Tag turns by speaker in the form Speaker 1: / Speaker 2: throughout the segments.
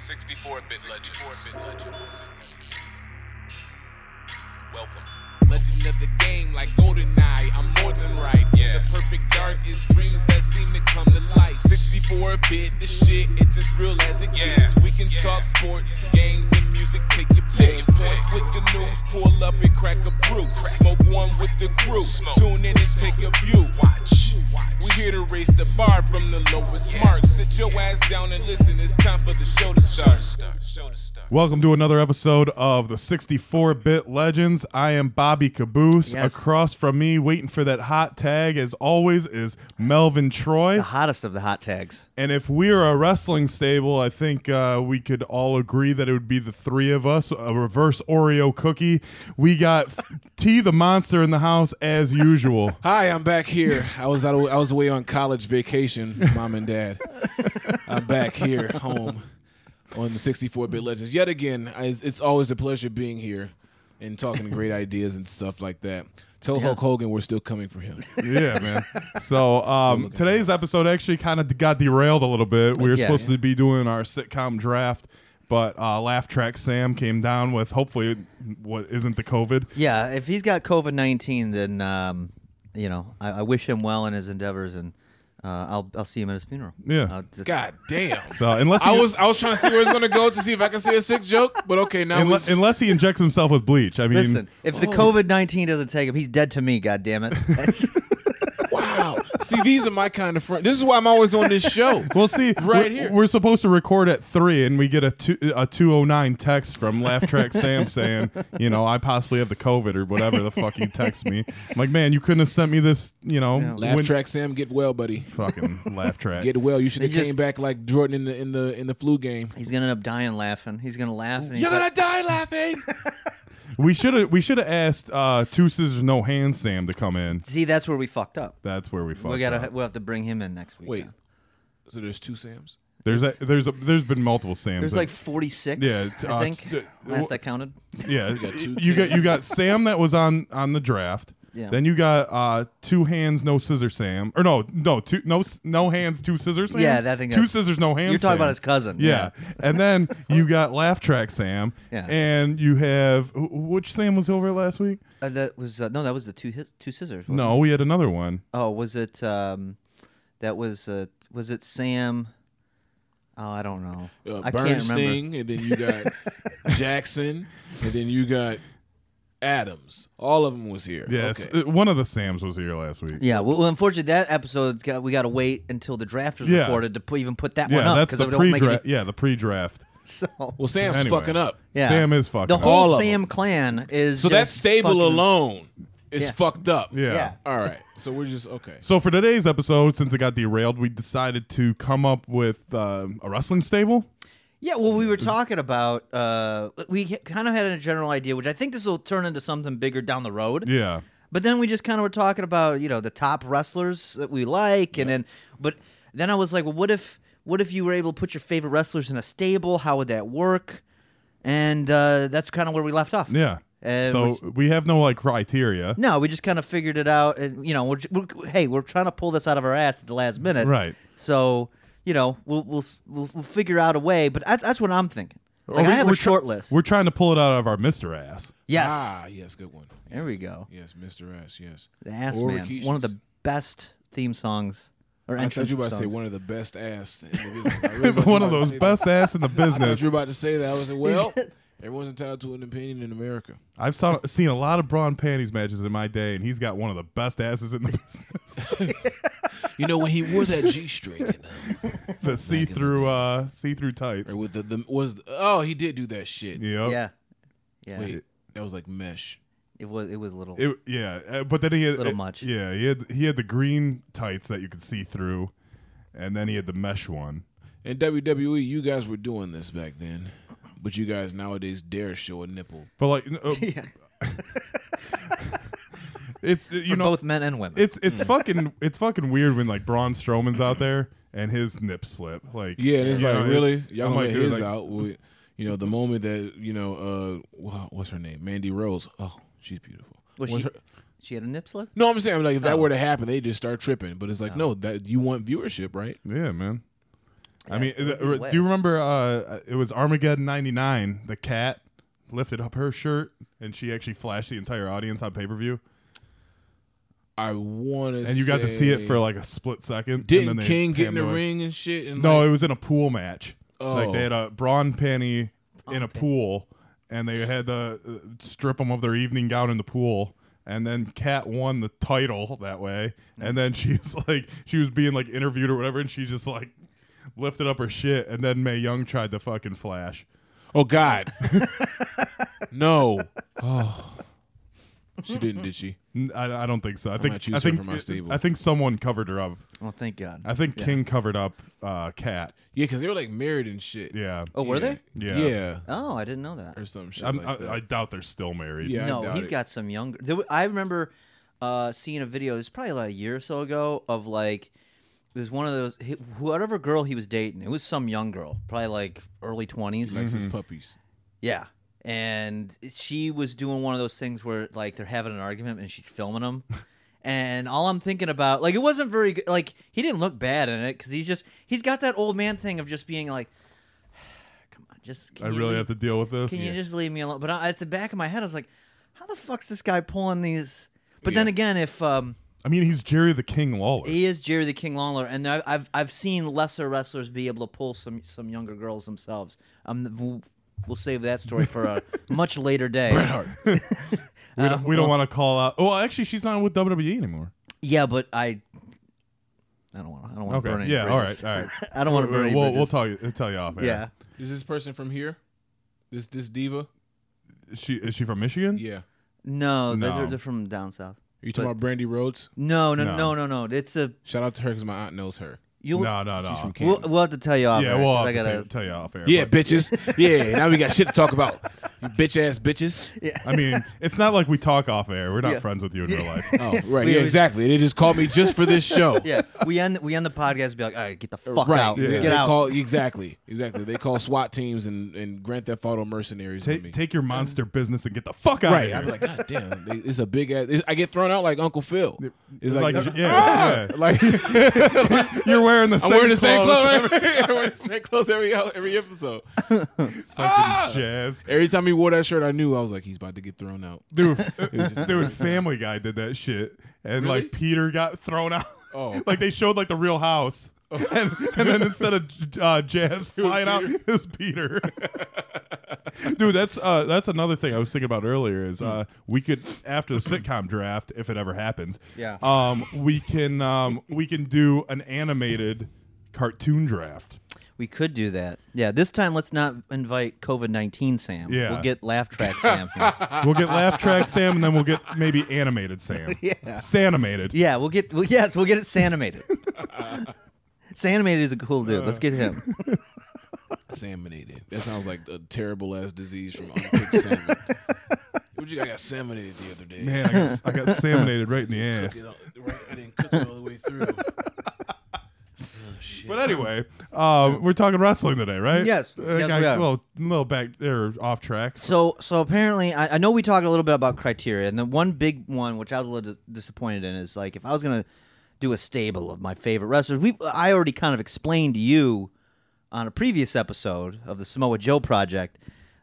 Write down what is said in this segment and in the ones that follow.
Speaker 1: 64-bit legends. Welcome.
Speaker 2: Legend of the game, like GoldenEye, I'm more than right.
Speaker 1: Yeah.
Speaker 2: Yeah. The perfect dark is dreams that seem to come to life. 64 bit, the shit, it's as real as it
Speaker 1: Yeah.
Speaker 2: gets. We can
Speaker 1: Yeah.
Speaker 2: talk sports, games, and music, take your pick.
Speaker 1: Take your
Speaker 2: Point
Speaker 1: pick.
Speaker 2: with the news, pull up and crack a brew. Smoke one with the crew,
Speaker 1: Smoke.
Speaker 2: tune in and take a view.
Speaker 1: Watch. Watch.
Speaker 2: We here to raise the bar from the lowest
Speaker 1: Yeah.
Speaker 2: mark. Sit your ass down and listen, it's time for the show to start.
Speaker 1: Start. Show the start.
Speaker 3: Welcome to another episode of the 64 Bit Legends. I am Bobby Caboose.
Speaker 4: Yes.
Speaker 3: Across from me, waiting for that hot tag, as always, is Melvin Troy.
Speaker 4: the hottest of the hot tags.
Speaker 3: And if we are a wrestling stable, I think uh, we could all agree that it would be the three of us, a reverse Oreo cookie. We got T the Monster in the house, as usual.
Speaker 5: Hi, I'm back here. I was out. I was away on college vacation, mom and dad. I'm back here, home, on the 64-bit Legends yet again. I, it's always a pleasure being here and talking great ideas and stuff like that. Tell Hulk Hogan we're still coming for him.
Speaker 3: yeah, man. So um, today's episode actually kind of got derailed a little bit. We were
Speaker 4: Yeah.
Speaker 3: supposed to be doing our sitcom draft, but uh, laugh track Sam came down with hopefully what isn't the COVID.
Speaker 4: Yeah, if he's got COVID nineteen, then um, you know I, I wish him well in his endeavors, and uh, I'll I'll see him at his funeral.
Speaker 3: Yeah.
Speaker 4: I'll just-
Speaker 5: God damn.
Speaker 3: So unless he,
Speaker 5: I was I was trying to see where it's gonna go to see if I can say a sick joke, but okay, now we
Speaker 3: unle- unless he injects himself with bleach, I mean,
Speaker 4: Listen, if the COVID nineteen doesn't take him, he's dead to me. God damn it!
Speaker 5: wow. See, these are my kind of friends. This is why I'm always on this show.
Speaker 3: We'll see.
Speaker 5: Right
Speaker 3: we're,
Speaker 5: here.
Speaker 3: we're supposed to record at three, and we get a two, a two oh nine text from Laugh Track Sam saying, you know, I possibly have the COVID or whatever the fuck you text me. I'm like, man, you couldn't have sent me this, you know,
Speaker 5: Laugh
Speaker 3: when-
Speaker 5: track, Sam. Get well, buddy.
Speaker 3: fucking laugh track.
Speaker 5: Get well. You should have
Speaker 4: They
Speaker 5: came
Speaker 4: just-
Speaker 5: back like Jordan in the in the in the flu game.
Speaker 4: he's gonna end up dying laughing. He's gonna laugh. And he's
Speaker 5: You're gonna
Speaker 4: like,
Speaker 5: die laughing.
Speaker 3: We should have we should have asked uh, two scissors no hands Sam to come in.
Speaker 4: see, that's where we fucked up.
Speaker 3: That's where we fucked
Speaker 4: we gotta
Speaker 3: up.
Speaker 4: we'll have to bring him in next week.
Speaker 5: Wait, so there's two Sams?
Speaker 3: There's a, there's a, there's been multiple Sams.
Speaker 4: there's like forty six.
Speaker 3: Yeah, uh,
Speaker 4: I think
Speaker 3: d-
Speaker 4: last I counted.
Speaker 3: yeah,
Speaker 5: got two
Speaker 3: you got you got Sam that was on on the draft.
Speaker 4: Yeah.
Speaker 3: Then you got uh, two hands no scissor Sam or no no two no s- no hands two scissors Sam.
Speaker 4: Yeah, that- I think
Speaker 3: two
Speaker 4: that's-
Speaker 3: scissors no hands.
Speaker 4: You're talking
Speaker 3: Sam.
Speaker 4: about his cousin.
Speaker 3: Yeah. and then you got laugh track Sam.
Speaker 4: Yeah.
Speaker 3: and you have wh- which Sam was over last week?
Speaker 4: Uh, that was uh, no, that was the two his, two scissors. wasn't
Speaker 3: No, we had another one.
Speaker 4: Oh, was it? Um, that was uh, was it Sam? Oh, I don't know.
Speaker 5: Uh,
Speaker 4: I can't remember.
Speaker 5: Bernstein, and then you got Jackson, and then you got Adams. All of them was here.
Speaker 3: Yes,
Speaker 5: Okay.
Speaker 3: uh, one of the Sams was here last week.
Speaker 4: Yeah. Well, well, unfortunately, that episode got, we got to wait until the draft was
Speaker 3: Yeah.
Speaker 4: recorded to put, even put that one
Speaker 3: Yeah,
Speaker 4: up
Speaker 3: that's the
Speaker 4: it don't make any.
Speaker 3: pre-draft. Yeah, the pre-draft.
Speaker 4: So
Speaker 5: Well, Sam's
Speaker 3: Anyway.
Speaker 5: fucking up.
Speaker 4: yeah,
Speaker 3: Sam is fucking
Speaker 4: The
Speaker 3: up.
Speaker 4: whole
Speaker 5: All of
Speaker 4: Sam clan is
Speaker 5: So that
Speaker 4: just
Speaker 5: stable
Speaker 4: fucking-
Speaker 5: alone is
Speaker 4: Yeah.
Speaker 5: fucked up.
Speaker 3: Yeah.
Speaker 4: Yeah.
Speaker 5: All right. So we're just okay.
Speaker 3: So for today's episode, since it got derailed, we decided to come up with um, a wrestling stable.
Speaker 4: Yeah, well, we were talking about uh, we kind of had a general idea, which I think this will turn into something bigger down the road.
Speaker 3: Yeah.
Speaker 4: But then we just kind of were talking about you know the top wrestlers that we like, and then but then I was like, well, what if what if you were able to put your favorite wrestlers in a stable? How would that work? And uh, that's kind of where we left off.
Speaker 3: Yeah.
Speaker 4: And
Speaker 3: so
Speaker 4: we're s-
Speaker 3: we have no like criteria.
Speaker 4: No, we just kind of figured it out, and you know, we're, j- we're hey, we're trying to pull this out of our ass at the last minute,
Speaker 3: Right.
Speaker 4: So you know, we'll we'll s- we'll, we'll figure out a way. But that's, that's what I'm thinking.
Speaker 3: Or
Speaker 4: Like,
Speaker 3: we-
Speaker 4: I have
Speaker 3: we're
Speaker 4: a
Speaker 3: tr-
Speaker 4: short list.
Speaker 3: We're trying to pull it out of our Mister Ass.
Speaker 4: yes,
Speaker 5: Ah, yes, good one.
Speaker 4: there we go.
Speaker 5: Yes, Mr. Ass. Yes.
Speaker 4: The Ass
Speaker 5: Or
Speaker 4: Man,
Speaker 5: Rikishi's.
Speaker 4: one of the best theme songs or
Speaker 5: I thought
Speaker 4: entrance
Speaker 5: you were about to say
Speaker 4: songs.
Speaker 5: one of the best ass. in the business. I really thought you
Speaker 3: One
Speaker 5: were
Speaker 3: of
Speaker 5: about to
Speaker 3: those
Speaker 5: say that.
Speaker 3: best ass in the
Speaker 5: I thought
Speaker 3: business.
Speaker 5: you were about to say that. I was like, well, everyone's entitled to an opinion in America.
Speaker 3: I've saw, seen a lot of brawn panties matches in my day, and he's got one of the best asses in the business.
Speaker 5: You know, when he wore that G string, you know,
Speaker 3: the see-through, uh, see-through tights.
Speaker 5: or with the, the was oh, he did do that shit.
Speaker 3: Yep.
Speaker 4: Yeah, yeah.
Speaker 5: Wait, that was like mesh.
Speaker 4: It was it was little.
Speaker 3: It, yeah, uh, but then he had
Speaker 4: Little
Speaker 3: it-
Speaker 4: much.
Speaker 3: Yeah, he had he had the green tights that you could see through, and then he had the mesh one.
Speaker 5: In WWE, you guys were doing this back then, but you guys nowadays dare show a nipple.
Speaker 3: But like, n- uh,
Speaker 4: yeah,
Speaker 3: it's you
Speaker 4: for
Speaker 3: know,
Speaker 4: both men and women.
Speaker 3: it's
Speaker 5: Hmm.
Speaker 3: it's fucking it's fucking weird when like Braun Strowman's out there and his nip slip. Like,
Speaker 5: Yeah, and it's
Speaker 3: you
Speaker 5: like
Speaker 3: know,
Speaker 5: really,
Speaker 3: it's-
Speaker 5: y'all
Speaker 3: I'm
Speaker 5: gonna
Speaker 3: like,
Speaker 5: let
Speaker 3: dude,
Speaker 5: his
Speaker 3: like,
Speaker 5: out. We- you know, the moment that you know, uh, wha- what's her name, Mandy Rose. Oh, she's beautiful.
Speaker 4: well,
Speaker 5: What's
Speaker 4: she, Oh.
Speaker 5: her-
Speaker 4: she had a nip slip.
Speaker 5: no, I'm saying
Speaker 4: Oh.
Speaker 5: like if that were to happen, they just start tripping. But it's like no, that you want viewership, right?
Speaker 3: Yeah, man. I mean,
Speaker 4: it would be
Speaker 3: uh,
Speaker 4: wet.
Speaker 3: do you remember? Uh, it was Armageddon '99. The cat lifted up her shirt, and she actually flashed the entire audience on pay per view.
Speaker 5: I want to.
Speaker 3: And you got to see it for like a split second.
Speaker 5: Didn't
Speaker 3: and then they
Speaker 5: King get in
Speaker 3: panned
Speaker 5: the
Speaker 3: away.
Speaker 5: ring and shit? And
Speaker 3: No,
Speaker 5: like,
Speaker 3: it was in a pool match. Like
Speaker 5: Oh.
Speaker 3: they had a brawn panty in a pool, and they had to uh, strip them of their evening gown in the pool. And then Kat won the title that way. And then she's like, she was being like interviewed or whatever, and she just like lifted up her shit. And then May Young tried to fucking flash.
Speaker 5: oh God, no. Oh, she didn't, did she?
Speaker 3: N- I, I don't think so. I think
Speaker 5: might choose
Speaker 3: I
Speaker 5: her
Speaker 3: think
Speaker 5: for my stable.
Speaker 3: I think someone covered her up.
Speaker 4: Well, thank God.
Speaker 3: I think King covered up uh, Kat.
Speaker 5: Yeah, because they were like married and shit.
Speaker 3: Yeah.
Speaker 4: oh, were they?
Speaker 3: Yeah.
Speaker 5: Yeah. Yeah.
Speaker 4: Oh, I didn't know that.
Speaker 5: Or some shit
Speaker 3: I'm,
Speaker 5: like that.
Speaker 3: I, I doubt they're still married.
Speaker 5: Yeah. I
Speaker 4: no,
Speaker 5: doubt
Speaker 4: he's
Speaker 5: it.
Speaker 4: got some younger. There, wa- I remember uh, seeing a video. It was probably like a year or so ago of like it was one of those he- whatever girl he was dating. It was some young girl, probably like early twenties.
Speaker 5: Likes his puppies.
Speaker 4: Yeah, and she was doing one of those things where like they're having an argument and she's filming them. And all I'm thinking about, like, it wasn't very good. Like, he didn't look bad in it because he's just, he's got that old man thing of just being like, come on, just, can
Speaker 3: I
Speaker 4: you
Speaker 3: really
Speaker 4: leave-
Speaker 3: have to deal with this.
Speaker 4: can you just leave me alone? But I, at the back of my head, I was like, how the fuck's this guy pulling these? But then
Speaker 5: Yeah.
Speaker 4: again, if um,
Speaker 3: I mean, he's Jerry the King Lawler.
Speaker 4: he is Jerry the King Lawler, and I- I've I've seen lesser wrestlers be able to pull some some younger girls themselves. Um, we'll, we'll save that story for a much later day.
Speaker 3: we don't,
Speaker 4: Uh-huh.
Speaker 3: want to call out. Well, actually, she's not with WWE anymore.
Speaker 4: Yeah, but I. I don't want. I don't want to burn any
Speaker 3: Yeah. All
Speaker 4: bridges.
Speaker 3: right. All right.
Speaker 4: I don't want to burn
Speaker 3: we'll, we'll,
Speaker 4: any bridges.
Speaker 3: tell you. We'll tell you off. air.
Speaker 4: yeah.
Speaker 5: Is this person from here? This this diva?
Speaker 3: Is she is she from Michigan?
Speaker 5: Yeah. Mm-hmm. Are
Speaker 4: No,
Speaker 3: No.
Speaker 4: They're, they're from down south.
Speaker 5: you talking
Speaker 4: But-
Speaker 5: about Brandy Rhodes?
Speaker 4: No, no,
Speaker 3: No.
Speaker 4: no, no, no. It's a
Speaker 5: Shout out to her because my aunt knows her.
Speaker 4: you'll.
Speaker 3: No. No. No.
Speaker 5: She's from
Speaker 4: We'll,
Speaker 5: Canton.
Speaker 4: we'll have to tell you off.
Speaker 3: yeah.
Speaker 4: air,
Speaker 3: We'll
Speaker 4: 'cause
Speaker 3: have
Speaker 4: I
Speaker 3: to
Speaker 4: gotta.
Speaker 3: tell- tell you off air.
Speaker 5: yeah,
Speaker 3: but-
Speaker 5: bitches. yeah, now we got shit to talk about. You bitch ass bitches.
Speaker 3: I mean, it's not like we talk off air. We're not
Speaker 4: Yeah.
Speaker 3: friends with you in real life.
Speaker 5: Oh, right.
Speaker 4: We
Speaker 5: Yeah,
Speaker 4: always-
Speaker 5: exactly. They just called me just for this show.
Speaker 4: yeah, we end we end the podcast and be like, all right, get the fuck
Speaker 5: right.
Speaker 4: out,
Speaker 5: Yeah.
Speaker 4: get
Speaker 5: they
Speaker 4: out.
Speaker 5: call exactly, exactly. They call SWAT teams and and Grand Theft Auto mercenaries. on me.
Speaker 3: Take, take your monster business and get the fuck out
Speaker 5: right.
Speaker 3: of
Speaker 5: I'm
Speaker 3: here.
Speaker 5: like, God damn, they- it's a big ass. it's- I get thrown out like Uncle Phil. It's like,
Speaker 3: Like, yeah,
Speaker 5: like
Speaker 3: yeah. You're wearing the
Speaker 5: I'm
Speaker 3: same
Speaker 5: wearing the same
Speaker 3: clothes.
Speaker 5: clothes. Every, I'm wearing the same clothes every every episode.
Speaker 3: Ah! Jazz.
Speaker 5: Every time he wore that shirt, I knew I was like, he's about to get thrown out.
Speaker 3: Dude, f- dude, Family Guy did that shit, and
Speaker 5: Really?
Speaker 3: like Peter got thrown out.
Speaker 5: Oh.
Speaker 3: like they showed like the Real House, and, and then instead of J- uh, Jazz flying out,
Speaker 5: Peter.
Speaker 3: it was Peter. dude, that's uh, that's another thing I was thinking about earlier is uh, we could after the sitcom draft, if it ever happens,
Speaker 4: Yeah.
Speaker 3: um, we can um, we can do an animated cartoon draft.
Speaker 4: We could do that. Yeah, this time let's not invite COVID nineteen Sam.
Speaker 3: Yeah.
Speaker 4: we'll get laugh track Sam. Here.
Speaker 3: We'll get laugh track Sam, and then we'll get maybe animated Sam.
Speaker 4: Yeah.
Speaker 3: Sanimated.
Speaker 4: Yeah, we'll get well, yes, we'll get it Sanimated. Sanimated is a cool dude. Let's get him.
Speaker 5: Salmonated. That sounds like a terrible ass disease from uncooked salmon. What you I got salmonated the other day.
Speaker 3: Man, I got, I got salmonated right in the ass.
Speaker 5: You know, right, I didn't cook it all the way through.
Speaker 3: But anyway, um, we're talking wrestling today, right?
Speaker 4: Yes.
Speaker 3: Uh,
Speaker 4: Yes,
Speaker 3: got
Speaker 4: we
Speaker 3: a
Speaker 4: are.
Speaker 3: little, little back there off track.
Speaker 4: So, so apparently, I, I know we talked a little bit about criteria, and the one big one which I was a little dis- disappointed in is like if I was gonna do a stable of my favorite wrestlers, we I already kind of explained to you on a previous episode of the Samoa Joe project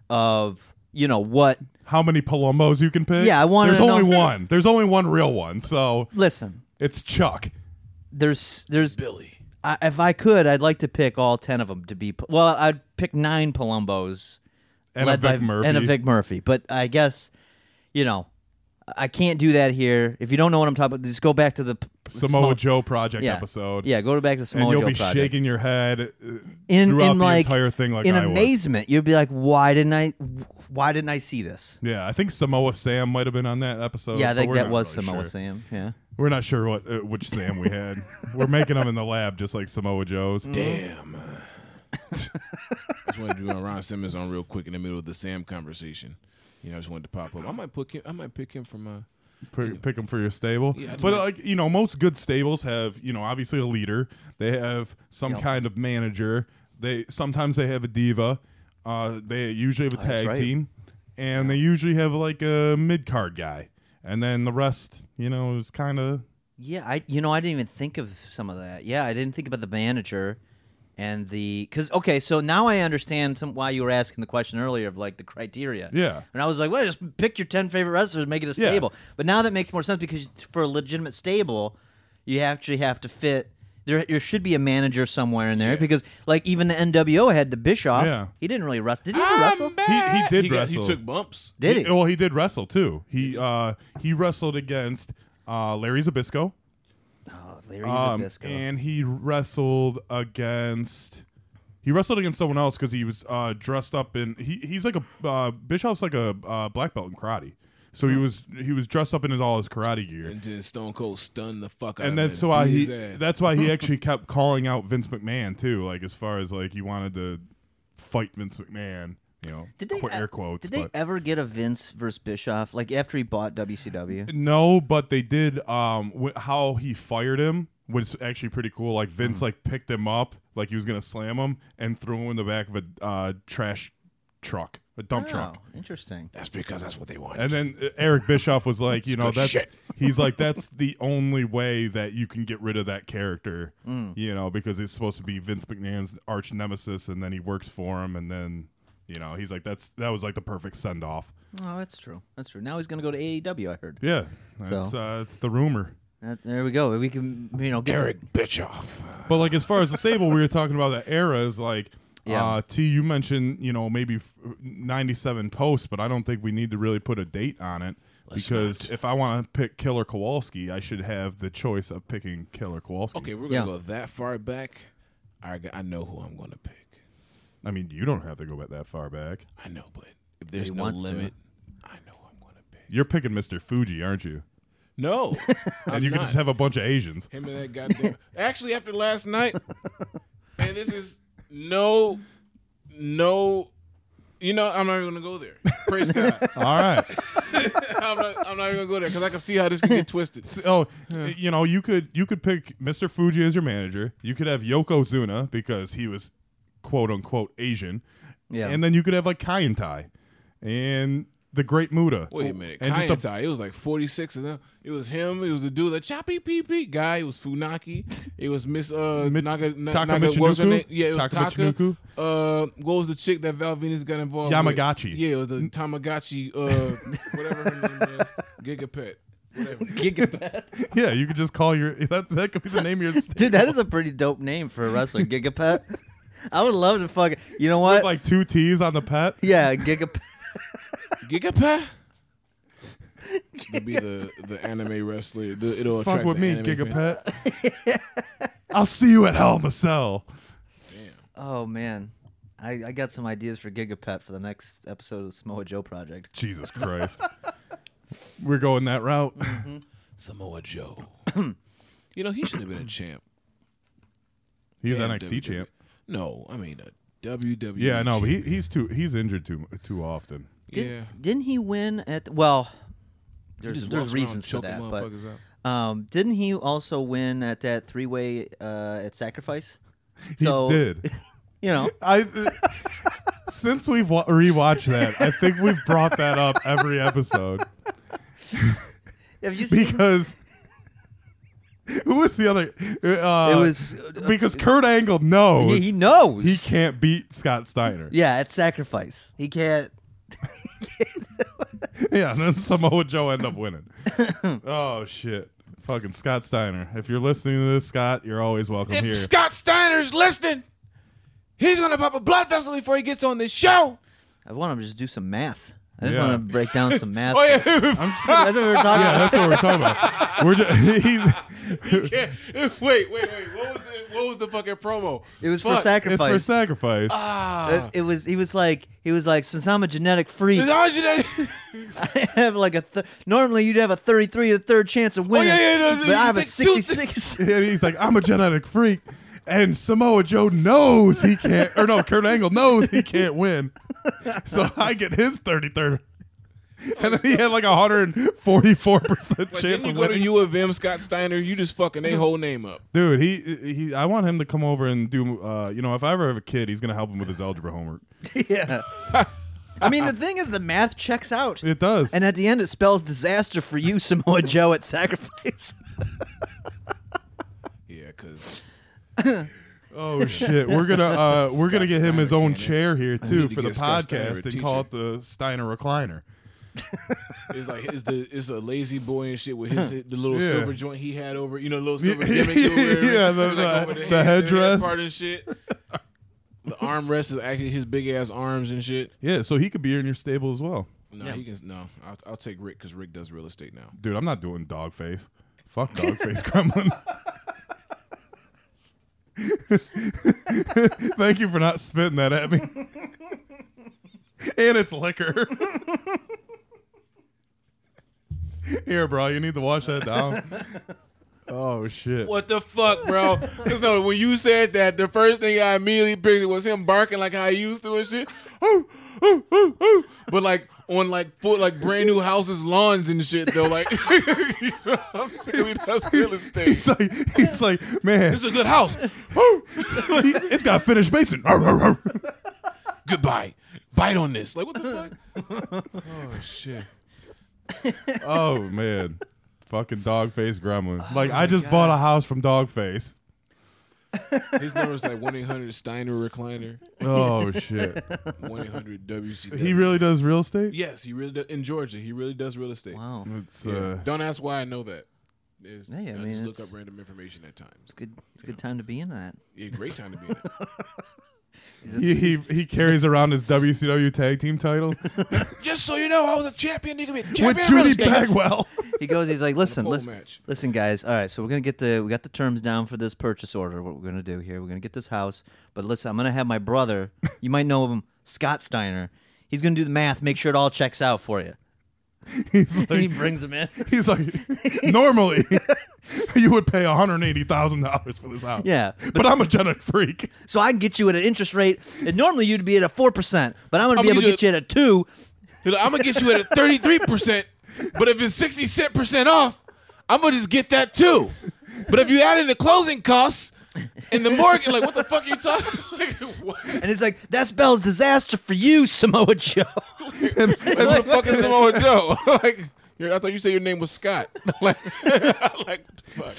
Speaker 4: of you know what.
Speaker 3: How many Palombos you can pick?
Speaker 4: Yeah, I wanted
Speaker 3: There's
Speaker 4: to know-
Speaker 3: only one. There's only one real one, so
Speaker 4: Listen,
Speaker 3: it's Chuck.
Speaker 4: there's there's
Speaker 5: Billy.
Speaker 4: I, if I could, I'd like to pick all ten of them to be. Well, I'd pick nine Palumbos,
Speaker 3: And a
Speaker 4: led
Speaker 3: Vic
Speaker 4: by
Speaker 3: Murphy.
Speaker 4: and a Vic Murphy. But I guess, you know, I can't do that here. If you don't know what I'm talking about, just go back to the p-
Speaker 3: Samoa Joe project
Speaker 4: yeah.
Speaker 3: episode.
Speaker 4: Yeah, go back to Samoa
Speaker 3: and you'll
Speaker 4: Joe
Speaker 3: be
Speaker 4: project.
Speaker 3: shaking your head uh,
Speaker 4: in
Speaker 3: throughout
Speaker 4: in
Speaker 3: the
Speaker 4: like
Speaker 3: entire thing, like
Speaker 4: in
Speaker 3: I was.
Speaker 4: amazement. You'd be like, why didn't I? Why didn't I see this?
Speaker 3: Yeah, I think Samoa Sam might have been on that episode.
Speaker 4: yeah, I
Speaker 3: Uh, but
Speaker 4: think
Speaker 3: we're
Speaker 4: that
Speaker 3: not
Speaker 4: was
Speaker 3: really
Speaker 4: Samoa
Speaker 3: sure.
Speaker 4: Sam. Yeah.
Speaker 3: We're not sure what uh, which Sam we had. we're making them in the lab, just like Samoa Joe's.
Speaker 5: Damn. I just wanted to do a Ron Simmons on real quick in the middle of the Sam conversation. You know, I just wanted to pop up. I might pick him. I might pick him from uh,
Speaker 3: P- pick them for your stable.
Speaker 5: Yeah, I just
Speaker 3: but
Speaker 5: like-
Speaker 3: like you know, most good stables have you know obviously a leader. They have some
Speaker 4: Yeah.
Speaker 3: kind of manager. They sometimes they have a diva. Uh, they usually have a
Speaker 4: Oh, that's
Speaker 3: tag
Speaker 4: right.
Speaker 3: team, and they usually have like a mid card guy, and then the rest you know is kind of
Speaker 4: Yeah, I you know I didn't even think of some of that. Yeah, I didn't think about the manager, and the because okay, so now I understand some why you were asking the question earlier of like the criteria.
Speaker 3: Yeah.
Speaker 4: and I was like, well, just pick your ten favorite wrestlers, and make it a
Speaker 3: Yeah.
Speaker 4: stable. But now that makes more sense because for a legitimate stable, you actually have to fit. There, there should be a manager somewhere in there because, like, even the NWO had the Bischoff.
Speaker 3: Yeah.
Speaker 4: He didn't really wrestle. Did he ever wrestle?
Speaker 3: He, he did
Speaker 5: he, got,
Speaker 3: wrestle.
Speaker 5: he took bumps.
Speaker 4: Did he?
Speaker 3: well, he did wrestle too. He uh, he wrestled against uh, Larry Zabisco,
Speaker 4: Oh, Larry
Speaker 3: um,
Speaker 4: Zbyszko.
Speaker 3: and he wrestled against he wrestled against someone else because he was uh, dressed up in he, he's like a uh, Bischoff's like a uh, black belt in karate, so
Speaker 4: Hmm.
Speaker 3: he was he was dressed up in his, all his karate gear.
Speaker 5: And then Stone Cold stunned the fuck out
Speaker 3: and
Speaker 5: of him.
Speaker 3: that's why
Speaker 5: beat
Speaker 3: he
Speaker 5: his ass.
Speaker 3: that's why he actually kept calling out Vince McMahon too. Like as far as like he wanted to fight Vince McMahon, you know,
Speaker 4: Did they
Speaker 3: qu-
Speaker 4: e-
Speaker 3: air quotes.
Speaker 4: Did they
Speaker 3: but-
Speaker 4: ever get a Vince versus Bischoff like after he bought WCW?
Speaker 3: no, but they did. Um, wh- how he fired him was actually pretty cool. Like Vince like picked him up like he was gonna slam him and threw him in the back of a uh, trash truck, a dump
Speaker 4: Oh,
Speaker 3: truck.
Speaker 4: interesting.
Speaker 5: that's because that's what they want.
Speaker 3: And then uh, Eric Bischoff was like, you know,
Speaker 5: good
Speaker 3: that's
Speaker 5: shit.
Speaker 3: he's like that's the only way that you can get rid of that character, you know, because it's supposed to be Vince McMahon's arch nemesis, and then he works for him, and then you know he's like that's that was like the perfect send off.
Speaker 4: Oh, that's true. That's true. Now he's gonna go to AEW. I heard.
Speaker 3: Yeah, that's uh, it's the rumor.
Speaker 4: That- there we go. We can you know get the-
Speaker 5: Eric Bischoff.
Speaker 3: But like as far as the stable, we were talking about that era is like.
Speaker 4: Yeah.
Speaker 3: Uh, T, you mentioned you know maybe f- 97 posts, but I don't think we need to really put a date on it because if I want to pick Killer Kowalski, I should have the choice of picking Killer Kowalski.
Speaker 5: Okay, we're
Speaker 4: Yeah.
Speaker 5: gonna go that far back. I got- I know who I'm gonna pick.
Speaker 3: I mean, you don't have to go back that far back.
Speaker 5: I know, but if there's
Speaker 4: He
Speaker 5: no
Speaker 4: wants to.
Speaker 5: limit, I know who I'm gonna pick.
Speaker 3: You're picking Mr. Fuji, aren't you?
Speaker 5: No, I'm
Speaker 3: And you
Speaker 5: not.
Speaker 3: can just have a bunch of Asians.
Speaker 5: him and that goddamn. Actually, after last night, and this is no, no. You know, I'm not even gonna go there. Praise God.
Speaker 3: All right.
Speaker 5: I'm not, I'm not even gonna go there because I can see how this can get twisted.
Speaker 3: Oh, you know, you could you could pick Mr. Fuji as your manager. You could have Yokozuna because he was quote unquote Asian.
Speaker 4: Yeah.
Speaker 3: And then you could have like Kai Tai and the Great Muda.
Speaker 5: Wait a minute,
Speaker 3: And just a-
Speaker 5: Kayentai, It was like 46 of them. It was him. It was the dude, the choppy pee pee guy. It was Funaki. It was Miss uh
Speaker 3: Mit-
Speaker 5: Naga, Na-
Speaker 3: Taka
Speaker 5: Naga what was her
Speaker 3: Michinoku?
Speaker 5: name? Yeah, it was
Speaker 3: Taka
Speaker 5: Taka.
Speaker 3: Michinoku?
Speaker 5: Uh, what was the chick that Val Venus got involved? with?
Speaker 3: Yamagachi.
Speaker 5: Yeah, it was the Tamagotchi. Uh, whatever her name was, Giga Pet. Whatever.
Speaker 4: Gigapet.
Speaker 3: yeah, you could just call your that that could be the name of your
Speaker 4: Dude, that is a pretty dope name for a wrestler, Gigapet. I would love to fuck. You know what?
Speaker 3: like two T's on the pet.
Speaker 4: yeah, Gigapet.
Speaker 5: Giga Pet. It'll be the, the anime wrestler. The, it'll
Speaker 3: Fuck
Speaker 5: attract
Speaker 3: with
Speaker 5: the
Speaker 3: me,
Speaker 5: anime fans.
Speaker 3: Gigapet. I'll see you at Hell in a Cell.
Speaker 4: Oh man, I, I got some ideas for Gigapet for the next episode of the Samoa Joe Project.
Speaker 3: Jesus Christ. We're going that route.
Speaker 5: Samoa Joe. you know he should have been a champ.
Speaker 3: He's
Speaker 5: Damn, E.
Speaker 3: NXT
Speaker 5: WWE.
Speaker 3: champ.
Speaker 5: No, I mean a WWE.
Speaker 3: Yeah, no, but
Speaker 5: champ.
Speaker 3: he, he's too he's injured too too often.
Speaker 4: Did,
Speaker 5: yeah.
Speaker 4: Didn't he win at? Well, there's
Speaker 5: Just
Speaker 4: there's
Speaker 5: walks around
Speaker 4: reasons for
Speaker 5: choking
Speaker 4: that, but
Speaker 5: motherfuckers out.
Speaker 4: um, didn't he also win at that three way uh, at Sacrifice?
Speaker 3: He
Speaker 4: so
Speaker 3: did.
Speaker 4: you know,
Speaker 3: I uh, since we've wa- rewatched that, I think we've brought that up every episode
Speaker 4: have you seen?
Speaker 3: because who was the other? Uh,
Speaker 4: it was
Speaker 3: because Kurt Angle knows
Speaker 4: he, he knows
Speaker 3: he can't beat Scott Steiner.
Speaker 4: Yeah, at Sacrifice, he can't.
Speaker 3: Yeah, and then Samoa Joe end up winning. oh shit. Fucking Scott Steiner. If you're listening to this, Scott, you're always welcome
Speaker 5: If
Speaker 3: here.
Speaker 5: Scott Steiner's listening, he's gonna pop a blood vessel before he gets on this show.
Speaker 4: I want him to just do some math. I just
Speaker 3: Yeah.
Speaker 4: want to break down some math.
Speaker 5: Oh yeah.
Speaker 3: I'm just
Speaker 4: That's what we were talking
Speaker 3: yeah,
Speaker 4: about.
Speaker 3: that's what we're talking about. We're just, he's,
Speaker 5: Yeah. Wait, wait, wait. What was the what was the fucking promo?
Speaker 4: It was for Uh,
Speaker 5: Fuck.
Speaker 3: it's for
Speaker 4: sacrifice.
Speaker 3: sacrifice.
Speaker 5: Ah.
Speaker 4: it, it was. He was like. He was like. Since I'm a genetic freak,
Speaker 5: How did you that-
Speaker 4: I have like a. Th- normally, you'd have a 33 to third chance of winning.
Speaker 5: Oh, yeah, no, no,
Speaker 4: but I
Speaker 5: you
Speaker 4: have a
Speaker 5: take two thi-
Speaker 4: 66.
Speaker 3: and he's like, I'm a genetic freak. And Samoa Joe knows he can't, or no, Kurt Angle knows he can't win. So I get his 33rd. And then he had like a 144%
Speaker 5: Like,
Speaker 3: chance
Speaker 5: didn't you
Speaker 3: of
Speaker 5: go to
Speaker 3: winning.
Speaker 5: U of M, Scott Steiner? You just fucking a whole name up.
Speaker 3: Dude, he, he, I want him to come over and do, uh, you know, if I ever have a kid, he's going to help him with his algebra homework.
Speaker 4: yeah. I mean, the thing is, the math checks out.
Speaker 3: It does.
Speaker 4: And at the end, it spells disaster for you, Samoa Joe, at sacrifice.
Speaker 5: Yeah, because
Speaker 3: Oh shit, we're gonna uh, we're gonna
Speaker 5: Scott
Speaker 3: get him his
Speaker 5: Steiner
Speaker 3: own
Speaker 5: cannon.
Speaker 3: chair here too
Speaker 5: need to
Speaker 3: for the
Speaker 5: get Scott Steiner
Speaker 3: podcast
Speaker 5: to
Speaker 3: and
Speaker 5: teach
Speaker 3: call
Speaker 5: you.
Speaker 3: it the Steiner recliner.
Speaker 5: It's like it's the it's a lazy boy and shit with his the little
Speaker 3: Yeah.
Speaker 5: silver joint he had over you know little silver
Speaker 3: Yeah,
Speaker 5: gimmick he wear,
Speaker 3: yeah, the-
Speaker 5: it's
Speaker 3: the-
Speaker 5: over
Speaker 3: the
Speaker 5: head- head
Speaker 3: headdress.
Speaker 5: part and shit. The armrest is actually his big ass arms and shit.
Speaker 3: Yeah, so he could be in your stable as well,
Speaker 5: No, he can no. I'll, I'll take Rick because Rick does real estate now.
Speaker 3: dude. I'm not doing dog face. Fuck dog face, Kremlin. Thank you for not spitting that at me. and it's liquor. Here, bro, you need to wash that down. Oh shit.
Speaker 5: What the fuck, bro? 'Cause no, when you said that, the first thing I immediately pictured was him barking like how he used to and shit. Ooh, ooh, ooh, ooh. But like on like full like brand new houses, lawns and shit though. Like you know what I'm saying He does real estate.
Speaker 3: He's like, he's like, man,
Speaker 5: It's a good house.
Speaker 3: Woo! He- it's got a finished Oh, basement. Arr, arr, arr.
Speaker 5: Goodbye. Bite on this. Like what the fuck? oh shit.
Speaker 3: oh man, fucking dog face gremlin. like I just bought a house from dog face.
Speaker 5: His number's like one eight hundred Steiner recliner.
Speaker 3: Oh shit,
Speaker 5: One eight hundred WC.
Speaker 3: he really does real estate.
Speaker 5: Yes, he really does in Georgia, he really does real estate.
Speaker 4: Wow.
Speaker 3: It's uh,
Speaker 5: Don't ask why I know that. It's-
Speaker 4: Yeah, I
Speaker 5: I,
Speaker 4: mean,
Speaker 5: just
Speaker 4: it's-
Speaker 5: look up random information at times.
Speaker 4: Good, it's a good time to be in that.
Speaker 5: Yeah, great time to be in it.
Speaker 3: he, he he carries around his WCW tag team title
Speaker 5: Just so you know, I was a champion. Nigga, been champion
Speaker 3: with
Speaker 5: of real
Speaker 3: Judy
Speaker 5: estate.
Speaker 3: Bagwell.
Speaker 4: He goes. He's like, listen,
Speaker 5: pole
Speaker 4: listen,
Speaker 5: match.
Speaker 4: listen, guys. All right, so we're gonna get the we got the terms down for this purchase order. What we're gonna do here? We're gonna get this house, but listen, I'm gonna have my brother. You might know him, Scott Steiner. He's gonna do the math, make sure it all checks out for you.
Speaker 3: He's
Speaker 4: And he
Speaker 3: like,
Speaker 4: brings him in.
Speaker 3: he's like, normally you would pay one hundred eighty thousand dollars for this house.
Speaker 4: Yeah,
Speaker 3: but, I'm a genetic freak.
Speaker 4: So I can get you at an interest rate, and normally you'd be at a four percent, but I'm gonna be
Speaker 5: I'm
Speaker 4: able to
Speaker 5: gonna
Speaker 4: get you at a two.
Speaker 5: He's like, I'm gonna get you at a thirty three percent, but if it's sixty cent percent off, I'm gonna just get that too. But if you add in the closing costs and the mortgage, like what the fuck are you talking? like, what?
Speaker 4: And it's like that spells disaster for you, Samoa Joe.
Speaker 5: Who the fuck is Samoa Joe? like, you're- I thought you said your name was Scott. like, like, fuck.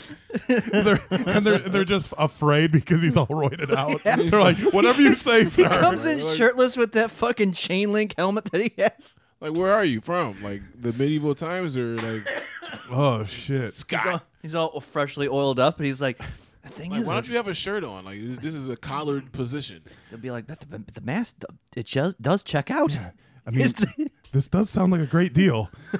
Speaker 3: They're, and they're they're just afraid because he's all roided out. They're like, whatever you say, sir.
Speaker 4: he comes in shirtless with that fucking chain link helmet that he has.
Speaker 5: Like, where are you from? Like the medieval times or like
Speaker 3: Oh shit.
Speaker 5: Scott?
Speaker 4: He's all, he's all freshly oiled up, and he's like, the thing
Speaker 5: Like,
Speaker 4: is, uh,
Speaker 5: why don't you have a shirt on? Like this, this is a collared position.
Speaker 4: they'll be like, but the, but the mask, d- it just does check out.
Speaker 3: I mean,
Speaker 4: It's-
Speaker 3: this does sound like a great deal.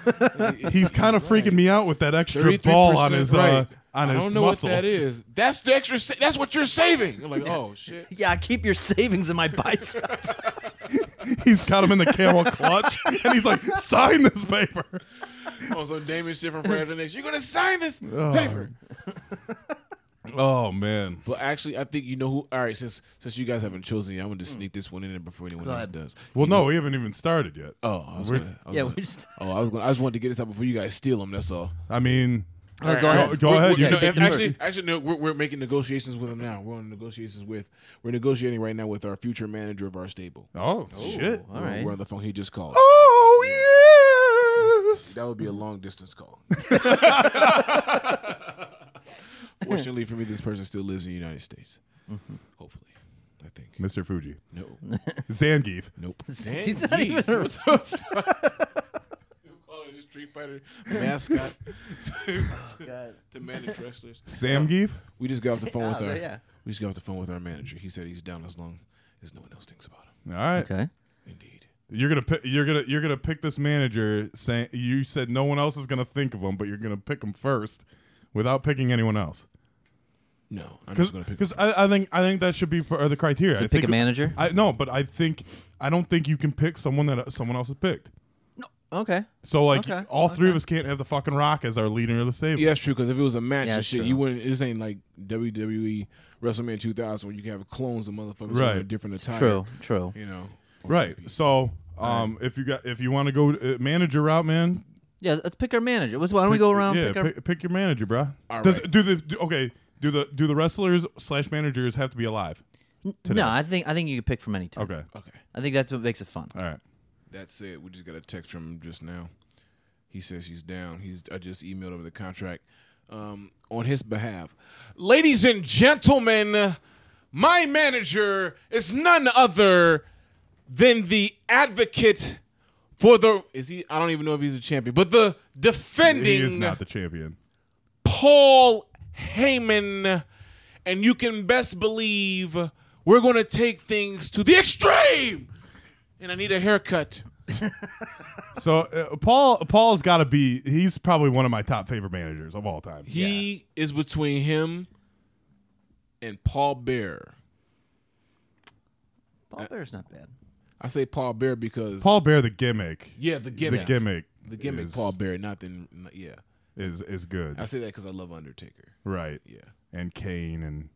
Speaker 3: He's kind of freaking me out with that extra
Speaker 5: 33%
Speaker 3: ball on his uh,
Speaker 5: right.
Speaker 3: on
Speaker 5: I
Speaker 3: his
Speaker 5: don't know
Speaker 3: muscle.
Speaker 5: what that is. That's the extra. Sa- that's what you're saving. I'm like, oh shit.
Speaker 4: yeah, I keep your savings in my bicep.
Speaker 3: He's got him in the camel clutch, and he's like, "Sign this paper."
Speaker 5: Oh, so Damon shit from Forever Next. You're gonna sign this
Speaker 3: Oh.
Speaker 5: paper.
Speaker 3: Oh man,
Speaker 5: But actually, I think you know who. All right, since since you guys haven't chosen, yet, I'm gonna just sneak this one in there before anyone else
Speaker 4: ahead.
Speaker 5: does.
Speaker 3: well, no, we haven't even started yet.
Speaker 5: Oh, I was
Speaker 3: We're-
Speaker 5: gonna, I was
Speaker 4: yeah,
Speaker 5: gonna-
Speaker 4: we just
Speaker 5: Oh, I was going. I just wanted to get this out before you guys steal them. That's all.
Speaker 3: I mean,
Speaker 4: go
Speaker 5: All
Speaker 4: ahead.
Speaker 3: Oh, Go- go
Speaker 5: We're-
Speaker 3: ahead.
Speaker 5: we're-
Speaker 3: You
Speaker 5: no,
Speaker 3: take the
Speaker 5: actually, actually, no. We're, we're making negotiations with them now. We're on negotiations with. We're negotiating right now with our future manager of our stable.
Speaker 3: oh shit,
Speaker 4: all right.
Speaker 5: We're on the phone. He just called.
Speaker 3: oh yes.
Speaker 5: That would be a long distance call. Fortunately for me, this person still lives in the United States.
Speaker 3: Mm-hmm.
Speaker 5: Hopefully, I think.
Speaker 3: Mr. Fuji,
Speaker 5: No,
Speaker 3: Zangief.
Speaker 5: nope.
Speaker 4: He's not even-
Speaker 5: What the fuck? You calling a Street Fighter mascot to,
Speaker 4: Oh,
Speaker 5: to, to manage wrestlers.
Speaker 3: Samgeef?
Speaker 5: We just got off the phone with
Speaker 4: Oh,
Speaker 5: our.
Speaker 4: yeah.
Speaker 5: We just got off the phone with our manager. He said he's down as long as no one else thinks about him.
Speaker 3: All right,
Speaker 4: okay.
Speaker 5: Indeed.
Speaker 3: you're gonna pick, you're gonna you're gonna pick this manager. Saying you said no one else is gonna think of him, but you're gonna pick him first, without picking anyone else.
Speaker 5: No, I'm just gonna pick.
Speaker 3: because I, I think I think that should be part of the criteria. I
Speaker 4: pick
Speaker 3: think-
Speaker 4: a manager?
Speaker 3: I no, but I think I don't think you can pick someone that someone else has picked.
Speaker 4: Okay.
Speaker 3: So like
Speaker 4: Okay,
Speaker 3: all three of us can't have the fucking Rock as our leader of the stable.
Speaker 5: Yeah, that's true. Because if it was a match
Speaker 4: Yeah,
Speaker 5: and
Speaker 4: that's
Speaker 5: shit,
Speaker 4: true.
Speaker 5: you wouldn't. This ain't like WWE WrestleMania 2000 where you can have clones of motherfuckers
Speaker 3: Right.
Speaker 5: right. a different attire.
Speaker 4: True. True.
Speaker 5: You know.
Speaker 3: Right. So um, if you got if you want to go uh, manager route, man.
Speaker 4: Yeah, let's pick our manager. Let's- Why don't we go around?
Speaker 3: Yeah,
Speaker 4: pick our,
Speaker 3: pick, pick your manager, bro.
Speaker 5: All
Speaker 3: Does,
Speaker 5: right.
Speaker 3: Do the do, okay? Do the do the wrestlers slash managers have to be alive?
Speaker 4: no, I think I think you can pick from any team.
Speaker 3: Okay.
Speaker 5: Okay.
Speaker 4: I think that's what makes it fun.
Speaker 3: All right.
Speaker 5: That said, we just got a text from him just now. He says he's down. He's. I just emailed him the contract um, on his behalf. Ladies and gentlemen, My manager is none other than the advocate for the. Is he? I don't even know if he's a champion, but the
Speaker 3: He
Speaker 5: defending
Speaker 3: is not the champion.
Speaker 5: Paul Heyman, and you can best believe we're going to take things to the extreme. And I need a haircut.
Speaker 3: So uh, Paul Paul's got to be. He's probably one of my top favorite managers of all time.
Speaker 5: He is between him and Paul Bear.
Speaker 4: Paul Bear's not bad.
Speaker 5: I say Paul Bear because
Speaker 3: Paul Bear the gimmick.
Speaker 5: yeah, the
Speaker 3: the
Speaker 5: gimmick,
Speaker 3: gimmick.
Speaker 5: the gimmick,
Speaker 3: is,
Speaker 5: Paul Bear, not the not- yeah.
Speaker 3: is is good,
Speaker 5: I say that because I love Undertaker.
Speaker 3: right?
Speaker 5: Yeah, Mm-hmm.
Speaker 3: And Kane and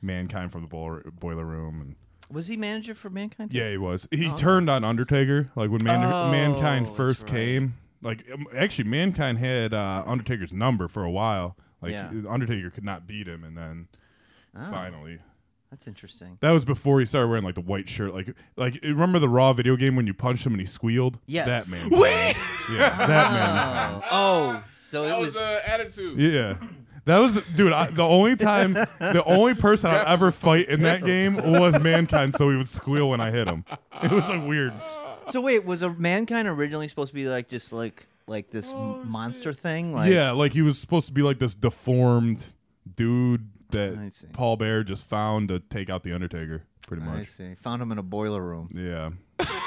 Speaker 3: Mankind from the boil- boiler room, and
Speaker 4: Was he manager for Mankind?
Speaker 3: yeah, he was. He turned on Undertaker, like when Man-
Speaker 4: Oh,
Speaker 3: Mankind
Speaker 4: that's
Speaker 3: first
Speaker 4: right.
Speaker 3: came. Like um, actually, Mankind had uh, Undertaker's number for a while. Like uh,
Speaker 4: Yeah. Oh.
Speaker 3: Undertaker could not beat him, and then finally
Speaker 4: That's interesting.
Speaker 3: That was before he started wearing like the white shirt. Like, like remember the Raw video game when you punched him and he squealed?
Speaker 4: Yes.
Speaker 3: that man. Wait, yeah, that man.
Speaker 4: Oh, oh so it
Speaker 5: that
Speaker 4: was.
Speaker 5: was uh, attitude.
Speaker 3: Yeah, that was dude. I, the only time, the only person I ever fight in that game was mankind. So he would squeal when I hit him. It was like weird.
Speaker 4: so wait, was a Mankind originally supposed to be like just like like this m- monster thing? Like,
Speaker 3: yeah, like he was supposed to be like this deformed dude
Speaker 4: I
Speaker 3: that
Speaker 4: see.
Speaker 3: Paul Bear just found to take out the Undertaker, pretty
Speaker 4: I
Speaker 3: much.
Speaker 4: see. Found him in a boiler room.
Speaker 3: Yeah.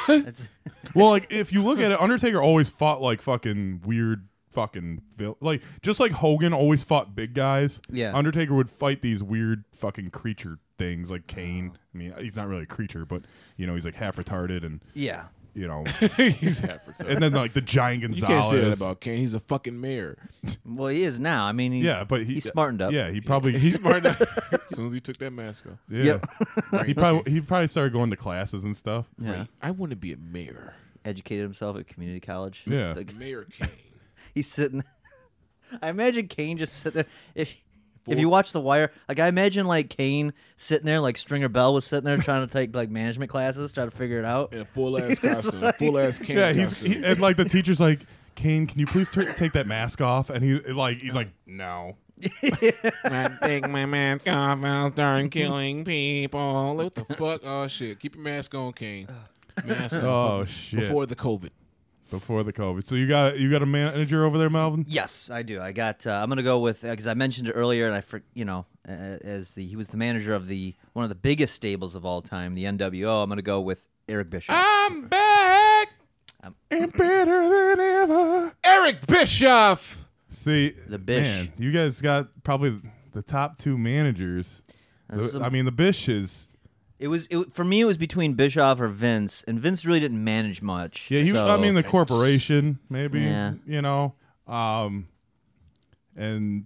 Speaker 4: That's,
Speaker 3: Well, like if you look at it, Undertaker always fought like fucking weird fucking vil- like just like Hogan always fought big guys.
Speaker 4: Yeah.
Speaker 3: Undertaker would fight these weird fucking creature things like
Speaker 4: Oh.
Speaker 3: Kane. I mean, he's not really a creature, but you know, he's like half retarded and
Speaker 4: yeah.
Speaker 3: you know,
Speaker 5: He's African.
Speaker 3: and then like the giant
Speaker 5: You
Speaker 3: Gonzalez.
Speaker 5: can't say that about Kane. He's a fucking mayor.
Speaker 4: Well, he is now. I mean, he,
Speaker 3: yeah, but he,
Speaker 4: he's smartened up.
Speaker 3: Yeah, he probably.
Speaker 5: He's smart. enough. as soon as he took that mask off,
Speaker 3: yeah.
Speaker 4: Yep.
Speaker 3: he probably he probably started going to classes and stuff.
Speaker 4: Yeah.
Speaker 5: I want to be a mayor.
Speaker 4: Educated himself at community college.
Speaker 3: Yeah.
Speaker 4: Like,
Speaker 5: Mayor Kane.
Speaker 4: he's sitting. I imagine Kane just sit there. If if you watch The Wire, like I imagine like Kane sitting there, like Stringer Bell was sitting there trying to take like management classes, trying to figure it out.
Speaker 5: In a full ass costume.
Speaker 4: like-
Speaker 5: full ass Kane
Speaker 3: Yeah, he's
Speaker 5: costume.
Speaker 3: he, and like the teacher's like, Kane, can you please t- take that mask off? And he like he's like, no.
Speaker 5: I take my mask off. I'll start killing people. What the fuck? Oh shit! Keep your mask on, Kane. Mask off.
Speaker 3: Oh shit!
Speaker 5: Before the COVID.
Speaker 3: Before the COVID. So you got you got a manager over there, Malvin?
Speaker 4: Yes, I do. I got. Uh, I'm gonna go with because I mentioned it earlier, and I, for, you know, uh, as the he was the manager of the one of the biggest stables of all time, the NWO. I'm gonna go with Eric Bishop.
Speaker 5: I'm back.
Speaker 3: And better than ever.
Speaker 5: Eric Bischoff.
Speaker 3: See,
Speaker 4: The Bish.
Speaker 3: man, you guys got probably the top two managers. The-
Speaker 4: That's some-
Speaker 3: I mean, the Bish is
Speaker 4: It was it, for me. It was between Bischoff or Vince, and Vince really didn't manage much.
Speaker 3: yeah. He was, I
Speaker 4: so-
Speaker 3: mean, the corporation maybe.
Speaker 4: Yeah.
Speaker 3: You know, um, and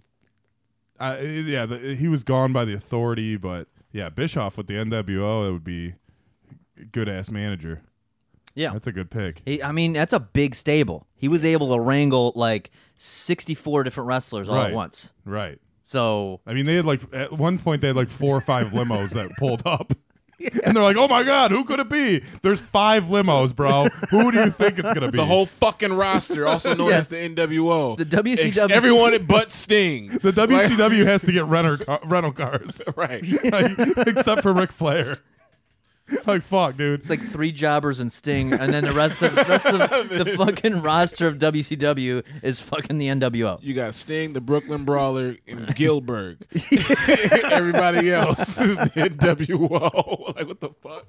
Speaker 3: I, yeah, the, he was gone by the authority, but yeah, Bischoff with the NWO, that would be good ass manager.
Speaker 4: yeah.
Speaker 3: That's a good pick.
Speaker 4: He, I mean, that's a big stable. He was able to wrangle like 64 different wrestlers all
Speaker 3: Right.
Speaker 4: at once.
Speaker 3: Right.
Speaker 4: So,
Speaker 3: I mean, they had like at one point they had like four or five limos that pulled up, and they're like, "Oh my god, who could it be?" There's five limos, bro. Who do you think it's gonna be?
Speaker 5: The whole fucking roster, also known
Speaker 4: Yeah.
Speaker 5: as the NWO.
Speaker 4: The WCW.
Speaker 5: everyone but Sting.
Speaker 3: the WCW has to get renter ca- rental cars,
Speaker 5: right.
Speaker 3: like, except for Ric Flair. Like fuck, dude.
Speaker 4: it's like three jobbers and Sting, and then the rest of rest of the fucking roster of WCW is fucking the NWO.
Speaker 5: You got Sting, the Brooklyn Brawler, and Gilbert. Everybody else is the NWO. like what the fuck?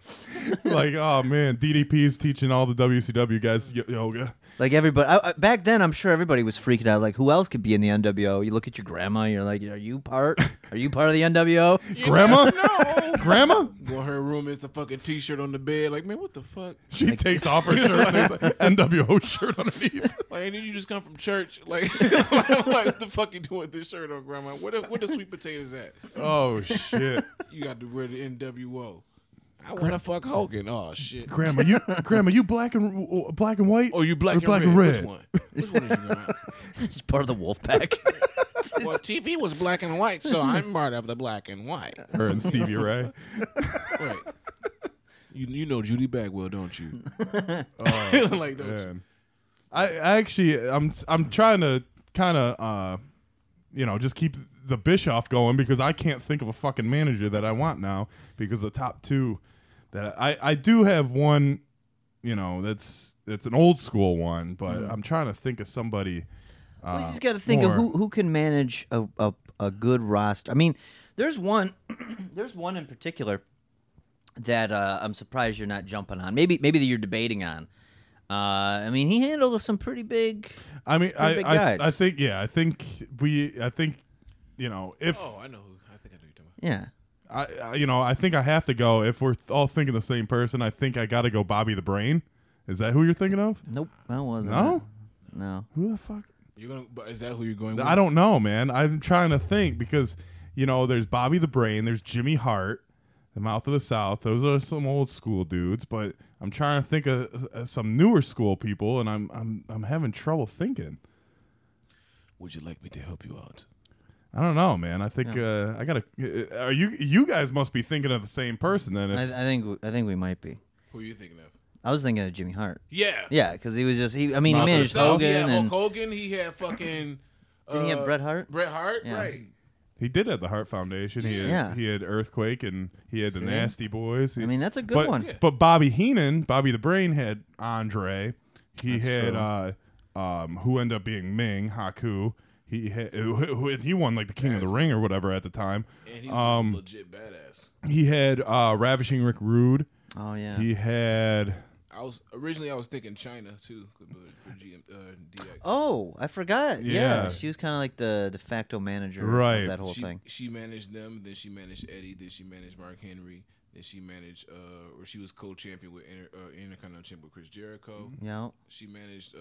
Speaker 3: like oh man, DDP's teaching all the WCW guys y- yoga.
Speaker 4: Like everybody, I, I, back then, I'm sure everybody was freaking out. Like, who else could be in the NWO? You look at your grandma, you're like, are you part? Are you part of the NWO?
Speaker 3: Grandma, grandma,
Speaker 5: Well, her room is the fucking T-shirt on the bed. Like man, what the fuck?
Speaker 3: she takes off her shirt and there's an NWO shirt underneath.
Speaker 5: Like, did you just come from church? Like, like what the fuck you doing with this shirt on, Grandma? What the, what the sweet potatoes at?
Speaker 3: Oh shit.
Speaker 5: You got to wear the NWO. I want to fuck Hogan. Oh shit.
Speaker 3: Grandma, you grandma, you black and w- black and white.
Speaker 5: Oh, you black,
Speaker 3: Or
Speaker 5: and,
Speaker 3: black
Speaker 5: red.
Speaker 3: and red.
Speaker 5: Which one? Which one is you, Grandma?
Speaker 4: She's part of the Wolfpack.
Speaker 5: well, TV was black and white, so I'm part of the black and white.
Speaker 3: her and Stevie Ray.
Speaker 5: Right. You you know Judy Bagwell, don't you? like, don't you?
Speaker 3: Man. I, I actually I'm I'm trying to kind of uh you know, just keep the Bischoff going because I can't think of a fucking manager that I want now because the top two that I I do have one, you know, that's that's an old school one, but
Speaker 4: Mm.
Speaker 3: I'm trying to think of somebody. Uh,
Speaker 4: Well, you just got to think
Speaker 3: more-
Speaker 4: of who, who can manage a, a, a good roster. I mean, there's one, there's one in particular that uh, I'm surprised you're not jumping on. Maybe maybe that you're debating on. Uh, I mean, he handled some pretty big.
Speaker 3: I mean,
Speaker 4: big
Speaker 3: I I,
Speaker 4: guys.
Speaker 3: I think yeah, I think we I think you know if
Speaker 5: Oh, I know who. I think I know who you're talking
Speaker 4: Yeah.
Speaker 3: I, I you know I think I have to go if we're all thinking the same person. I think I got to go Bobby the Brain. Is that who you're thinking of?
Speaker 4: Nope, that wasn't.
Speaker 3: No?
Speaker 4: it. No.
Speaker 3: Who the fuck?
Speaker 5: about. You're gonna. But is that who you're going? with?
Speaker 3: I don't know, man. I'm trying to think because you know there's Bobby the Brain, there's Jimmy Hart, the Mouth of the South. Those are some old school dudes, but I'm trying to think of uh, some newer school people, and I'm I'm I'm having trouble thinking.
Speaker 5: Would you like me to help you out?
Speaker 3: I don't know, man. I think uh, I gotta. uh, Are you you guys must be thinking of the same person then? If,
Speaker 4: I, I think I think we might be.
Speaker 5: Who are you thinking of?
Speaker 4: I was thinking of Jimmy Hart.
Speaker 5: Yeah.
Speaker 4: Yeah, because he was just he. I mean,
Speaker 3: Mouth of
Speaker 4: he
Speaker 3: the
Speaker 4: managed
Speaker 3: South.
Speaker 5: Oh,
Speaker 4: Hogan
Speaker 5: yeah, Hulk
Speaker 4: and
Speaker 5: Hogan. He had fucking.
Speaker 4: Didn't he have
Speaker 5: uh,
Speaker 4: Bret Hart?
Speaker 5: Bret Hart,
Speaker 4: Yeah.
Speaker 5: right?
Speaker 3: he did have the Heart Foundation. He had,
Speaker 4: Yeah.
Speaker 3: he had Earthquake and he had the Nasty Boys.
Speaker 4: I mean, that's a good
Speaker 3: but,
Speaker 4: one.
Speaker 3: But Bobby Heenan, Bobby the Brain, had Andre. He had
Speaker 4: true.
Speaker 3: uh, um, who ended up being Ming Haku. He had, who- who- he won like the King of the Ring or whatever at the time.
Speaker 5: And he was um, legit badass.
Speaker 3: He had uh, Ravishing Rick Rude.
Speaker 4: Oh yeah.
Speaker 3: He had
Speaker 5: I was originally I was thinking China too, but for GM, uh, DX.
Speaker 4: Oh, I forgot. Yeah,
Speaker 3: Yeah.
Speaker 4: she was kind of like the de facto manager
Speaker 3: Right.
Speaker 4: of that whole
Speaker 5: she,
Speaker 4: thing.
Speaker 5: She managed them, then she managed Eddie, then she managed Mark Henry, then she managed, uh, or she was co-champion with Inter, uh, Intercontinental Champion with Chris Jericho.
Speaker 4: You know,
Speaker 5: She managed. Uh,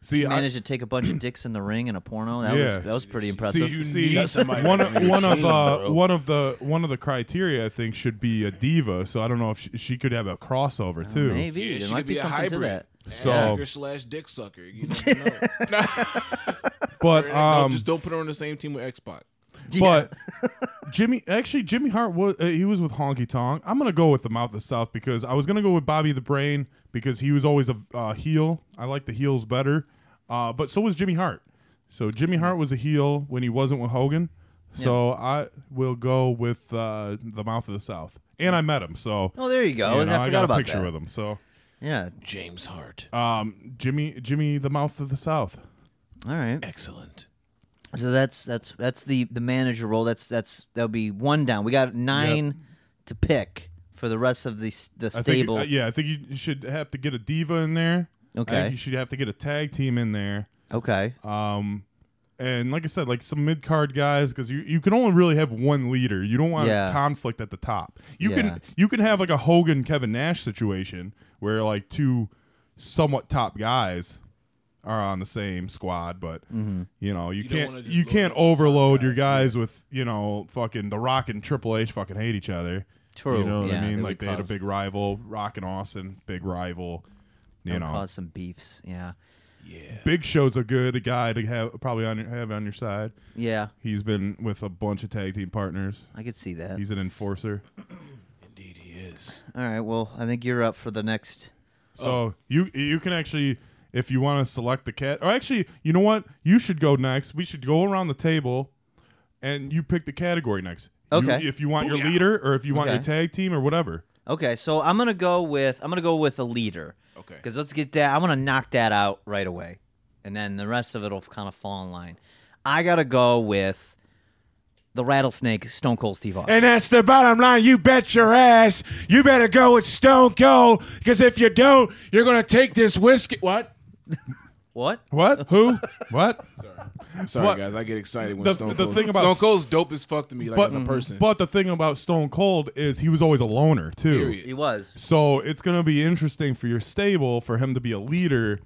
Speaker 3: see
Speaker 4: she
Speaker 3: I-
Speaker 4: managed to take a bunch of dicks in the ring in a porno. That
Speaker 3: Yeah.
Speaker 4: was that was pretty
Speaker 3: See,
Speaker 4: impressive.
Speaker 3: you need one of one of uh, one of the one of the criteria I think should be a diva. So I don't know if she, she could have a crossover too.
Speaker 4: Uh, Maybe
Speaker 5: yeah,
Speaker 4: there
Speaker 5: she
Speaker 4: might
Speaker 5: could be, a
Speaker 4: something to
Speaker 5: hybrid.
Speaker 4: that.
Speaker 5: Ass
Speaker 3: So-
Speaker 5: sucker slash dick sucker. You never know.
Speaker 3: But
Speaker 5: No,
Speaker 3: um,
Speaker 5: just don't put her on the same team with X Pac.
Speaker 3: But Jimmy, actually, Jimmy Hart was uh, he was with Honky Tonk. I'm gonna go with the Mouth of the South because I was gonna go with Bobby the Brain because he was always a uh, heel. I like the heels better, uh, but so was Jimmy Hart. So Jimmy Hart was a heel when he wasn't with Hogan. So I will go with uh, the Mouth of the South, and I met him. So
Speaker 4: Oh, there you go.
Speaker 3: you
Speaker 4: I
Speaker 3: know,
Speaker 4: forgot
Speaker 3: I got a
Speaker 4: about
Speaker 3: picture
Speaker 4: that.
Speaker 3: with him. So
Speaker 4: Yeah.
Speaker 5: James Hart.
Speaker 3: um, Jimmy, Jimmy, the Mouth of the South.
Speaker 4: All right.
Speaker 5: Excellent.
Speaker 4: So that's that's that's the the manager role. That's that's that'll be one down. We got nine to pick for the rest of the s- the
Speaker 3: I think,
Speaker 4: stable.
Speaker 3: uh, yeah, I think you you should have to get a diva in there. I
Speaker 4: Okay.
Speaker 3: think you should have to get a tag team in there.
Speaker 4: Okay.
Speaker 3: Um, and like I said, like some mid card guys, because you, you can only really have one leader. You don't want
Speaker 4: Yeah.
Speaker 3: conflict at the top. You
Speaker 4: Yeah.
Speaker 3: can you can have like a Hogan Kevin Nash situation where like two somewhat top guys are on the same squad, but
Speaker 4: Mm-hmm.
Speaker 3: you know you,
Speaker 5: don't wanna
Speaker 3: can't
Speaker 5: just
Speaker 3: you
Speaker 5: load
Speaker 3: can't
Speaker 5: up the top
Speaker 3: overload your
Speaker 5: guys,
Speaker 3: guys
Speaker 5: yeah.
Speaker 3: with you know fucking The Rock and Triple H fucking hate each other.
Speaker 4: True,
Speaker 3: You know what
Speaker 4: yeah,
Speaker 3: I
Speaker 4: they
Speaker 3: mean?
Speaker 4: would
Speaker 3: Like they had a
Speaker 4: cause-
Speaker 3: big rival, Rock and Austin, big rival. You
Speaker 4: That'll
Speaker 3: know,
Speaker 4: cause some beefs. Yeah.
Speaker 3: Big Show's a good guy to have probably on your, have on your side.
Speaker 4: Yeah.
Speaker 3: He's been with a bunch of tag team partners.
Speaker 4: I could see that.
Speaker 3: He's an enforcer.
Speaker 5: Oh. Indeed, he is.
Speaker 4: All right. Well, I think you're up for the next.
Speaker 3: So you you can actually if you want to select the cat or actually, you know what? You should go next. We should go around the table and you pick the category next. You-
Speaker 4: Okay.
Speaker 3: if you want your leader or if you want your
Speaker 4: Okay.
Speaker 3: tag team or whatever.
Speaker 4: Okay, so I'm gonna go with I'm gonna go with a leader.
Speaker 5: Okay.
Speaker 4: Because let's get that. I'm gonna knock that out right away, and then the rest of it will kind of fall in line. I gotta go with the rattlesnake Stone Cold Steve Austin.
Speaker 6: And that's the bottom line. You bet your ass. You better go with Stone Cold because if you don't,
Speaker 5: You're gonna take this whiskey. What?
Speaker 4: what?
Speaker 3: What? Who? what?
Speaker 5: Sorry,
Speaker 3: What?
Speaker 5: guys. I get excited when
Speaker 3: The-
Speaker 5: Stone
Speaker 3: the
Speaker 5: Cold.
Speaker 3: thing about-
Speaker 5: Stone Cold's dope as fuck to me, like
Speaker 3: But,
Speaker 5: as a person.
Speaker 3: but the thing about Stone Cold is he was always a loner too.
Speaker 5: Period.
Speaker 4: He was.
Speaker 3: So it's going to be interesting for your stable for him to be a leader.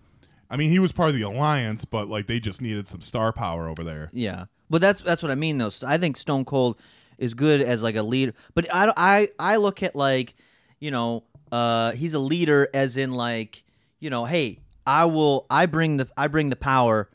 Speaker 3: I mean, he was part of the alliance, but like they just needed some star power over there.
Speaker 4: Yeah, but that's that's what I mean though. So I think Stone Cold is good as like a leader, but I don't- I I look at like you know uh he's a leader as in like you know hey I will I bring the I bring the power.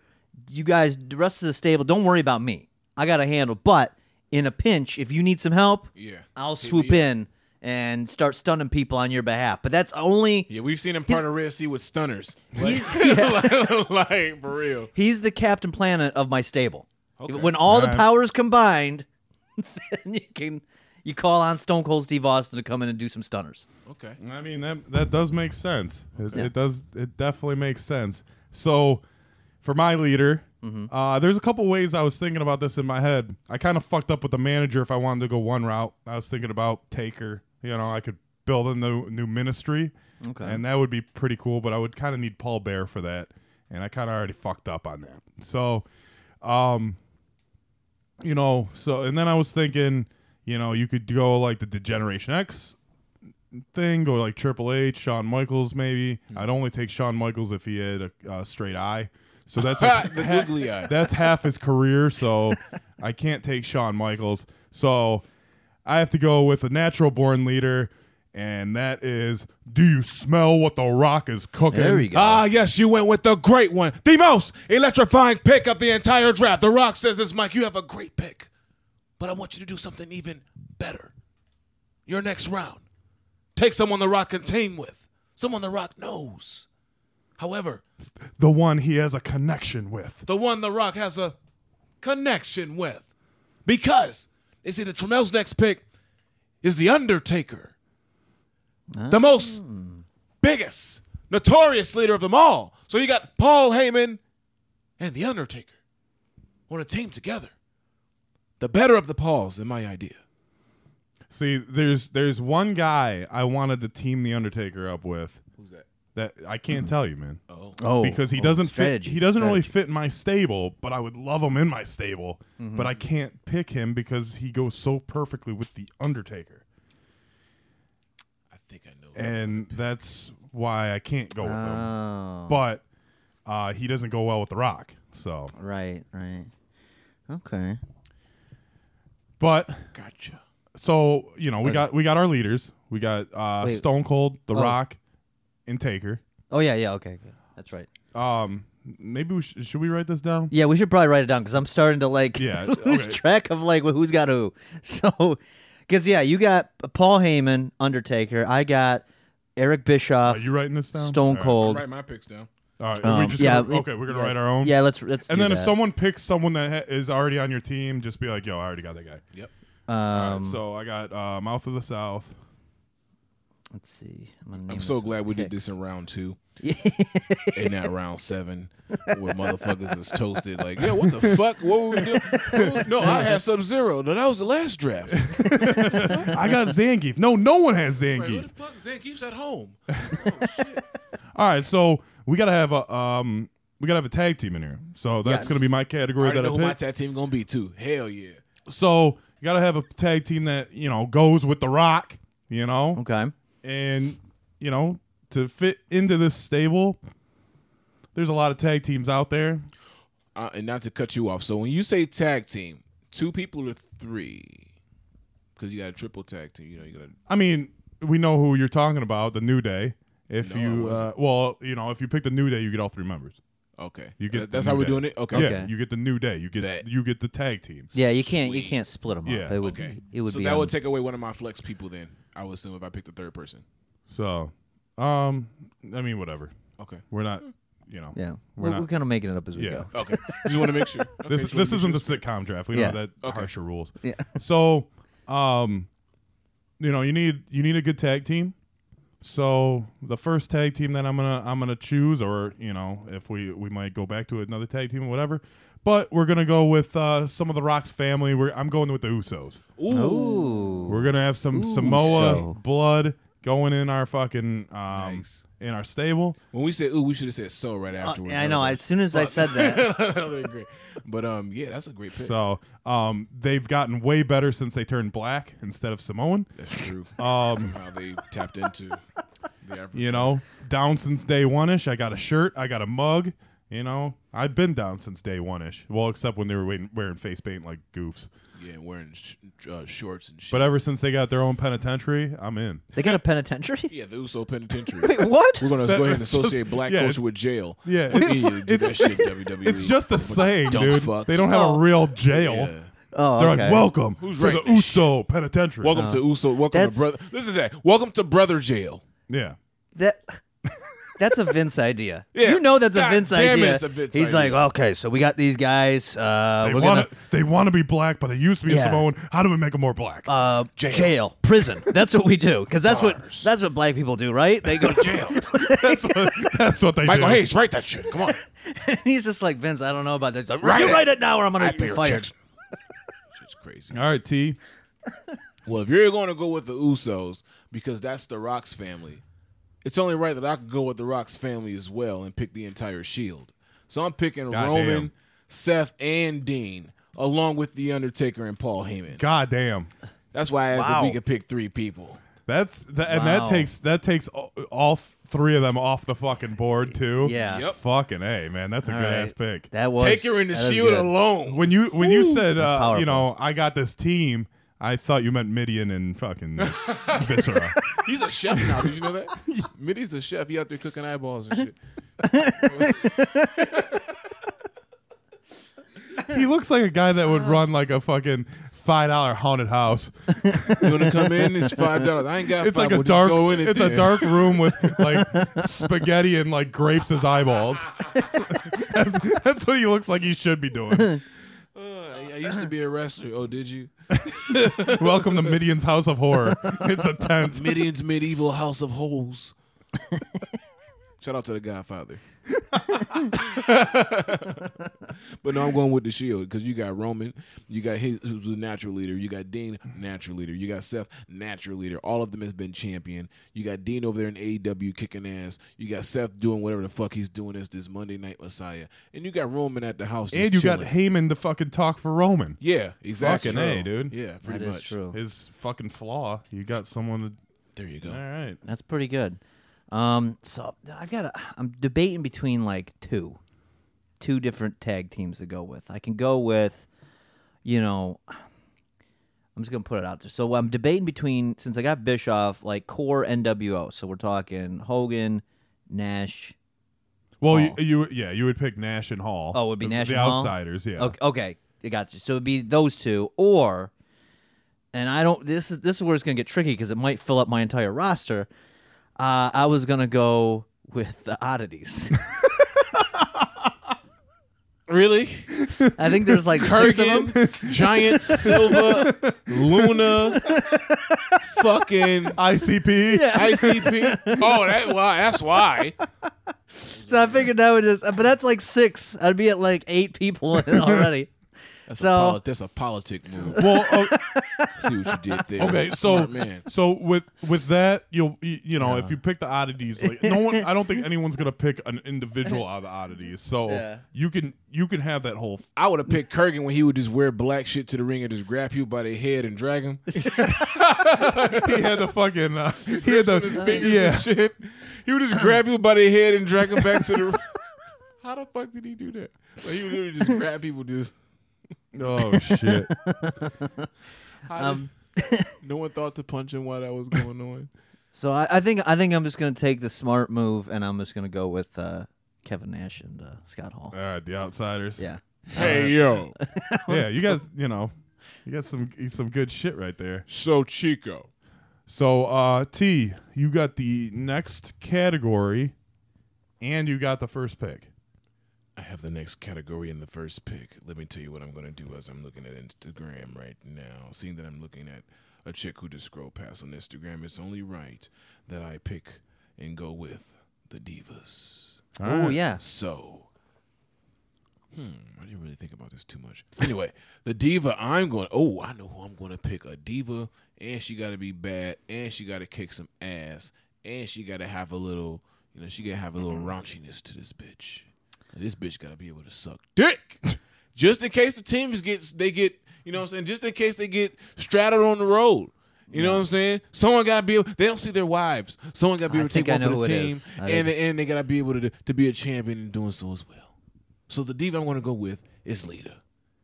Speaker 4: You guys, the rest of the stable, don't worry about me. I got a handle. But in a pinch, if you need some help,
Speaker 5: Yeah.
Speaker 4: I'll
Speaker 5: Hit me
Speaker 4: swoop
Speaker 5: up.
Speaker 4: in and start stunning people on your behalf. But that's only
Speaker 5: yeah, we've seen him partner Red Sea with stunners.
Speaker 4: he's
Speaker 5: like for real.
Speaker 4: he's the Captain Planet of my stable. When all the
Speaker 3: Right.
Speaker 4: powers combined, then you can you call on Stone Cold Steve Austin to come in and do some stunners.
Speaker 5: Okay.
Speaker 3: I mean that that does make sense. It, it does. It definitely makes sense. So, for my leader, uh, there's a couple ways I was thinking about this in my head. I kind of fucked up with the manager if I wanted to go one route. I was thinking about Taker. You know, I could build a new new ministry,
Speaker 4: Okay.
Speaker 3: and that would be pretty cool. But I would kind of need Paul Bear for that, and I kind of already fucked up on that. So, um, you know, so and then I was thinking, you know, you could go like the Degeneration X thing, go like Triple H, Shawn Michaels, maybe.
Speaker 5: Hmm.
Speaker 3: I'd only take Shawn Michaels if he had a uh, straight eye. So that's like,
Speaker 5: the googly eye.
Speaker 3: that's half his career. So I can't take Shawn Michaels. So I have to go with a natural born leader, and that is, do you smell what the Rock is cooking?
Speaker 4: There you go.
Speaker 5: Ah, yes, you went with the great one. The most electrifying pick of the entire draft. The Rock says this, Mike, you have a great pick, but I want you to do something even better. Your next round. Take someone The Rock can team with, someone The Rock knows. However,
Speaker 3: The one he has a connection with.
Speaker 5: the one The Rock has a connection with. Because they say the Tramel's next pick is The Undertaker, the most biggest, notorious leader of them all. So you got Paul Heyman and The Undertaker on a team together. The better of the Pauls, in my idea.
Speaker 3: See, there's there's one guy I wanted to team the Undertaker up with. Who's that? That I can't tell you, man.
Speaker 4: Mm-hmm. oh,
Speaker 3: because he
Speaker 4: oh,
Speaker 3: doesn't
Speaker 4: strategy,
Speaker 3: fit. He doesn't really
Speaker 4: strategy. Mm-hmm.
Speaker 3: fit in my stable, but I would love him in my stable. But I can't pick him because he goes so perfectly with the Undertaker,
Speaker 5: I think I know.
Speaker 3: and that's why I can't go with him.
Speaker 4: Oh,
Speaker 3: But uh, he doesn't go well with the Rock. So,
Speaker 4: right, right. Okay.
Speaker 3: but
Speaker 5: Gotcha.
Speaker 3: so you know, we got we got our leaders. We got uh,
Speaker 4: Wait.
Speaker 3: Stone Cold, The
Speaker 4: Oh.
Speaker 3: Rock, and Taker.
Speaker 4: Oh yeah, yeah. Okay, good. that's right.
Speaker 3: Um, maybe we sh- should we write this down?
Speaker 4: Yeah, we should probably write it down because I'm starting to like
Speaker 3: Yeah,
Speaker 4: lose
Speaker 3: okay.
Speaker 4: track of like who's got who. So, because yeah, you got Paul Heyman, Undertaker. I got Eric Bischoff,
Speaker 3: Are Uh, you writing this down?
Speaker 4: Stone Cold.
Speaker 5: Write my picks down.
Speaker 3: All right. All right.
Speaker 4: Um,
Speaker 3: are we just
Speaker 4: yeah,
Speaker 3: gonna-
Speaker 4: it-
Speaker 3: okay, we're gonna
Speaker 4: yeah.
Speaker 3: write our own.
Speaker 4: Yeah, let's let's.
Speaker 3: And
Speaker 4: do
Speaker 3: then if
Speaker 4: that.
Speaker 3: someone picks someone that ha- is already on your team, just be like, "Yo, I already got that guy." All right,
Speaker 4: um,
Speaker 3: so I got uh, Mouth of the South.
Speaker 4: let's see. I'm, gonna name
Speaker 5: I'm so
Speaker 4: this
Speaker 5: glad we did
Speaker 4: picks.
Speaker 5: this in round two. and not round seven, where motherfuckers is toasted. Like, yeah, what the fuck? What were we doing? No, I had Sub Zero. No, that was the last draft.
Speaker 3: I got Zangief. No, no one has
Speaker 5: Like,
Speaker 3: Zangief.
Speaker 5: what the fuck? Zach, you at home.
Speaker 3: All right, so we gotta have a um, we gotta have a tag team in here. So that's
Speaker 4: Yes.
Speaker 3: gonna be my category
Speaker 5: I already
Speaker 3: that
Speaker 5: know
Speaker 3: I
Speaker 5: who my
Speaker 3: picked.
Speaker 5: tag team gonna be too. Hell yeah.
Speaker 3: so you gotta have a tag team that you know goes with the Rock. You know,
Speaker 4: Okay.
Speaker 3: and you know to fit into this stable. There's a lot of tag teams out there.
Speaker 5: Uh, and not to cut you off. So when you say tag team, two people or three, because you got a triple tag team. You know, you got.
Speaker 3: I mean, we know who you're talking about, the New Day. If
Speaker 5: No, I
Speaker 3: you, uh,
Speaker 5: wasn't.
Speaker 3: well, you know, if you pick the New Day, you get all three members.
Speaker 5: to Okay,
Speaker 3: You get
Speaker 5: That's
Speaker 3: the
Speaker 5: how
Speaker 3: New
Speaker 5: we're
Speaker 3: Day.
Speaker 5: doing it. Okay.
Speaker 3: Yeah,
Speaker 4: Okay.
Speaker 3: you get the New Day. You get
Speaker 5: That-
Speaker 3: you get the tag team.
Speaker 4: Yeah, you can't you
Speaker 5: Sweet.
Speaker 4: can't split them up.
Speaker 3: Yeah,
Speaker 4: It would
Speaker 5: Okay.
Speaker 4: it would
Speaker 5: so
Speaker 4: be
Speaker 5: that
Speaker 4: un-
Speaker 5: would take away one of my flex people. Then I would assume if I picked the third person.
Speaker 3: So, um, I mean, whatever.
Speaker 5: Okay.
Speaker 3: We're not, you know.
Speaker 4: yeah.
Speaker 3: we're
Speaker 4: We're,
Speaker 3: not-
Speaker 4: we're kind of making it up as we
Speaker 3: Yeah.
Speaker 4: go.
Speaker 5: Okay. Just want to make sure. Okay,
Speaker 3: This
Speaker 5: just wanna
Speaker 3: this
Speaker 5: make
Speaker 3: isn't
Speaker 5: sure.
Speaker 3: the sitcom draft. We
Speaker 4: Yeah.
Speaker 3: know that
Speaker 5: Okay.
Speaker 3: harsher rules.
Speaker 4: Yeah.
Speaker 3: So, um, you know, you need you need a good tag team. So the first tag team that I'm gonna I'm gonna choose, or you know, if we we might go back to another tag team, or whatever. But we're gonna go with uh, some of the Rock's family. We're, I'm going with the Usos.
Speaker 4: Ooh.
Speaker 3: We're gonna have some Samoa
Speaker 4: so-
Speaker 3: blood going in our fucking um
Speaker 5: Nice.
Speaker 3: in our stable.
Speaker 5: When we said ooh, we should have said so right
Speaker 4: Uh,
Speaker 5: afterwards.
Speaker 4: I know. As soon as I said that,
Speaker 5: I don't agree. But um, yeah, that's a great pick.
Speaker 3: So um they've gotten way better since they turned black instead of Samoan.
Speaker 5: that's true. Um, Somehow they tapped into the African.
Speaker 3: You know, down since day one ish. I got a shirt. I got a mug. You know, I've been down since day one ish. Well, except when they were waiting, wearing face paint like goofs.
Speaker 5: Yeah, and wearing sh- uh, shorts and shit.
Speaker 3: But ever since they got their own penitentiary, I'm in.
Speaker 4: they got a penitentiary.
Speaker 5: yeah, the Uso Penitentiary.
Speaker 4: Wait, what?
Speaker 5: We're gonna go ahead and
Speaker 3: it's just-
Speaker 5: associate black
Speaker 3: yeah,
Speaker 5: culture with jail.
Speaker 3: yeah,
Speaker 5: We
Speaker 3: it's-
Speaker 5: need to do that shit. WWE.
Speaker 3: It's just a saying,
Speaker 5: dumb
Speaker 3: dude.
Speaker 5: fucks.
Speaker 3: They don't have a
Speaker 4: Oh.
Speaker 3: real jail.
Speaker 5: Yeah.
Speaker 4: Oh,
Speaker 3: They're
Speaker 4: okay.
Speaker 3: like, welcome
Speaker 5: Who's
Speaker 3: to the
Speaker 5: writing this
Speaker 3: Uso penitentiary.
Speaker 5: Welcome to Uso. Welcome
Speaker 4: That's- Uh,
Speaker 5: to brother. Listen to that. Welcome to brother jail.
Speaker 3: Yeah.
Speaker 4: that That's a Vince idea.
Speaker 5: Yeah.
Speaker 4: You know that's a
Speaker 5: God
Speaker 4: Vince
Speaker 5: damn it,
Speaker 4: idea.
Speaker 5: it's a Vince
Speaker 4: He's
Speaker 5: idea.
Speaker 4: like, okay, so we got these guys. Uh,
Speaker 3: They
Speaker 4: we're
Speaker 3: want
Speaker 4: gonna
Speaker 3: to. They want to be black, but they used to be
Speaker 4: Yeah.
Speaker 3: a Samoan. How do we make them more black?
Speaker 4: uh, jail. prison. That's what we do because that's what that's what black people do, right? They go to jail.
Speaker 3: that's, what, that's what they
Speaker 5: Michael
Speaker 3: do.
Speaker 5: Hayes, write that shit. Come on.
Speaker 4: He's just like Vince. I don't know about this. Like,
Speaker 5: Write
Speaker 4: you
Speaker 5: it.
Speaker 4: write it now, or I'm gonna
Speaker 5: Write
Speaker 4: be
Speaker 5: your
Speaker 4: fired.
Speaker 5: checks. Shit's crazy.
Speaker 3: All right, T.
Speaker 5: Well, if you're going to go with the Usos because that's the Rock's family, it's only right that I could go with the Rock's family as well and pick the entire Shield. So I'm picking
Speaker 3: Goddamn.
Speaker 5: Roman, Seth, and Dean, along with the Undertaker and Paul Heyman.
Speaker 3: God damn.
Speaker 5: That's why I asked if
Speaker 4: Wow.
Speaker 5: we could pick three people.
Speaker 3: That's that, and
Speaker 4: Wow.
Speaker 3: that takes that takes all, all three of them off the fucking board too.
Speaker 4: Yeah. Yep.
Speaker 3: Fucking a man, that's a
Speaker 4: All
Speaker 3: good
Speaker 4: right.
Speaker 3: ass pick.
Speaker 4: That was
Speaker 5: Take her in the
Speaker 4: that is
Speaker 5: Shield
Speaker 4: good.
Speaker 5: alone.
Speaker 3: when you when you said
Speaker 4: That's
Speaker 3: uh,
Speaker 4: powerful.
Speaker 3: you know I got this team, I thought you meant Midian and fucking Viscera.
Speaker 5: He's a chef now. Did you know that? Mitty's a chef. He out there cooking eyeballs and shit.
Speaker 3: he looks like a guy that would run like a fucking five dollar haunted house.
Speaker 5: You want to come in? It's five dollars. I ain't got.
Speaker 3: It's like
Speaker 5: five,
Speaker 3: a
Speaker 5: well, just
Speaker 3: dark
Speaker 5: Go in and
Speaker 3: it's a
Speaker 5: then-
Speaker 3: dark room with like spaghetti and like grapes as eyeballs. that's, that's what he looks like he should be doing.
Speaker 5: I I used to be a wrestler. Oh, did you?
Speaker 3: Welcome to Midian's House of Horror. It's a tent.
Speaker 5: Midian's medieval house of holes. Shout out to the Godfather. but no, I'm going with the Shield because you got Roman, you got his who's a natural leader, you got Dean, natural leader, you got Seth, natural leader. All of them has been champion. You got Dean over there in AEW kicking ass. You got Seth doing whatever the fuck he's doing as this Monday Night Messiah, and you got Roman at the house. just
Speaker 3: And you got
Speaker 5: chilling.
Speaker 3: Heyman to fucking talk for Roman.
Speaker 5: yeah, exactly.
Speaker 3: Fucking A, dude.
Speaker 5: Yeah, pretty
Speaker 4: That is
Speaker 5: much.
Speaker 4: true.
Speaker 3: His fucking flaw. You got someone
Speaker 5: There you go.
Speaker 3: to. All right.
Speaker 4: That's pretty good. Um, so I've got. A, I'm debating between like two, two different tag teams to go with. I can go with, you know, I'm just gonna put it out there. So I'm debating between since I got Bischoff, like core NWO. So we're talking Hogan, Nash.
Speaker 3: Well, you, you yeah, you would pick Nash and Hall.
Speaker 4: Oh, it would be
Speaker 3: The-
Speaker 4: Nash
Speaker 3: The
Speaker 4: and Hall?
Speaker 3: outsiders, yeah.
Speaker 4: Okay, okay, I got you. So it'd be those two, or, and I don't. This is this is where it's gonna get tricky because it might fill up my entire roster. Uh, I was gonna go with the oddities.
Speaker 5: Really?
Speaker 4: I think there's like six of them.
Speaker 5: Kurgan, Giant Silva, Luna, fucking
Speaker 3: ICP. Yeah.
Speaker 5: ICP. Oh, that why? That's why.
Speaker 4: So I figured that would just, but that's like six. I'd be at like eight people already.
Speaker 5: That's,
Speaker 4: So-
Speaker 5: a, poli- that's a politic move.
Speaker 3: Well, o-
Speaker 5: See what you did there.
Speaker 3: okay, so
Speaker 5: Smart man,
Speaker 3: so with with that, you'll you, you know if you pick the oddities, like no one, I don't think anyone's gonna pick an individual out of the oddities. So
Speaker 4: Yeah.
Speaker 3: you can you can have that whole.
Speaker 5: I would have picked Kurgan when he would just wear black shit to the ring and just grab you by the head and drag him.
Speaker 3: He had the fucking. Uh, he had the
Speaker 5: yeah.
Speaker 3: yeah.
Speaker 5: shit. He would just grab you by the head and drag him back to the. How the fuck did he do that? Like he would literally just grab people. Just
Speaker 3: Oh shit.
Speaker 5: how did- no one thought to punch him while that was going on.
Speaker 4: So I, I think I think I'm just gonna take the smart move, and I'm just gonna go with uh, Kevin Nash and uh, Scott Hall.
Speaker 3: All right, the outsiders.
Speaker 4: Yeah.
Speaker 5: Hey yo,
Speaker 3: yeah. You got you know, you got some some good shit right there.
Speaker 5: so Chico.
Speaker 3: So, uh, T, you got the next category, and you got the first pick.
Speaker 5: I have the next category in the first pick. Let me tell you what I'm going to do as I'm looking at Instagram right now. Seeing that I'm looking at a chick who just scrolled past on Instagram, it's only right that I pick and go with the divas.
Speaker 4: Oh yeah.
Speaker 5: So, hmm, I didn't really think about this too much. Anyway, the diva I'm going. Oh, I know who I'm going to pick. A diva, and she got to be bad, and she got to kick some ass, and she got to have a little, you know, she got to have a little raunchiness to this bitch. And this bitch got to be able to suck dick, just in case the teams gets they get, you know, what I'm saying, just in case they get straddled on the road. You know what I'm saying? Someone gotta be. able They don't see their wives. Someone gotta be
Speaker 4: I
Speaker 5: able to take
Speaker 4: think I
Speaker 5: one for
Speaker 4: know
Speaker 5: the
Speaker 4: who it
Speaker 5: team,
Speaker 4: is. I
Speaker 5: and and they gotta be able to to be a champion in doing so as well. So the diva I'm gonna go with is Lita.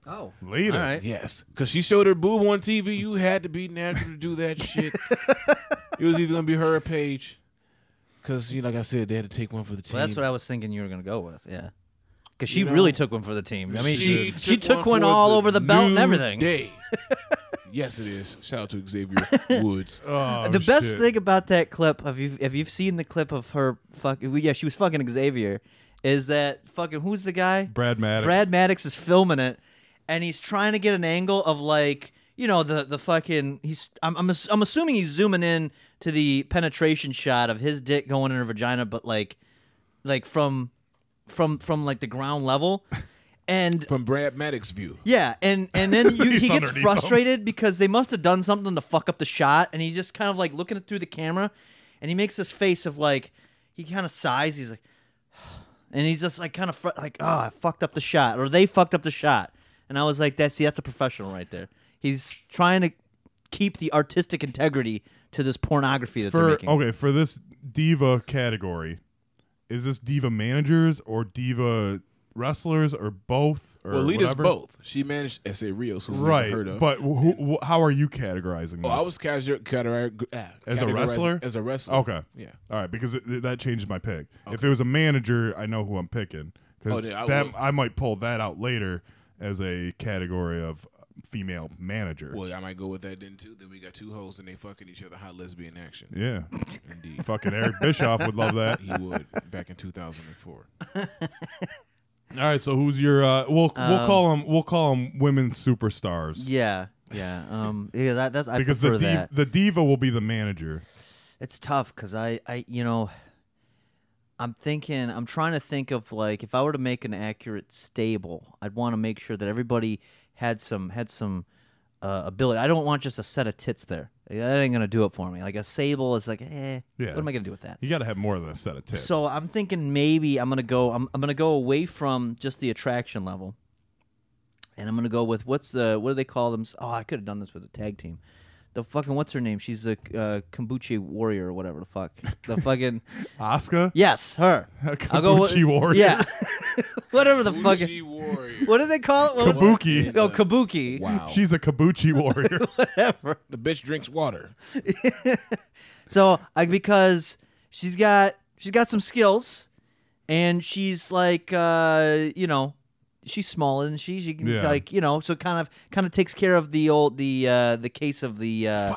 Speaker 4: Oh.
Speaker 3: Later.
Speaker 4: All right.
Speaker 5: Yes, because she showed her boob on TV. You had to be natural to do that shit. it was either gonna be her or Paige, because you know, like I said, they had to take one for the team.
Speaker 4: Well, that's what I was thinking you were gonna go with. Yeah. Because she
Speaker 5: You know,
Speaker 4: really took one for the team. I mean, she, she took, one,
Speaker 5: for
Speaker 4: all over the belt and
Speaker 5: New
Speaker 4: everything.
Speaker 5: Day. Yes, it is. Shout out to Xavier Woods.
Speaker 3: Oh,
Speaker 4: Uh, the best
Speaker 3: shit.
Speaker 4: thing about that clip, have you have you seen the clip of her fuck? Yeah, she was fucking Xavier. Is that fucking who's the guy?
Speaker 3: Brad Maddox.
Speaker 4: Brad Maddox is filming it, and he's trying to get an angle of like you know the the fucking he's I'm I'm, ass- I'm assuming he's zooming in to the penetration shot of his dick going in her vagina, but like like from from from like the ground level, and
Speaker 5: From Brad Maddox's view.
Speaker 4: yeah, and and then you,
Speaker 3: He's
Speaker 4: he gets
Speaker 3: underneath
Speaker 4: frustrated because they must have done something to fuck up the shot, and he's just kind of like looking through the camera, and he makes this face of like he kind of sighs. He's like, and he's just like kind of fr- like, oh, I fucked up the shot, or they fucked up the shot, and I was like, that's see, that's a professional right there. He's trying to keep the artistic integrity to this pornography that they're
Speaker 3: for oh.
Speaker 4: making.
Speaker 3: okay for this diva category. Is this diva managers or diva wrestlers or both? Or
Speaker 5: Well, Lita's
Speaker 3: whatever?
Speaker 5: both. She managed S.A. Rios, who we've never
Speaker 3: Right,
Speaker 5: heard of.
Speaker 3: but who, wh- how are you categorizing this?
Speaker 5: oh, I was casual, categori- ah,
Speaker 3: As a
Speaker 5: categorizing-
Speaker 3: wrestler?
Speaker 5: As a wrestler.
Speaker 3: okay.
Speaker 5: Yeah.
Speaker 3: All right, because it, that changed my pick. If it was a manager, I know who I'm picking because
Speaker 5: Oh, yeah, I
Speaker 3: that
Speaker 5: would-
Speaker 3: I might pull that out later as a category of female manager.
Speaker 5: Well, I might go with that then too. Then we got two hoes and they fucking each other. Hot lesbian action.
Speaker 3: Yeah,
Speaker 5: Indeed,
Speaker 3: fucking Eric Bischoff would love that.
Speaker 5: he would back in 2004.
Speaker 3: All right, so who's your? Uh, we'll we'll call them we'll call them women superstars
Speaker 4: Um, Yeah, yeah, um, yeah. That, that's I
Speaker 3: because the
Speaker 4: prefer
Speaker 3: div-
Speaker 4: that.
Speaker 3: the diva will be the manager.
Speaker 4: It's tough because I, I, you know, I'm thinking, I'm trying to think of like if I were to make an accurate stable, I'd want to make sure that everybody had some had some uh, ability. I don't want just a set of tits there. Like, That ain't gonna do it for me. Like a sable is like, eh,
Speaker 3: Yeah.
Speaker 4: what am I gonna do with that?
Speaker 3: You got to have more than a set of tits.
Speaker 4: So I'm thinking maybe I'm gonna go. I'm, I'm gonna go away from just the attraction level, and I'm gonna go with what's the what do they call them? Oh, I could have done this with a tag team. The fucking what's her name? She's a uh, kombucha warrior or whatever the fuck. The fucking
Speaker 3: Oscar,
Speaker 4: yes, her. I'll go with-
Speaker 3: Kabuki warrior.
Speaker 4: Yeah, whatever the fucking.
Speaker 5: Fucking warrior.
Speaker 4: What do they call it? What was it?
Speaker 3: Kabuki.
Speaker 4: Oh, kabuki.
Speaker 5: Wow.
Speaker 3: She's a kabuki warrior.
Speaker 4: Whatever.
Speaker 5: the bitch drinks water.
Speaker 4: So I because she's got she's got some skills, and she's like uh, you know she's small and she she can
Speaker 3: Yeah.
Speaker 4: like you know so it kind of kind of takes care of the old the uh, the case of the uh,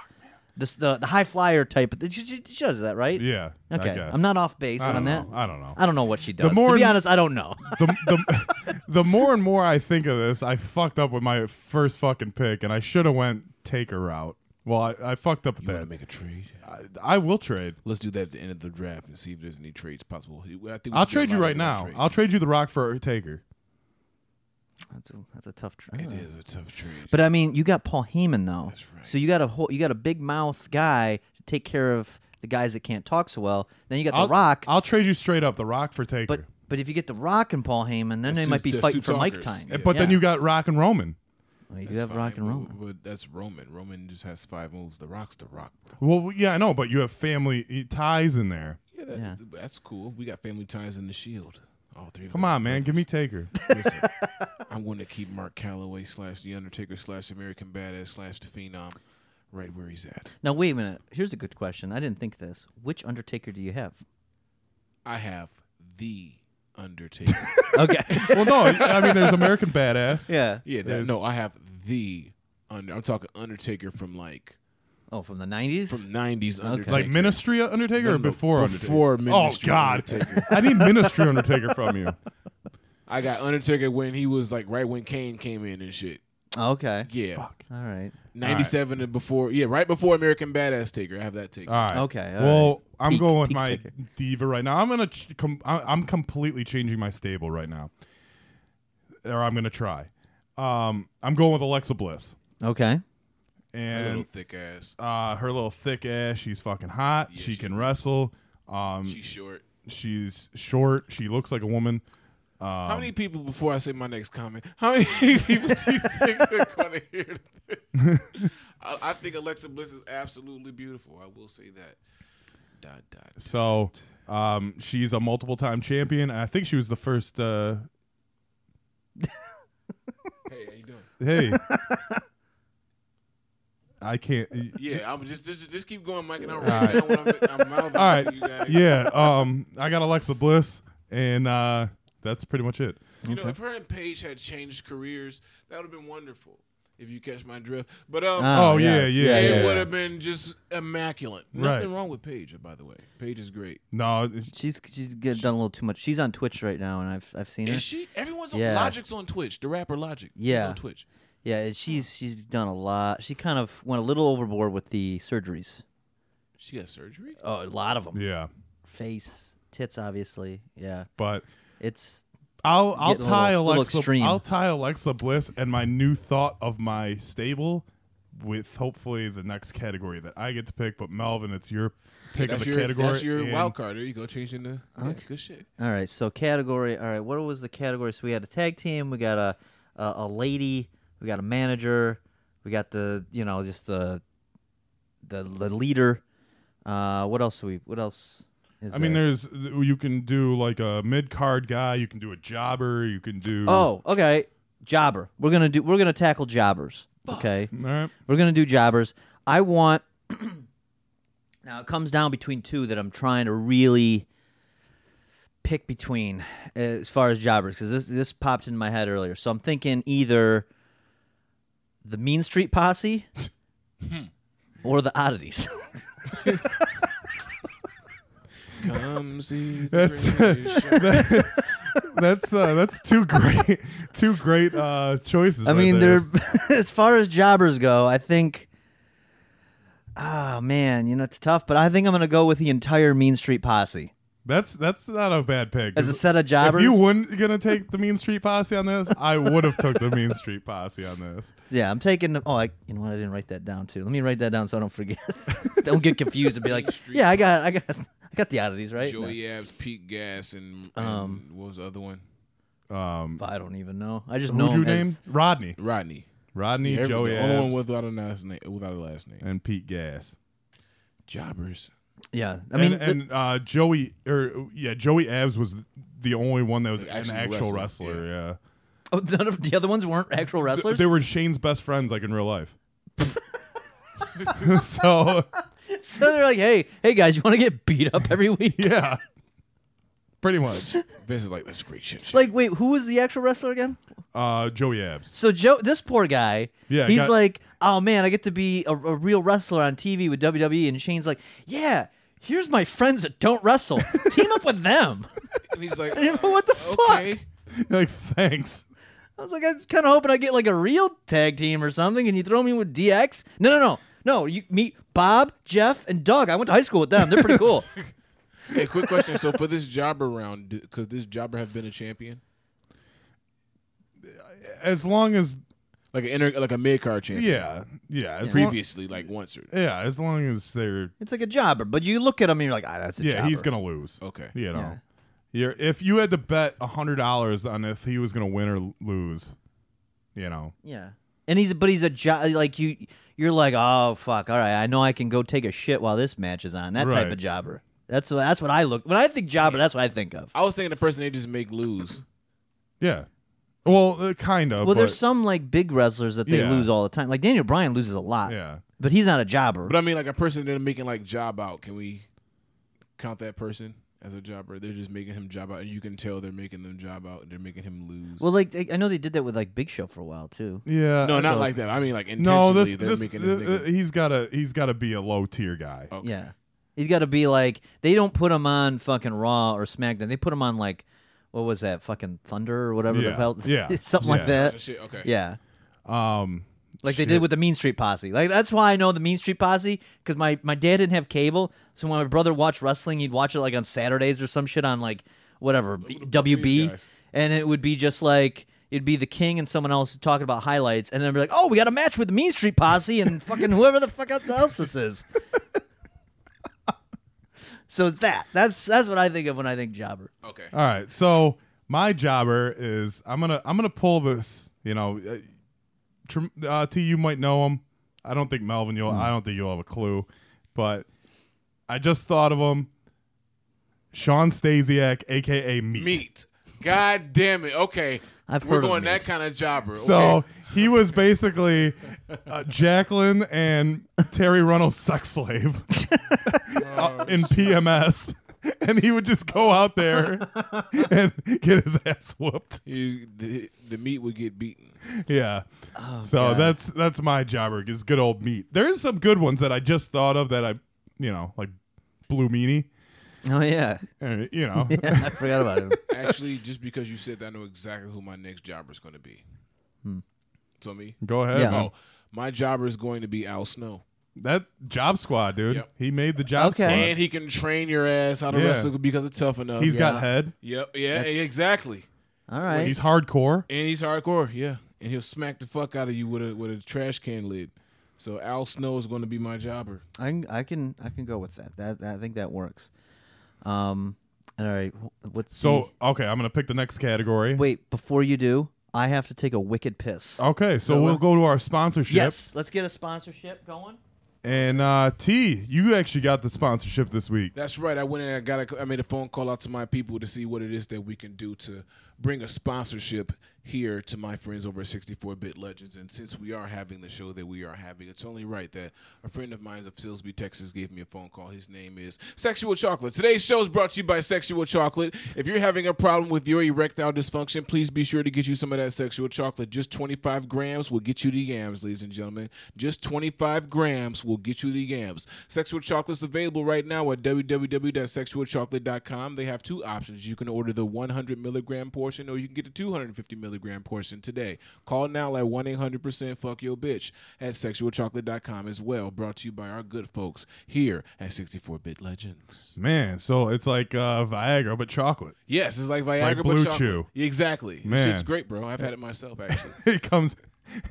Speaker 4: this the the high flyer type. Of, she, she, she does that right?
Speaker 3: yeah. I
Speaker 4: Okay,
Speaker 3: guess.
Speaker 4: I'm not off base
Speaker 3: I
Speaker 4: on
Speaker 3: don't know.
Speaker 4: that.
Speaker 3: I don't know.
Speaker 4: I don't know what she does.
Speaker 3: more-
Speaker 4: to be honest, I don't know.
Speaker 3: the, the, the more and more I think of this, I fucked up with my first fucking pick, and I should have went taker route. Well, I, I fucked up with
Speaker 5: You want to
Speaker 3: that.
Speaker 5: make a trade?
Speaker 3: I, I will trade.
Speaker 5: Let's do that at the end of the draft and see if there's any trades possible. I think we should
Speaker 3: I'll
Speaker 5: do a
Speaker 3: trade you
Speaker 5: lottery
Speaker 3: right now.
Speaker 5: trade.
Speaker 3: I'll trade you the Rock for Taker.
Speaker 4: That's a, that's a tough. Tr-
Speaker 5: It is a tough trade.
Speaker 4: But I mean, you got Paul Heyman though.
Speaker 5: right.
Speaker 4: So you got a whole, you got a big mouth guy to take care of the guys that can't talk so well. Then you got
Speaker 3: I'll,
Speaker 4: The Rock.
Speaker 3: I'll trade you straight up the Rock for Taker.
Speaker 4: but but if you get The Rock and Paul Heyman, then
Speaker 5: That's
Speaker 4: they
Speaker 5: two-
Speaker 4: might be
Speaker 5: that's
Speaker 4: fighting
Speaker 5: two
Speaker 4: for mic
Speaker 5: talkers.
Speaker 4: time.
Speaker 5: Yeah.
Speaker 3: Eh, but then
Speaker 4: Yeah.
Speaker 3: you got Rock and Roman.
Speaker 4: Well, you do
Speaker 5: That's
Speaker 4: have Rock
Speaker 5: fine,
Speaker 4: and
Speaker 5: but-
Speaker 4: Roman.
Speaker 5: But that's Roman. Roman just has five moves. The Rock's the Rock.
Speaker 3: Well, yeah, I know, but you have family eh, ties in there.
Speaker 5: Yeah, that,
Speaker 4: Yeah.
Speaker 5: that's cool. We got family ties in the Shield. All three. of
Speaker 3: Come
Speaker 5: them.
Speaker 3: on, man, give me Taker.
Speaker 5: Listen, I'm going to keep Mark Calloway slash The Undertaker slash American Badass slash The Phenom right where he's at.
Speaker 4: Now wait a minute. Here's a good question. I didn't think of this. Which Undertaker do you have?
Speaker 5: I have The Undertaker.
Speaker 4: Okay.
Speaker 3: well, no, I mean there's American Badass.
Speaker 4: yeah.
Speaker 5: yeah, that,
Speaker 3: There's-
Speaker 5: no, I have The Under. I'm talking Undertaker from like
Speaker 4: Oh, from the '90s.
Speaker 5: from 90s Undertaker.
Speaker 3: Like Ministry Undertaker
Speaker 5: No,
Speaker 3: or
Speaker 5: no,
Speaker 3: before
Speaker 5: before
Speaker 3: Undertaker? oh
Speaker 5: Ministry
Speaker 3: God,
Speaker 5: Undertaker.
Speaker 3: I need Ministry Undertaker from you.
Speaker 5: I got Undertaker when he was like right when Kane came in and shit.
Speaker 4: okay.
Speaker 5: Yeah.
Speaker 4: All right.
Speaker 5: 97 and before. Yeah, right before American Badass Taker. I have that Taker.
Speaker 3: All right.
Speaker 4: Okay, all
Speaker 3: well,
Speaker 4: right.
Speaker 3: I'm
Speaker 4: Peak-
Speaker 3: going with
Speaker 4: peak
Speaker 3: my
Speaker 4: taker.
Speaker 3: diva right now. I'm gonna ch- com- I- I'm completely changing my stable right now, or I'm gonna try. Um, I'm going with Alexa Bliss
Speaker 4: Okay.
Speaker 5: A little
Speaker 3: and
Speaker 5: thick ass.
Speaker 3: uh, her little thick ass. She's fucking hot. she,
Speaker 5: she
Speaker 3: can wrestle. Um,
Speaker 5: She's short.
Speaker 3: she's short. She looks like a woman.
Speaker 5: how
Speaker 3: um,
Speaker 5: many people before I say my next comment? How many people do you think are going to hear this? I, I think Alexa Bliss is absolutely beautiful. I will say that. Dot dot.
Speaker 3: So um, she's a multiple time champion, and I think she was the first. Uh,
Speaker 5: Hey, how you doing?
Speaker 3: hey, I can't.
Speaker 5: Yeah, I'm just just, just keep going, Mike, and I'll
Speaker 3: right.
Speaker 5: write down what I'm, I'm mouthing
Speaker 3: All right.
Speaker 5: to you guys.
Speaker 3: yeah. Um, I got Alexa Bliss, and uh, that's pretty much it.
Speaker 5: You know, if her and Paige had changed careers, that would have been wonderful. If you catch my drift, but um,
Speaker 4: Ah,
Speaker 3: Oh, yeah,
Speaker 4: yes,
Speaker 3: yeah,
Speaker 5: it
Speaker 3: yeah.
Speaker 5: would have been just immaculate. Nothing
Speaker 3: Right.
Speaker 5: wrong with Paige, by the way. Paige is great.
Speaker 3: No, it's-
Speaker 4: She's she's get- done a little too much. She's on Twitch right now, and I've I've seen her.
Speaker 5: Is she? Everyone's on
Speaker 4: Yeah.
Speaker 5: Logic's on Twitch. The rapper Logic. he's
Speaker 4: Yeah.
Speaker 5: on Twitch.
Speaker 4: yeah, and she's she's done a lot. She kind of went a little overboard with the surgeries.
Speaker 5: She got surgery.
Speaker 4: Oh, a lot of them.
Speaker 3: yeah.
Speaker 4: Face, tits, obviously. Yeah,
Speaker 3: But
Speaker 4: it's
Speaker 3: I'll I'll
Speaker 4: Getting a
Speaker 3: tie
Speaker 4: little- little
Speaker 3: Alexa
Speaker 4: extreme.
Speaker 3: I'll tie Alexa Bliss and my new thought of my stable with hopefully the next category that I get to pick. But Melvin, it's your pick of
Speaker 5: That's
Speaker 3: the
Speaker 5: your,
Speaker 3: category.
Speaker 5: That's your
Speaker 3: and-
Speaker 5: wild card. There you go. Changing the yeah, good shit.
Speaker 4: all right. So category. All right, what was the category? So we had a tag team. We got a a, a lady. We got a manager. We got the you know just the the, the leader. Uh, what else do we? What else? Is
Speaker 3: I mean,
Speaker 4: there?
Speaker 3: there's you can do like a mid card guy. You can do a jobber. You can do
Speaker 4: Oh, okay. Jobber. We're gonna do. We're gonna tackle jobbers. Okay.
Speaker 3: All right.
Speaker 4: We're gonna do jobbers. I want. now it comes down between two that I'm trying to really pick between uh, as far as jobbers because this this popped in my head earlier. So I'm thinking either the Mean Street Posse
Speaker 3: Hmm.
Speaker 4: or the Oddities.
Speaker 5: Come see. the
Speaker 3: That's-
Speaker 5: great show.
Speaker 3: That's uh, that's two great two great uh, choices.
Speaker 4: I
Speaker 3: right
Speaker 4: mean,
Speaker 3: there.
Speaker 4: they're as far as jobbers go. I think. Oh man, you know it's tough, but I think I'm gonna go with the entire Mean Street Posse
Speaker 3: that's that's not a bad pick.
Speaker 4: as a set of jobbers.
Speaker 3: If you weren't gonna take the Mean Street Posse on this, I would have took the Mean Street Posse on this.
Speaker 4: yeah, I'm taking. the- Oh, I, you know what? I didn't write that down too. Let me write that down so I don't forget. don't get confused and be like,
Speaker 5: Street
Speaker 4: yeah, I got, I got, I got the oddities right.
Speaker 5: Joey Abs, Pete Gas, and, and what was the other one?
Speaker 3: Um,
Speaker 4: No, I don't even know. I just know
Speaker 3: who'd you
Speaker 4: him as-
Speaker 3: name? Rodney,
Speaker 5: Rodney.
Speaker 3: Rodney,
Speaker 5: Every-
Speaker 3: Joey,
Speaker 5: the only one
Speaker 3: Abs,
Speaker 5: without a last name. Without a last name.
Speaker 3: and Pete Gas.
Speaker 5: Jobbers.
Speaker 4: Yeah, I mean,
Speaker 3: and,
Speaker 4: the-
Speaker 3: and, uh, Joey or yeah, Joey Abs was the only one that was
Speaker 5: Like,
Speaker 3: an
Speaker 5: actually
Speaker 3: actual
Speaker 5: wrestler,
Speaker 3: wrestler. yeah,
Speaker 4: oh, none of the other ones weren't actual
Speaker 3: Th-
Speaker 4: wrestlers.
Speaker 3: they were Shane's best friends, like in real life. so
Speaker 4: so they're like, hey, hey guys, you want to get beat up every week?
Speaker 3: yeah, pretty much.
Speaker 5: Vince is like, that's great shit. shit.
Speaker 4: Like, wait, who was the actual wrestler again?
Speaker 3: Uh, Joey Abs.
Speaker 4: So Joe, this poor guy,
Speaker 3: Yeah,
Speaker 4: he's
Speaker 3: got-
Speaker 4: like, oh man, I get to be a, a real wrestler on TV with WWE, and Shane's like, yeah, here's my friends that don't wrestle, team up with them.
Speaker 5: and he's like,
Speaker 4: And what the fuck?
Speaker 5: okay.
Speaker 3: like thanks.
Speaker 4: I was like, I was kind of hoping I get like a real tag team or something, and you throw me with DX. No, no, no, no. You meet Bob, Jeff, and Doug. I went to high school with them. They're pretty cool.
Speaker 5: Hey, quick question. So for this jobber round, d- could this jobber have been a champion?
Speaker 3: As long as
Speaker 5: Like an inter, like a mid card champion.
Speaker 3: yeah, yeah, as long-
Speaker 5: Previously, like once or
Speaker 3: yeah, as long as they're
Speaker 4: it's like a jobber, but you look at him and you're like, ah, that's a
Speaker 3: yeah,
Speaker 4: jobber.
Speaker 3: he's gonna lose.
Speaker 5: okay.
Speaker 3: You know,
Speaker 4: Yeah.
Speaker 3: You're, if you had to bet a hundred dollars on if he was gonna win or l- lose, you know,
Speaker 4: Yeah. And he's but he's a jo- like you you're like, "Oh fuck. All right, I know I can go take a shit while this match is on." That type
Speaker 3: Right.
Speaker 4: of jobber. That's that's what I look. When I think jobber, that's what I think of.
Speaker 5: I was thinking the person they just make lose.
Speaker 3: yeah. Well, uh, kind of.
Speaker 4: Well,
Speaker 3: but-
Speaker 4: there's some like big wrestlers that they
Speaker 3: Yeah.
Speaker 4: lose all the time. Like Daniel Bryan loses a lot.
Speaker 3: Yeah.
Speaker 4: But he's not a jobber.
Speaker 5: But I mean, like a person they're making like job out. Can we count that person as a jobber? They're just making him job out, and you can tell they're making them job out, and they're making him lose.
Speaker 4: well, like they, I know they did that with like Big Show for a while too.
Speaker 3: Yeah.
Speaker 5: no, not
Speaker 3: uh, so-
Speaker 5: like that. I mean, like intentionally,
Speaker 3: No, this,
Speaker 5: they're
Speaker 3: this,
Speaker 5: making this
Speaker 3: uh,
Speaker 5: nigga.
Speaker 3: he's gotta he's gotta be a low tier guy.
Speaker 5: Okay.
Speaker 4: Yeah. He's got to be like they don't put him on fucking Raw or SmackDown. They put him on like what was that fucking Thunder or whatever the
Speaker 3: Yeah.
Speaker 4: hell
Speaker 3: Yeah.
Speaker 4: something
Speaker 3: Yeah.
Speaker 4: like that.
Speaker 5: Shit, okay.
Speaker 4: Yeah.
Speaker 3: Um,
Speaker 4: like
Speaker 3: shit.
Speaker 4: they did with the Mean Street Posse. Like that's why I know the Mean Street Posse because my my dad didn't have cable, so when my brother watched wrestling, he'd watch it like on Saturdays or some shit on like whatever WB,
Speaker 5: guys.
Speaker 4: and it would be just like. It'd be the king and someone else talking about highlights, and then be like, "Oh, we got a match with the Mean Street Posse and fucking whoever the fuck else this is." so it's that. That's that's what I think of when I think jobber.
Speaker 5: Okay.
Speaker 3: All right. So my jobber is I'm gonna I'm gonna pull this. You know, uh, Tr- uh, T you might know him. I don't think Melvin. You'll I don't think you'll have a clue, but I just thought of him. Sean Stasiak, aka Meat.
Speaker 5: Meat. God damn it. Okay.
Speaker 4: I've
Speaker 5: We're
Speaker 4: heard of
Speaker 5: going
Speaker 4: meat.
Speaker 5: that kind of jobber.
Speaker 3: So
Speaker 5: okay.
Speaker 3: he was basically uh, Jacqueline and Terry Runnels sex slave Uh, in PMS. and he would just go out there and get his ass whooped.
Speaker 5: You, the, the meat would get beaten.
Speaker 3: Yeah.
Speaker 4: Oh,
Speaker 3: so that's that's my jobber is good old meat. There's some good ones that I just thought of that I, you know, like Blue Meanie.
Speaker 4: Oh yeah,
Speaker 3: Uh, you know,
Speaker 4: yeah. I forgot about him.
Speaker 5: Actually, just because you said that, I know exactly who my next jobber is going to be. So me,
Speaker 3: go ahead.
Speaker 4: Yeah.
Speaker 3: Oh,
Speaker 5: my jobber is going to be Al Snow,
Speaker 3: that job squad, dude.
Speaker 5: Yep.
Speaker 3: He made the job
Speaker 4: Okay.
Speaker 3: squad.
Speaker 5: and he can train your ass how to
Speaker 3: Yeah.
Speaker 5: wrestle because it's tough enough.
Speaker 3: He's
Speaker 5: yeah.
Speaker 3: got
Speaker 4: Yeah.
Speaker 3: head.
Speaker 5: Yep. Yeah. Exactly.
Speaker 4: All right.
Speaker 3: He's hardcore.
Speaker 5: And he's hardcore. Yeah. And he'll smack the fuck out of you with a with a trash can lid. So Al Snow is going to be my jobber.
Speaker 4: I can, I can I can go with that. That I think that works. Um, all right. wh- What's
Speaker 3: So okay, I'm gonna pick the next category.
Speaker 4: the- wait before you do, I have to take a wicked piss.
Speaker 3: Okay, so, we'll go to our sponsorship.
Speaker 4: yes, let's get a sponsorship going.
Speaker 3: And uh, T, you actually got the sponsorship this week.
Speaker 5: That's right. I went and I got a, I made a phone call out to my people to see what it is that we can do to bring a sponsorship here to my friends over at 64 Bit Legends. And since we are having the show that we are having, it's only right that a friend of mine of Silsby, Texas, gave me a phone call. His name is Sexual Chocolate. Today's show is brought to you by Sexual Chocolate. If you're having a problem with your erectile dysfunction, please be sure to get you some of that Sexual Chocolate. Just 25 grams will get you the yams, ladies and gentlemen. Just 25 grams will get you the yams. Sexual Chocolate's available right now at www.sexualchocolate.com. They have two options. You can order the 100 milligram portion or you can get the 250 milligram portion today. Call now at 1 800% fuck your bitch at sexualchocolate.com as well. Brought to you by our good folks here at 64 Bit Legends.
Speaker 3: Man, so it's like uh, Viagra but chocolate.
Speaker 5: Yes, it's like Viagra, but
Speaker 3: Blue
Speaker 5: chocolate.
Speaker 3: Chew.
Speaker 5: Exactly.
Speaker 3: Man.
Speaker 5: It's great, bro. I've had it myself, actually.
Speaker 3: it comes,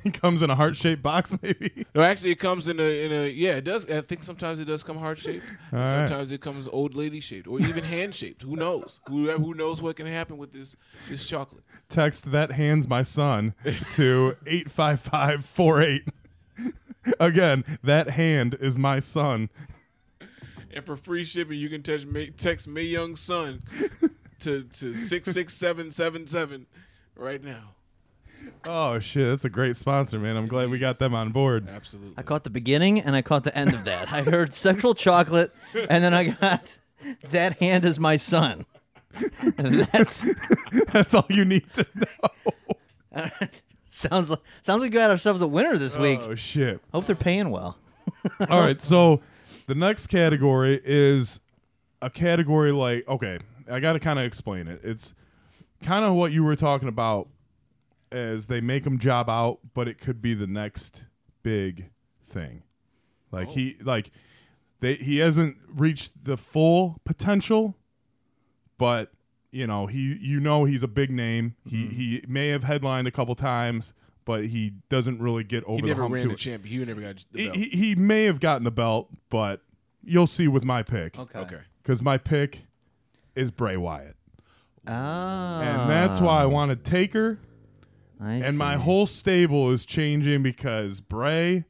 Speaker 3: it comes in a heart shaped box, maybe.
Speaker 5: No, actually, it comes in a in a yeah. It does. I think sometimes it does come heart shaped.
Speaker 3: All right.
Speaker 5: Sometimes it comes old lady shaped, or even hand shaped. Who knows? Who who knows what can happen with this this chocolate?
Speaker 3: Text that hands my son to eight five five four eight. Again, that hand is my son.
Speaker 5: And for free shipping, you can text me text me young son to to six six seven seven seven right now.
Speaker 3: Oh shit, that's a great sponsor, man. I'm glad we got them on board.
Speaker 4: I
Speaker 5: Absolutely.
Speaker 4: caught the beginning and I caught the end of that. I heard sexual chocolate, and then I got that hand is my son. And that's
Speaker 3: That's all you need to know.
Speaker 4: sounds like sounds like we got ourselves a winner this week.
Speaker 3: Oh shit.
Speaker 4: Hope they're paying well.
Speaker 3: All right, so the next category is a category like okay, I got to kind of explain it. It's kind of what you were talking about as they make him job out, but it could be the next big thing. Like he
Speaker 5: Oh.
Speaker 3: like they he hasn't reached the full potential, but you know, he you know he's a big name.
Speaker 5: Mm-hmm.
Speaker 3: He he may have headlined a couple times, but he doesn't really get over
Speaker 5: He
Speaker 3: the
Speaker 5: never
Speaker 3: hump
Speaker 5: ran
Speaker 3: to
Speaker 5: the
Speaker 3: it
Speaker 5: champion. He never got the
Speaker 3: he,
Speaker 5: belt.
Speaker 3: he he may have gotten the belt, but you'll see with my pick.
Speaker 5: Okay.
Speaker 3: Because my pick is Bray Wyatt.
Speaker 4: Ah,
Speaker 3: And that's why I wanted Taker.
Speaker 4: I
Speaker 3: And my
Speaker 4: see.
Speaker 3: whole stable is changing because Bray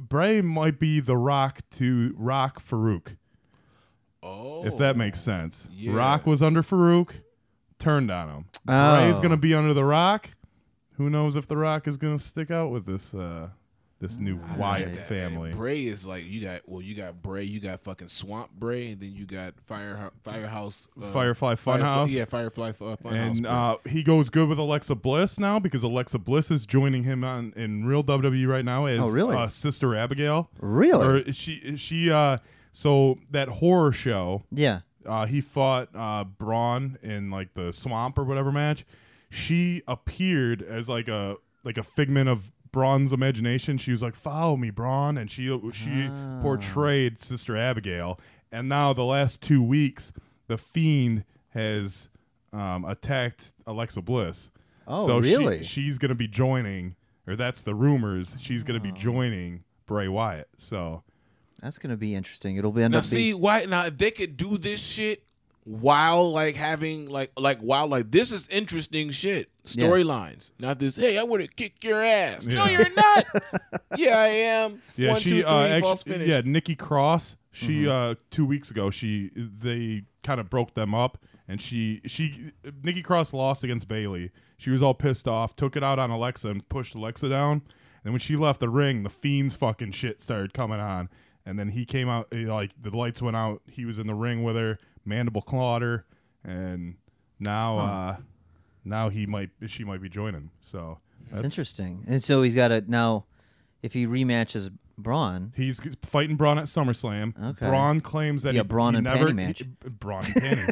Speaker 3: Bray might be the rock to rock Farouk,
Speaker 5: Oh.
Speaker 3: if that makes sense.
Speaker 5: yeah.
Speaker 3: Rock was under Farouk, turned on him. Bray's
Speaker 4: Oh.
Speaker 3: gonna be under the rock. Who knows if the rock is gonna stick out with this uh this new Wyatt
Speaker 5: that.
Speaker 3: family.
Speaker 5: And Bray is like you got well, you got Bray, you got fucking Swamp Bray, and then you got Fire Firehouse uh,
Speaker 3: Firefly
Speaker 5: Firefly-
Speaker 3: Funhouse.
Speaker 5: yeah, Firefly uh, Funhouse.
Speaker 3: and
Speaker 5: Bray.
Speaker 3: uh, he goes good with Alexa Bliss now because Alexa Bliss is joining him on in real WWE right now as
Speaker 4: Oh, really?
Speaker 3: uh, Sister Abigail.
Speaker 4: Really?
Speaker 3: Or she she uh, so that horror show
Speaker 4: yeah.
Speaker 3: uh, he fought uh, Braun in like the swamp or whatever match. She appeared as like a like a figment of Braun's imagination. She was like, "Follow me, Braun," and she she
Speaker 4: Ah.
Speaker 3: portrayed Sister Abigail. And now the last two weeks, the Fiend has um, attacked Alexa Bliss.
Speaker 4: Oh,
Speaker 3: so she-
Speaker 4: really?
Speaker 3: she's gonna be joining, or that's the rumors. She's gonna
Speaker 4: Oh.
Speaker 3: be joining Bray Wyatt. So
Speaker 4: That's gonna be interesting. It'll be end
Speaker 5: Now
Speaker 4: up
Speaker 5: see
Speaker 4: being
Speaker 5: why now if they could do this shit while like having like like while like this is interesting shit storylines, not this. Hey, I want to kick your ass. No,
Speaker 3: Yeah.
Speaker 5: you're not. yeah, I am.
Speaker 3: Yeah,
Speaker 5: One,
Speaker 3: she
Speaker 5: two, three,
Speaker 3: uh,
Speaker 5: false
Speaker 3: actually,
Speaker 5: finish.
Speaker 3: yeah, Nikki Cross. She uh, two weeks ago, she they kind of broke them up, and she she Nikki Cross lost against Bailey. She was all pissed off, took it out on Alexa, and pushed Alexa down. And when she left the ring, the fiends fucking shit started coming on, and then he came out eh, like the lights went out. He was in the ring with her. Mandible Clauder, and now uh, now he might she might be joining. him. So
Speaker 4: It's interesting. And so he's got to now, if he rematches Braun,
Speaker 3: He's g- fighting Braun at SummerSlam.
Speaker 4: Okay.
Speaker 3: Braun claims that
Speaker 4: Yeah,
Speaker 3: he,
Speaker 4: Braun
Speaker 3: he
Speaker 4: and
Speaker 3: never
Speaker 4: panty match.
Speaker 3: he- uh, Braun and panty.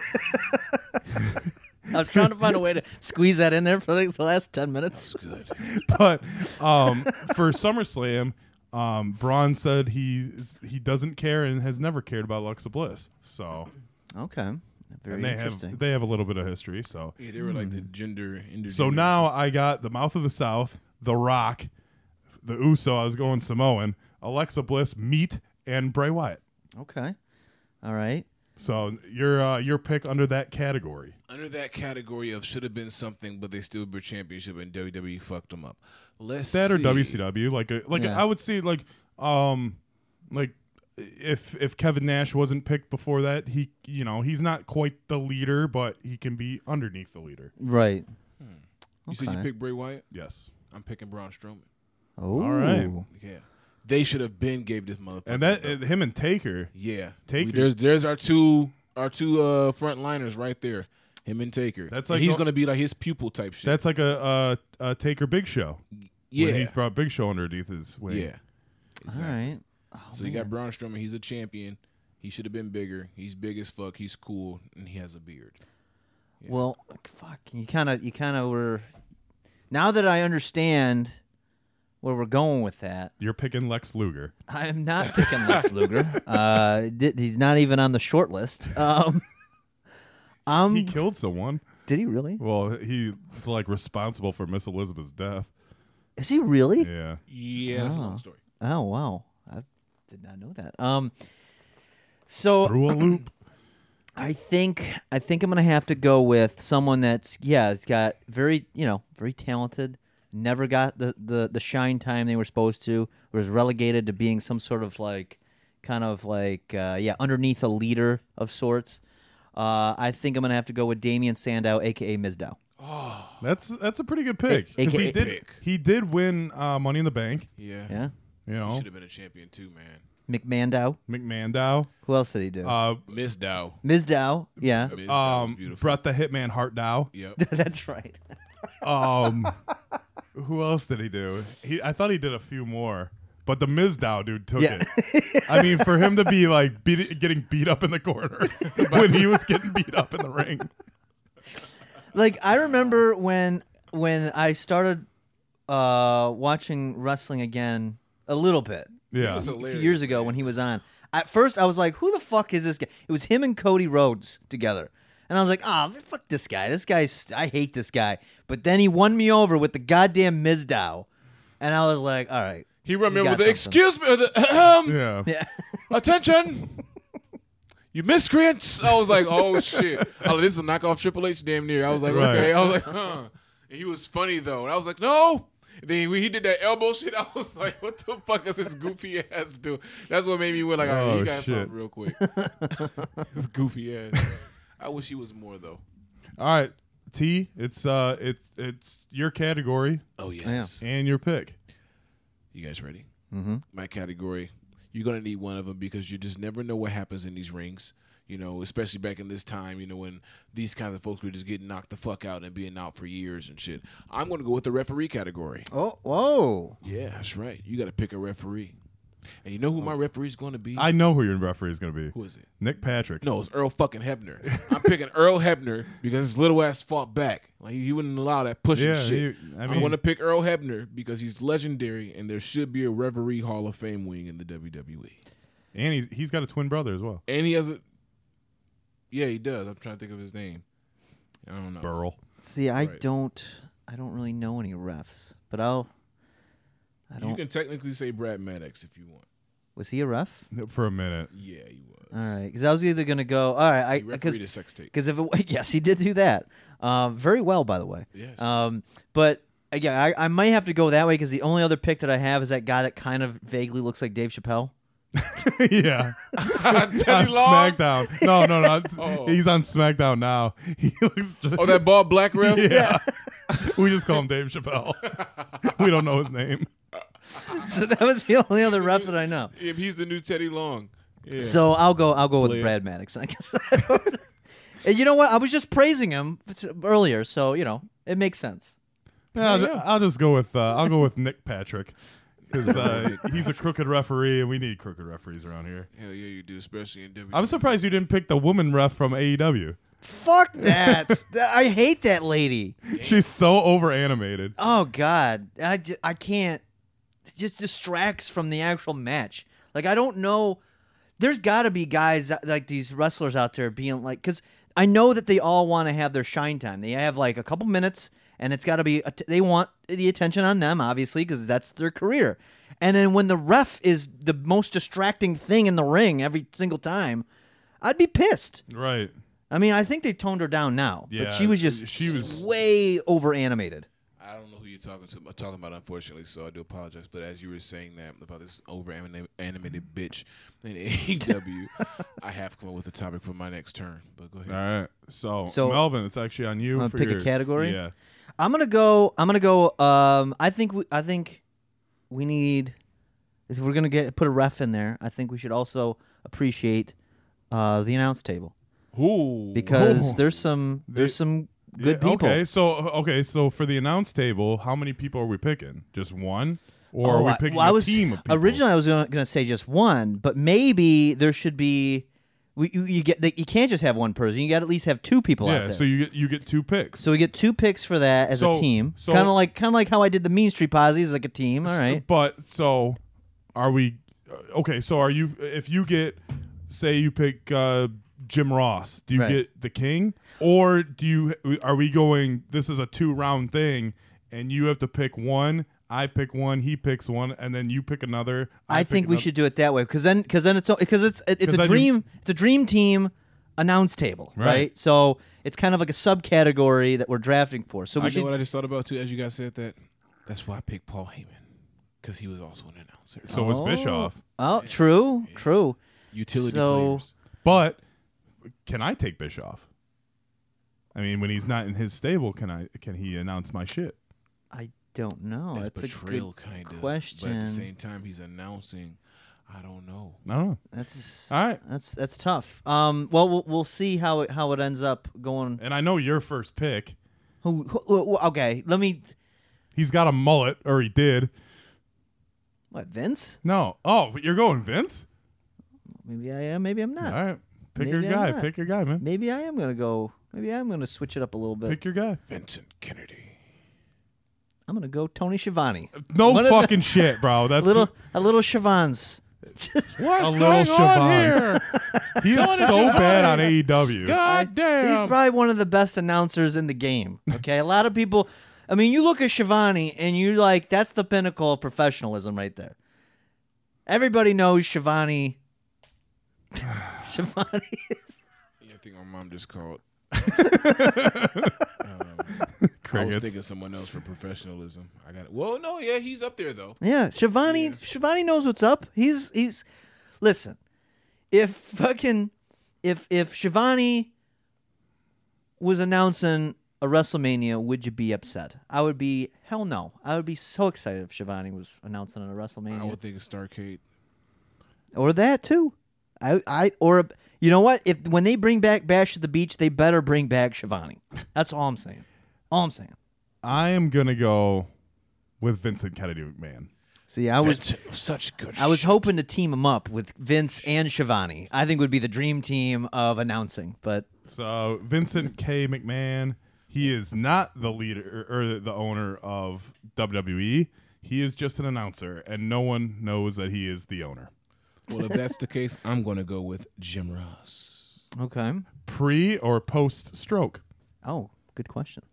Speaker 4: I was trying to find a way to squeeze that in there for like the last ten minutes.
Speaker 3: but um, for SummerSlam, um, Braun said he he doesn't care and has never cared about Alexa Bliss. So
Speaker 4: Okay, very
Speaker 3: and they
Speaker 4: interesting.
Speaker 3: have they have a little bit of history. So
Speaker 5: Yeah, they were like the gender.
Speaker 3: so now I got the Mouth of the South, The Rock, the Uso. I was going Samoan, Alexa Bliss, Meat, and Bray Wyatt.
Speaker 4: okay, all right.
Speaker 3: So your uh, your pick under that category.
Speaker 5: under that category of should have been something, but they still were championship and WWE fucked them up. Let's
Speaker 3: that or
Speaker 5: see.
Speaker 3: WCW. Like a, like a-
Speaker 4: Yeah.
Speaker 3: I would see like um like if if Kevin Nash wasn't picked before that, he you know he's not quite the leader, but he can be underneath the leader.
Speaker 4: Right.
Speaker 5: You said you
Speaker 4: Okay.
Speaker 5: picked Bray Wyatt.
Speaker 3: Yes,
Speaker 5: I'm picking Braun Strowman.
Speaker 4: Oh,
Speaker 3: right.
Speaker 5: Yeah, they should have been gave this motherfucker.
Speaker 3: and that
Speaker 5: the belt.
Speaker 3: uh, him and Taker.
Speaker 5: yeah,
Speaker 3: Taker.
Speaker 5: There's there's our two our two uh, front liners right there. Him and Taker.
Speaker 3: That's
Speaker 5: And
Speaker 3: like
Speaker 5: he's
Speaker 3: go-
Speaker 5: gonna be like his pupil type shit.
Speaker 3: That's like a, a, a Taker Big Show.
Speaker 5: yeah,
Speaker 3: when he brought Big Show underneath his wing.
Speaker 5: yeah.
Speaker 4: All right. Oh,
Speaker 5: So you got Braun Strowman. He's a champion. He should have been bigger. He's big as fuck. He's cool, and he has a beard.
Speaker 4: Well, fuck. You kind of, you kind of were. Now that I understand where we're going with that,
Speaker 3: You're picking Lex Luger.
Speaker 4: I am not picking Lex Luger. Uh, di- he's not even on the short list. Um, I'm.
Speaker 5: Mm.
Speaker 3: He killed someone.
Speaker 4: did he really?
Speaker 3: Well, he's like responsible for Miss Elizabeth's death.
Speaker 4: Is he really?
Speaker 3: Yeah.
Speaker 5: Yeah, that's a long story.
Speaker 4: Oh wow, I did not know that. Um, so
Speaker 3: Through a loop.
Speaker 4: I think I think I'm gonna have to go with someone that's yeah, it's got very you know very talented. Never got the the the shine time they were supposed to. Was relegated to being some sort of like kind of like uh, yeah underneath a leader of sorts. Uh, I think I'm gonna have to go with Damian Sandow, aka Mizdow.
Speaker 3: That's that's a pretty good pick. 'Cause
Speaker 4: AKA
Speaker 3: he did
Speaker 5: pick.
Speaker 3: he did win uh, Money in the Bank.
Speaker 5: Yeah,
Speaker 4: Yeah,
Speaker 3: You
Speaker 5: He
Speaker 3: know,
Speaker 5: should have been a champion too, man.
Speaker 4: McMandow.
Speaker 3: McMandow,
Speaker 4: Who else did he do?
Speaker 3: uh,
Speaker 5: Miss Dow.
Speaker 4: Mizdow. Yeah,
Speaker 5: Miss Dow was
Speaker 3: um,
Speaker 5: beautiful.
Speaker 3: brought the Hitman Hart Dow.
Speaker 5: yep.
Speaker 4: that's right.
Speaker 3: Um, who else did he do? He, I thought he did a few more, but the Miz Dow dude took
Speaker 4: Yeah.
Speaker 3: it. I mean, for him to be like beat, getting beat up in the corner when he was getting beat up in the ring.
Speaker 4: like I remember when when I started uh, watching wrestling again a little bit
Speaker 3: Yeah,
Speaker 4: a few years ago when he was on. At first, I was like, "Who the fuck is this guy?" It was him and Cody Rhodes together, and I was like, "Ah, fuck this guy. This guy's I hate this guy." But then he won me over with the goddamn Mizdow, and I was like, "All right."
Speaker 5: He
Speaker 4: got
Speaker 5: remembered the
Speaker 4: something.
Speaker 5: excuse me, or the um,
Speaker 3: yeah.
Speaker 5: attention. You miscreants! I was like, oh shit! Oh, this is a knockoff Triple H, damn near. I was like,
Speaker 3: Right.
Speaker 5: okay. I was like, huh. And he was funny though. And I was like, no. And then when he did that elbow shit, I was like, what the fuck is this goofy ass do? That's what made me went like, all right,
Speaker 3: Oh,
Speaker 5: he got
Speaker 3: shit.
Speaker 5: something real quick. this goofy ass. I wish he was more though.
Speaker 3: All right, T. It's uh, it's it's your category
Speaker 5: Oh
Speaker 3: and your pick.
Speaker 5: You guys ready? Mm-hmm. My category. You're gonna need one of them because you just never know what happens in these rings. You know, especially back in this time, you know, when these kinds of folks were just getting knocked the fuck out and being out for years and shit. I'm gonna go with the referee category.
Speaker 4: Oh, whoa!
Speaker 5: Yeah, that's right. You gotta pick a referee. And you know who my referee's gonna be?
Speaker 3: Oh. I know who your referee is going to be.
Speaker 5: who is it?
Speaker 3: Nick Patrick.
Speaker 5: No, it's Earl fucking Hebner. I'm picking Earl Hebner because his little ass fought back. Like he wouldn't allow that pushing
Speaker 3: Yeah,
Speaker 5: shit.
Speaker 3: he- I
Speaker 5: I,
Speaker 3: mean-
Speaker 5: want to pick Earl Hebner because he's legendary, and there should be a referee Hall of Fame wing in the E. WWE.
Speaker 3: and he's, he's got a twin brother as well.
Speaker 5: And he has a. Yeah, he does. I'm trying to think of his name. I don't know.
Speaker 3: Burl.
Speaker 4: See, I
Speaker 5: Right.
Speaker 4: don't, I don't really know any refs, but I'll. I
Speaker 5: You
Speaker 4: don't.
Speaker 5: can technically say Brad Maddox if you want.
Speaker 4: Was he a ref?
Speaker 3: For a minute,
Speaker 5: Yeah, he was.
Speaker 4: All right, because I was either gonna go. All right,
Speaker 3: Uh,
Speaker 4: I
Speaker 5: He refereed a
Speaker 4: because
Speaker 5: sex tape.
Speaker 4: if it, yes, he did do that, um, very well, by the way.
Speaker 5: Yes.
Speaker 4: Um, but again, I, I might have to go that way because the only other pick that I have is that guy that kind of vaguely looks like Dave Chappelle.
Speaker 3: yeah. on
Speaker 5: Teddy Long?
Speaker 3: SmackDown. No, no, no.
Speaker 5: Oh.
Speaker 3: He's on SmackDown now. He looks. Just,
Speaker 5: Oh, that bald black ref?
Speaker 3: yeah. we just call him Dave Chappelle. we don't know his name.
Speaker 4: so that was the only other ref that I know.
Speaker 5: If he's the new Teddy Long.
Speaker 4: So I'll go. I'll go with
Speaker 5: Please.
Speaker 4: Brad Maddox. I guess. and you know what? I was just praising him earlier, so you know it makes sense.
Speaker 3: Yeah, I'll, ju- I'll just go with uh, I'll go with Nick Patrick because uh, he's a crooked referee, and we need crooked referees around here.
Speaker 5: Hell yeah, you do, especially in WWE.
Speaker 3: I'm surprised you didn't pick the woman ref from E AEW.
Speaker 4: Fuck that! Th- I hate that lady.
Speaker 3: She's so over animated.
Speaker 4: Oh God, I, j- I can't. It just distracts from the actual match. Like I don't know. There's got to be guys that- like these wrestlers out there being like, because I know that they all want to have their shine time. They have like a couple minutes, and it's got to be att- they want the attention on them, obviously, because that's their career. And then when the ref is the most distracting thing in the ring every single time, I'd be pissed.
Speaker 3: Right.
Speaker 4: I mean, I think they toned her down now,
Speaker 3: Yeah,
Speaker 4: but she was just
Speaker 3: she was-
Speaker 4: way over animated.
Speaker 5: I don't know who you're talking to. I'm talking about, unfortunately, so I do apologize. But as you were saying that about this over animated bitch in AEW, I have come up with a topic for my next turn. But go ahead.
Speaker 3: All right. So,
Speaker 4: So-
Speaker 3: Melvin, it's actually on you.
Speaker 4: Wanna
Speaker 3: for
Speaker 4: pick a
Speaker 3: your-
Speaker 4: category?
Speaker 3: Yeah.
Speaker 4: I'm gonna go. I'm gonna go. Um, I think we. I think we need. If we're gonna get put a ref in there, I think we should also appreciate uh, the announce table
Speaker 3: Who?
Speaker 4: because there's some there's some good people.
Speaker 3: Okay. So okay. So for the announce table, how many people are we picking? Just one, or are
Speaker 4: Oh,
Speaker 3: we
Speaker 4: I-
Speaker 3: picking
Speaker 4: well, I
Speaker 3: a
Speaker 4: was,
Speaker 3: team of people?
Speaker 4: Originally, I was gonna, gonna say just one, but maybe there should be. We, you, you get you can't just have one person. You got to at least have two people out
Speaker 3: Yeah.
Speaker 4: there.
Speaker 3: So you get you get two picks.
Speaker 4: So we get two picks for that as a
Speaker 3: So-
Speaker 4: team.
Speaker 3: so-
Speaker 4: kind of like kind of like how I did the Mean Street Posies like a team. All right.
Speaker 3: But so are we? uh, Okay. So are you? If you get, say, you pick uh, Jim Ross, do you
Speaker 4: Right.
Speaker 3: get the king, or do you? Are we going? This is a two round thing, and you have to pick one. I pick one. He picks one, and then you pick another.
Speaker 4: I,
Speaker 3: pick
Speaker 4: think we
Speaker 3: another.
Speaker 4: should do it that way because then because then it's because it's it's
Speaker 3: 'Cause I
Speaker 4: a
Speaker 3: do-
Speaker 4: dream it's a dream team announce table right,
Speaker 3: Right.
Speaker 4: so it's kind of like a subcategory that we're drafting for so we
Speaker 5: I know
Speaker 4: should
Speaker 5: what I just thought about, too, as you guys said that. That's why I picked Paul Heyman, because he was also an announcer. Um,
Speaker 3: So was Bischoff.
Speaker 4: oh true true
Speaker 5: Utility
Speaker 4: so-
Speaker 5: players.
Speaker 3: But can I take Bischoff? I mean, when he's not in his stable, can I? Can he announce my shit?
Speaker 4: I don't know
Speaker 5: That's
Speaker 4: oh, that's, a
Speaker 5: betrayal,
Speaker 4: good
Speaker 5: kind of. But at
Speaker 4: question.
Speaker 5: the same time, he's announcing, I don't know.
Speaker 3: I don't know.
Speaker 4: that's
Speaker 3: All right.
Speaker 4: that's that's tough um well we'll, we'll see how it how it ends up going
Speaker 3: And I know your first pick.
Speaker 4: who, who- who- okay let me
Speaker 3: He's got a mullet, or he did.
Speaker 4: what Vince
Speaker 3: No. Oh, but you're going Vince.
Speaker 4: maybe I am maybe I'm
Speaker 3: All
Speaker 4: not
Speaker 3: right. Pick
Speaker 4: Maybe
Speaker 3: your
Speaker 4: I'm
Speaker 3: guy.
Speaker 4: not.
Speaker 3: Pick your guy, man.
Speaker 4: maybe I am gonna go maybe I'm gonna switch it up a little bit
Speaker 3: Pick your guy.
Speaker 5: Vincent Kennedy.
Speaker 4: I'm gonna go Tony Schiavone
Speaker 3: No
Speaker 4: One of the-
Speaker 3: fucking shit, bro. That's
Speaker 4: a little a little Shavans.
Speaker 3: a little Siobhan. He is so bad on E AEW.
Speaker 5: God
Speaker 4: He's
Speaker 5: damn.
Speaker 4: probably one of the best announcers in the game. Okay, a lot of people. I mean, you look at Shivani and you like that's the pinnacle of professionalism right there. Everybody knows Shivani. Shivani is
Speaker 5: Yeah, I think my mom just called. I was
Speaker 3: Crickets.
Speaker 5: thinking someone else for professionalism. I got it. Well, no, yeah, he's up there though.
Speaker 4: yeah. Shivani Shivani knows what's up. He's he's listen. If fucking if if Shivani was announcing a WrestleMania, would you be upset? I would be hell no. I would be so excited if Shivani was announcing a WrestleMania.
Speaker 5: I would think of Starcade.
Speaker 4: or that too. I, I or you know what? If when they bring back Bash at the Beach, they better bring back Shivani. That's all I'm saying. All I'm saying.
Speaker 3: I am gonna go with Vincent Kennedy McMahon.
Speaker 4: See, I was
Speaker 5: Vincent was such good.
Speaker 4: I was
Speaker 5: shit.
Speaker 4: hoping to team him up with Vince and Shivani. I think would be the dream team of announcing. But
Speaker 3: So Vincent K. McMahon, he is not the leader or the owner of WWE. He is just an announcer, and no one knows that he is the owner.
Speaker 5: Well, if that's the case, I'm gonna go with Jim Ross.
Speaker 4: okay.
Speaker 3: Pre or post stroke?
Speaker 4: Oh, good question.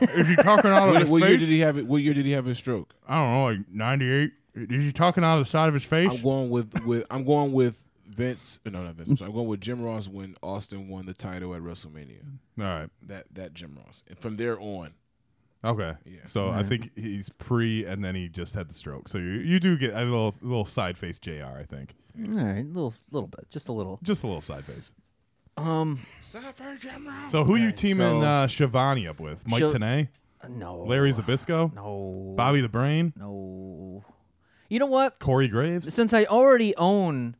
Speaker 3: Is he talking out of
Speaker 5: What,
Speaker 3: his
Speaker 5: what year
Speaker 3: face?
Speaker 5: did he have it? What year did he have his stroke?
Speaker 3: I don't know, like ninety-eight. Is he talking out of the side of his face?
Speaker 5: I'm going with with I'm going with Vince. uh, No, not Vince. I'm, sorry. I'm going with Jim Ross when Austin won the title at WrestleMania.
Speaker 3: All right.
Speaker 5: That that Jim Ross. And from there on,
Speaker 3: Okay.
Speaker 5: Yeah.
Speaker 3: So I think he's pre, and then he just had the stroke. So you, you do get a little little side face, Jr. I think
Speaker 4: All right, a little little bit, just a little.
Speaker 3: just a little side face.
Speaker 4: Um,
Speaker 5: suffer Jim Ross.
Speaker 3: So who you
Speaker 4: Okay,
Speaker 3: teaming
Speaker 4: so-
Speaker 3: uh, Shivani up with? Mike
Speaker 4: Shiv-
Speaker 3: Tanay,
Speaker 4: no,
Speaker 3: Larry Zabisco,
Speaker 4: no,
Speaker 3: Bobby the Brain.
Speaker 4: no. You know what?
Speaker 3: Corey Graves.
Speaker 4: Since I already own,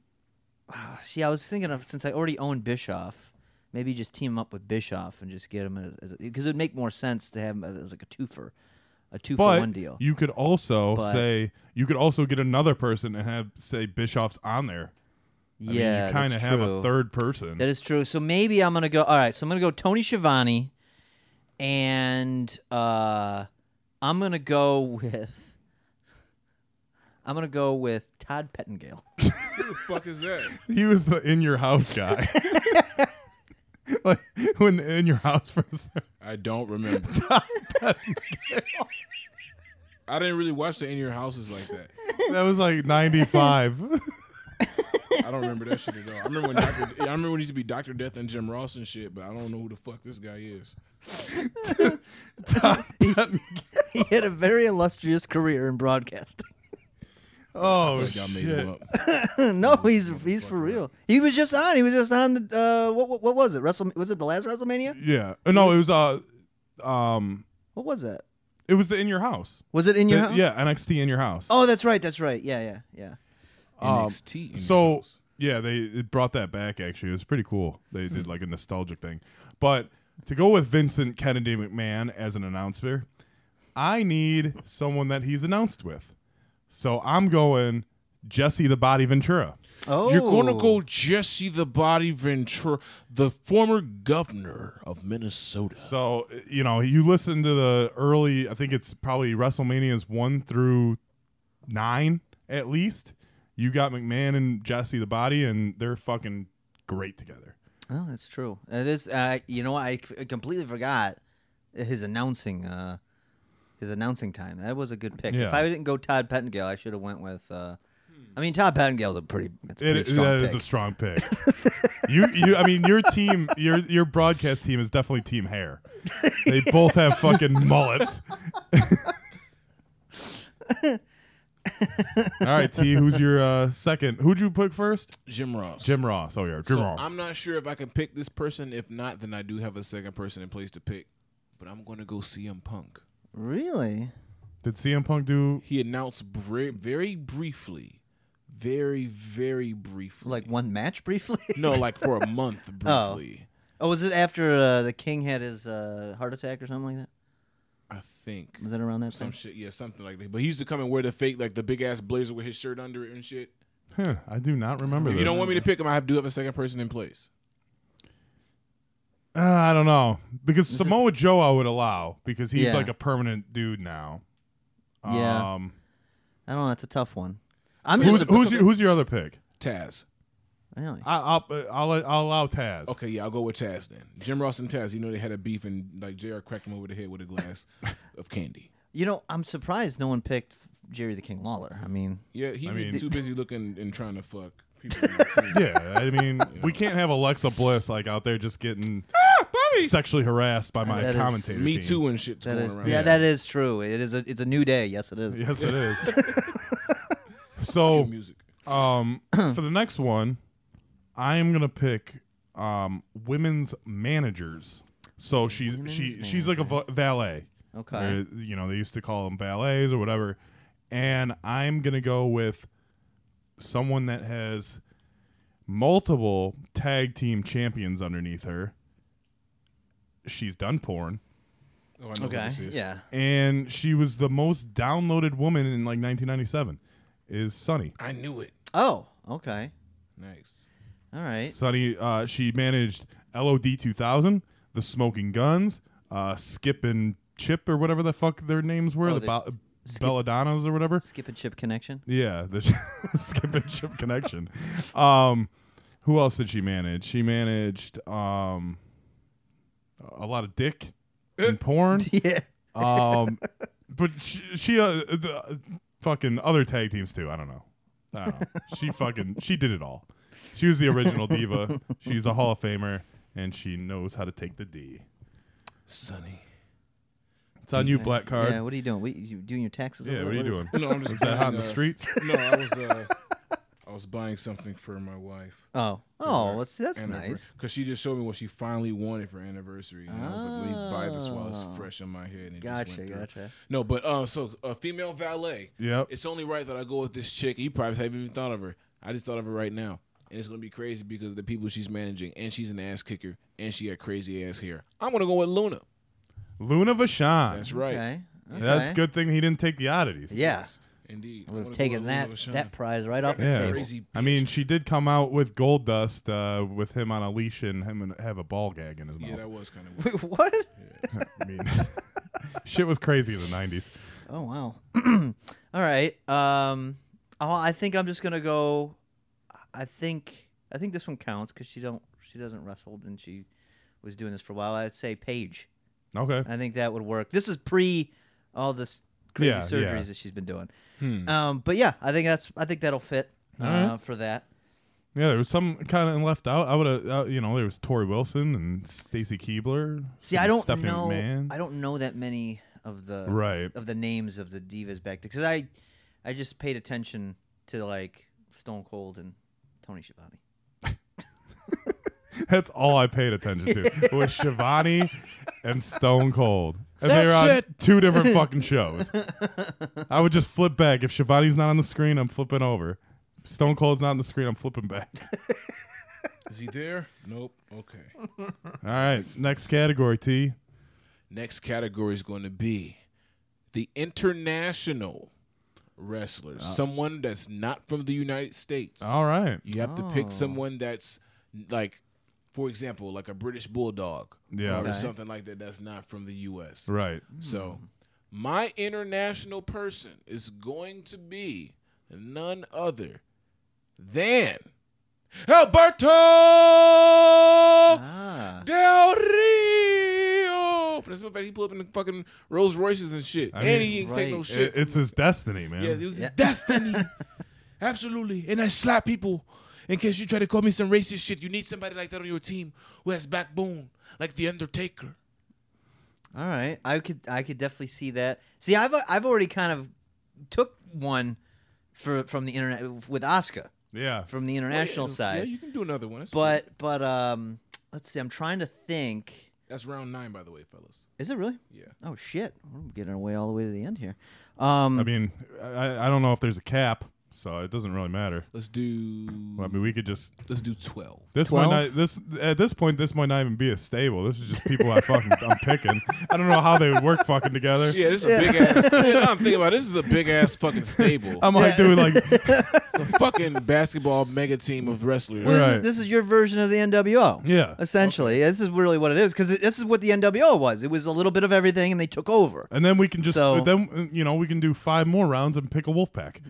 Speaker 4: ah, see, I was thinking of since I already own Bischoff, maybe just team him up with Bischoff and just get him as because it would make more sense to have him as like a two for, a two for
Speaker 3: But
Speaker 4: one deal.
Speaker 3: you could also
Speaker 4: But-
Speaker 3: say you could also get another person and have say Bischoff's on there. I mean,
Speaker 4: yeah,
Speaker 3: you
Speaker 4: kind
Speaker 3: kinda have
Speaker 4: of
Speaker 3: a third person.
Speaker 4: That is true. So maybe I'm gonna go. All right, so I'm gonna go Tony Schiavone, and uh, I'm gonna go with. I'm gonna go with Todd Pettingale.
Speaker 5: fuck is that?
Speaker 3: he was the in your house guy. like when the in your house first.
Speaker 5: I don't remember. I didn't really watch the In Your Houses like that.
Speaker 3: That was like ninety five.
Speaker 5: I don't remember that shit at all. I remember when Dr. I remember when it used to be Doctor Death and Jim Ross and shit, but I don't know who the fuck this guy is.
Speaker 4: he had a very illustrious career in broadcasting.
Speaker 3: oh
Speaker 5: Like I made him
Speaker 3: shit!
Speaker 5: up.
Speaker 4: no,
Speaker 3: Mm-hmm.
Speaker 4: he's he's for real. He was just on. He was just on the uh, what, what what was it? Wrestle was it the last WrestleMania?
Speaker 3: Yeah, no, it was uh, um,
Speaker 4: What was that?
Speaker 3: it was the in your house.
Speaker 4: Was it in your
Speaker 3: The-
Speaker 4: house?
Speaker 3: Yeah, NXT in your house.
Speaker 4: Oh, that's right. That's right. Yeah, yeah, yeah.
Speaker 5: NXT. In Your
Speaker 3: so
Speaker 5: House.
Speaker 3: yeah they it brought that back actually it was pretty cool they did like a nostalgic thing but to go with vincent kennedy mcmahon as an announcer i need someone that he's announced with so i'm going jesse the body ventura
Speaker 4: Oh,
Speaker 5: You're going to go Jesse the Body Ventura, the former governor of Minnesota.
Speaker 3: so you know you listen to the early i think it's probably wrestlemania's one through nine at least you got mcmahon and jesse the body and they're fucking great together
Speaker 4: Oh, that's true. It is. Uh, you know, what? I c- completely forgot his announcing. Uh, his announcing time. That was a good pick. If
Speaker 3: Yeah.
Speaker 4: I didn't go Todd Pettingale, I should have went with. Uh, I mean, Todd Pettingale's a pretty. It's a
Speaker 3: It
Speaker 4: pretty
Speaker 3: is
Speaker 4: strong
Speaker 3: that
Speaker 4: pick.
Speaker 3: is a strong pick. you, you, I mean, your team, your your broadcast team is definitely team hair. They both have fucking mullets. All right, T. Who's your uh, second? Who'd you pick first?
Speaker 5: Jim Ross.
Speaker 3: Jim Ross. Oh yeah, Jim
Speaker 5: So
Speaker 3: Ross.
Speaker 5: I'm not sure if I can pick this person. If not, then I do have a second person in place to pick. But I'm going to go CM Punk.
Speaker 4: really.
Speaker 3: Did CM Punk do?
Speaker 5: He announced very, very briefly, very, very briefly.
Speaker 4: Like one match briefly.
Speaker 5: no, like for a month briefly.
Speaker 4: oh, was it after uh, the King had his uh, heart attack or something like that?
Speaker 5: I think
Speaker 4: Was it around that
Speaker 5: some
Speaker 4: time?
Speaker 5: shit. Yeah, something like that. But he used to come and wear the fake, like the big ass blazer with his shirt under it and shit.
Speaker 3: Huh, I do not remember.
Speaker 5: If
Speaker 3: This.
Speaker 5: you don't want me to pick him, I have- do have a second person in place.
Speaker 3: Uh, I don't know because Samoa Joe I would allow because he's
Speaker 4: Yeah.
Speaker 3: like a permanent dude now.
Speaker 4: Yeah.
Speaker 3: Um,
Speaker 4: I don't know. That's a tough one. I'm
Speaker 3: who's
Speaker 4: just a-
Speaker 3: who's your, who's your other pick?
Speaker 5: Taz.
Speaker 4: really.
Speaker 3: I, I'll, I'll I'll allow Taz.
Speaker 5: Okay, yeah, I'll go with Taz then. Jim Ross and Taz. You know they had a beef and like Jr. cracked him over the head with a glass of candy.
Speaker 4: You know, I'm surprised no one picked Jerry the King Lawler. I mean,
Speaker 5: Yeah, he
Speaker 3: I
Speaker 5: was
Speaker 3: mean-
Speaker 5: too busy looking and trying to fuck people. in the team.
Speaker 3: Yeah, I mean, we can't have Alexa Bliss like out there just getting sexually harassed by my
Speaker 4: That is-
Speaker 3: commentator.
Speaker 5: Me
Speaker 3: team.
Speaker 5: too and shit's
Speaker 4: that
Speaker 5: going
Speaker 4: is
Speaker 5: around.
Speaker 4: yeah, that is true. It is a it's a new day. Yes, it is.
Speaker 3: Yes, it is. so,
Speaker 5: music.
Speaker 3: um, for the next one, I am gonna pick um women's managers. So she's she
Speaker 4: Oh, Women's
Speaker 3: she's like a va- valet.
Speaker 4: Okay.
Speaker 3: Or, you know, they used to call them valets or whatever. And I'm going to go with someone that has multiple tag team champions underneath her. She's done porn.
Speaker 5: Oh, I know
Speaker 4: Okay.
Speaker 5: Who this is.
Speaker 4: Yeah.
Speaker 3: And she was the most downloaded woman in like 1997 is Sunny.
Speaker 5: I knew it.
Speaker 4: Oh. Okay.
Speaker 5: Nice.
Speaker 4: All right.
Speaker 3: Sunny, uh, she managed LOD 2000, The Smoking Guns, uh, Skip and Chip or whatever the fuck their names were,
Speaker 4: Oh,
Speaker 3: the
Speaker 4: they-
Speaker 3: Bo- Belladonnas or whatever.
Speaker 4: Skip and chip connection.
Speaker 3: Yeah, the skip and chip connection. Um, who else did she manage? She managed um, a lot of dick and porn.
Speaker 4: Yeah.
Speaker 3: Um, but she, she uh, the, fucking other tag teams too. I don't know. I don't know. She fucking she did it all. She was the original diva. She's a Hall of Famer, and she knows how to take the D.
Speaker 5: Sonny.
Speaker 3: It's on you, Black Card.
Speaker 4: Yeah. What are you doing? What, you doing your taxes?
Speaker 3: Yeah,
Speaker 4: over
Speaker 3: what are
Speaker 4: there?
Speaker 3: you
Speaker 4: is-
Speaker 3: doing?
Speaker 5: No, I'm just
Speaker 3: Is that hot in the
Speaker 5: uh,
Speaker 3: streets?
Speaker 5: No, I was. Uh, I was buying something for my wife.
Speaker 4: Oh, oh, well, see, that's nice.
Speaker 5: Because she just showed me what she finally wanted for anniversary, and I was like, "Let me buy this while it's fresh in my head." And it just
Speaker 4: Oh. Gotcha,
Speaker 5: went through.
Speaker 4: gotcha.
Speaker 5: No, but uh, so a female valet.
Speaker 3: Yep.
Speaker 5: It's only right that I go with this chick. You probably haven't even thought of her. I just thought of her right now, and it's gonna be crazy because the people she's managing, and she's an ass kicker, and she had crazy ass hair. I'm gonna go with Luna.
Speaker 3: Luna Vachon.
Speaker 5: That's right.
Speaker 4: Okay. okay.
Speaker 3: That's good thing he didn't take the oddities.
Speaker 4: Yeah.
Speaker 5: Indeed.
Speaker 4: I would have taken that that prize right off the
Speaker 3: Yeah.
Speaker 4: table.
Speaker 5: Crazy
Speaker 3: I mean, she did come out with gold dust uh, with him on a leash and him and have a ball gag in his mouth.
Speaker 5: yeah, that was kind of.
Speaker 4: Wait, what?
Speaker 3: I mean, shit was crazy in the '90s.
Speaker 4: Oh wow. All right. Um. Oh, I think I'm just gonna go. I think I think this one counts because she don't she doesn't wrestle and she was doing this for a while. I'd say Paige.
Speaker 3: Okay.
Speaker 4: I think that would work. This is pre all this crazy
Speaker 3: Yeah,
Speaker 4: surgeries
Speaker 3: yeah.
Speaker 4: that she's been doing. Um. But yeah, I think that's I think that'll fit uh,
Speaker 3: right.
Speaker 4: for that.
Speaker 3: Yeah, there was some kind of left out. I would have, uh, you know, there was Tori Wilson and Stacy Keebler.
Speaker 4: See,
Speaker 3: and
Speaker 4: I don't
Speaker 3: Stephanie
Speaker 4: know.
Speaker 3: McMahon.
Speaker 4: I don't know that many of the
Speaker 3: Right.
Speaker 4: of the names of the divas back because I, I just paid attention to like Stone Cold and Tony Schiavone.
Speaker 3: That's all I paid attention to was Shivani and Stone Cold, and they were
Speaker 5: That's
Speaker 3: on
Speaker 5: it.
Speaker 3: two different fucking shows. I would just flip back if Shivani's not on the screen. I'm flipping over. If Stone Cold's not on the screen. I'm flipping back.
Speaker 5: Is he there? Nope. Okay.
Speaker 3: All right, next category T.
Speaker 5: Next category is going to be the international wrestlers. someone that's not from the United States.
Speaker 3: All right.
Speaker 5: You have to pick someone that's like, for example, like a British bulldog,
Speaker 3: Yeah.
Speaker 5: or
Speaker 3: Okay.
Speaker 5: something like that. That's not from the U.S.
Speaker 3: Right.
Speaker 5: So, my international person is going to be none other than Alberto
Speaker 4: Ah.
Speaker 5: Del Rio. That's the fact he pulled up in the fucking Rolls Royces and shit,
Speaker 3: I mean,
Speaker 5: and he didn't take no
Speaker 4: right.
Speaker 5: shit.
Speaker 3: It- it's his destiny, man.
Speaker 5: yeah, it was his destiny. Absolutely, and I slap people. In case you try to call me some racist shit, you need somebody like that on your team who has backbone, like the Undertaker.
Speaker 4: All right, I could I could definitely see that. See, I've I've already kind of took one for from the internet with Oscar
Speaker 3: yeah.
Speaker 4: from the international
Speaker 5: yeah,
Speaker 4: side,
Speaker 5: Yeah, you can do another one. That's
Speaker 4: but but um, let's see. I'm trying to think.
Speaker 5: cool. that's round nine, by the way, fellas.
Speaker 4: Is it really?
Speaker 5: Yeah.
Speaker 4: Oh shit, I'm getting away all the way to the end here. Um,
Speaker 3: I mean, I, I don't know if there's a cap, so it doesn't really matter.
Speaker 5: Let's do.
Speaker 3: I mean, we could just
Speaker 5: Let's do twelve.
Speaker 3: this might not this at this point this might not even be a stable. This is just people I fucking I'm picking. I don't know how they would work fucking together.
Speaker 5: Yeah, this is a big ass. I'm thinking about it. this is a big ass fucking stable.
Speaker 3: I might do like
Speaker 5: It's a fucking basketball mega team of wrestlers.
Speaker 4: Well, this,
Speaker 3: Right.
Speaker 4: is, this is your version of the NWO.
Speaker 3: Yeah.
Speaker 4: Essentially, this is really what it is because this is what the NWO was. It was a little bit of everything, and they took over.
Speaker 3: and then we can just
Speaker 4: So-
Speaker 3: then uh, you know we can do five more rounds and pick a wolf pack.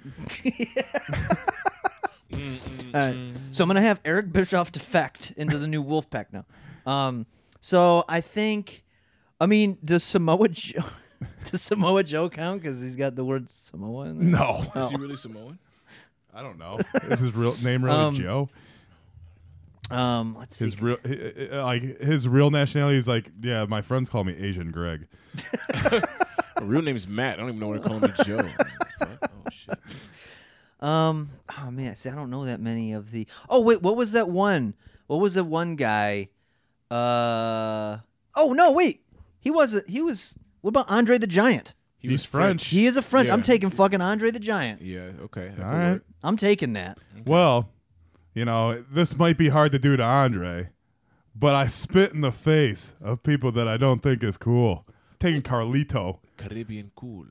Speaker 3: Mm-hmm.
Speaker 4: Uh, so I'm gonna have Eric Bischoff defect into the new Wolfpack now. Um, so I think, I mean, does Samoa Joe, does Samoa Joe count because he's got the word Samoa in there?
Speaker 3: No,
Speaker 5: Is he really Samoan?
Speaker 3: I don't know. Is his real name really
Speaker 4: Um,
Speaker 3: Joe?
Speaker 4: Um, let's see.
Speaker 3: His real hi- hi- like his real nationality is like yeah. My friends call me Asian Greg.
Speaker 5: My real name's Matt. I don't even know what to call me Joe. Fuck. Oh shit.
Speaker 4: Um, oh man, see, I don't know that many of the. Oh wait, what was that one? What was that one guy? Uh, oh no, wait, he wasn't. He was. What about Andre the Giant?
Speaker 5: He
Speaker 3: He's
Speaker 5: was
Speaker 3: French.
Speaker 4: He is a French. I'm
Speaker 5: Yeah.
Speaker 4: taking fucking Andre the Giant.
Speaker 5: Yeah. Okay.
Speaker 3: All right.
Speaker 4: I'm taking that.
Speaker 3: Well, you know, this might be hard to do to Andre, but I spit in the face of people that I don't think is cool. Taking Carlito,
Speaker 5: Caribbean cool.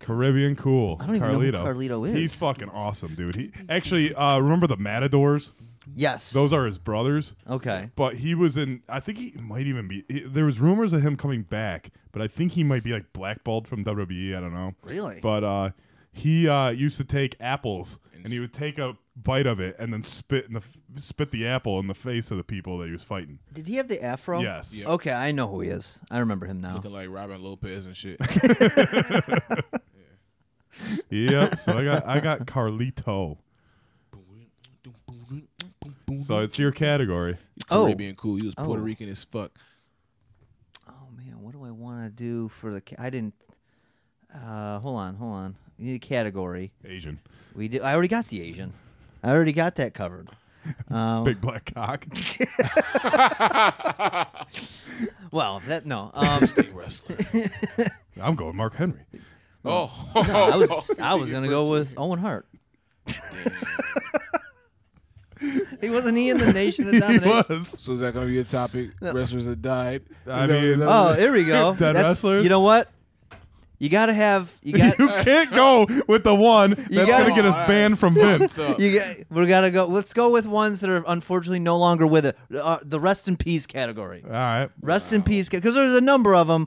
Speaker 3: Caribbean cool.
Speaker 4: don't even know who
Speaker 3: Carlito.
Speaker 4: Carlito is.
Speaker 3: He's fucking awesome, dude. He actually uh, remember the Matadors?
Speaker 4: Yes.
Speaker 3: Those are his brothers.
Speaker 4: Okay.
Speaker 3: But he was in. I think he might even be. he- there was rumors of him coming back, but I think he might be like blackballed from WWE. I don't know.
Speaker 4: Really?
Speaker 3: But uh, he uh, used to take apples, and, he
Speaker 5: s-
Speaker 3: would take a bite of it and then spit in the f- spit the apple in the face of the people that he was fighting.
Speaker 4: Did he have the afro?
Speaker 3: Yes.
Speaker 5: Yeah.
Speaker 4: Okay, I know who he is. I remember him now.
Speaker 5: Looking like Robin Lopez and shit.
Speaker 3: yep. So I got I got Carlito. So it's your category.
Speaker 4: Oh.
Speaker 5: Caribbean cool. He was Puerto
Speaker 4: Oh.
Speaker 5: Rican as fuck.
Speaker 4: Oh man, what do I want to do for the? Ca- I didn't. Uh, hold on, hold on. We need a category.
Speaker 3: Asian.
Speaker 4: We did. I already got the Asian. I already got that covered. Oh.
Speaker 3: Big black cock.
Speaker 4: Well, if that no, um,
Speaker 3: I'm going Mark Henry.
Speaker 5: Oh.
Speaker 4: I was I was gonna go with Owen Hart. he wasn't he in the Nation of
Speaker 3: He
Speaker 4: Domination?
Speaker 3: was.
Speaker 5: So is that going to be a topic? Wrestlers that died.
Speaker 3: I
Speaker 5: Is that- is
Speaker 3: mean-
Speaker 5: that-
Speaker 4: Oh, here we go.
Speaker 3: Dead
Speaker 4: That's-
Speaker 3: wrestlers?
Speaker 4: You know what? You gotta have you got
Speaker 3: You can't go with the one that's
Speaker 4: gotta-
Speaker 3: going to get us banned from Vince.
Speaker 4: you got we gotta go. Let's go with ones that are unfortunately no longer with it. Uh, the rest in peace category.
Speaker 3: All right.
Speaker 4: Rest in peace because there's a number of them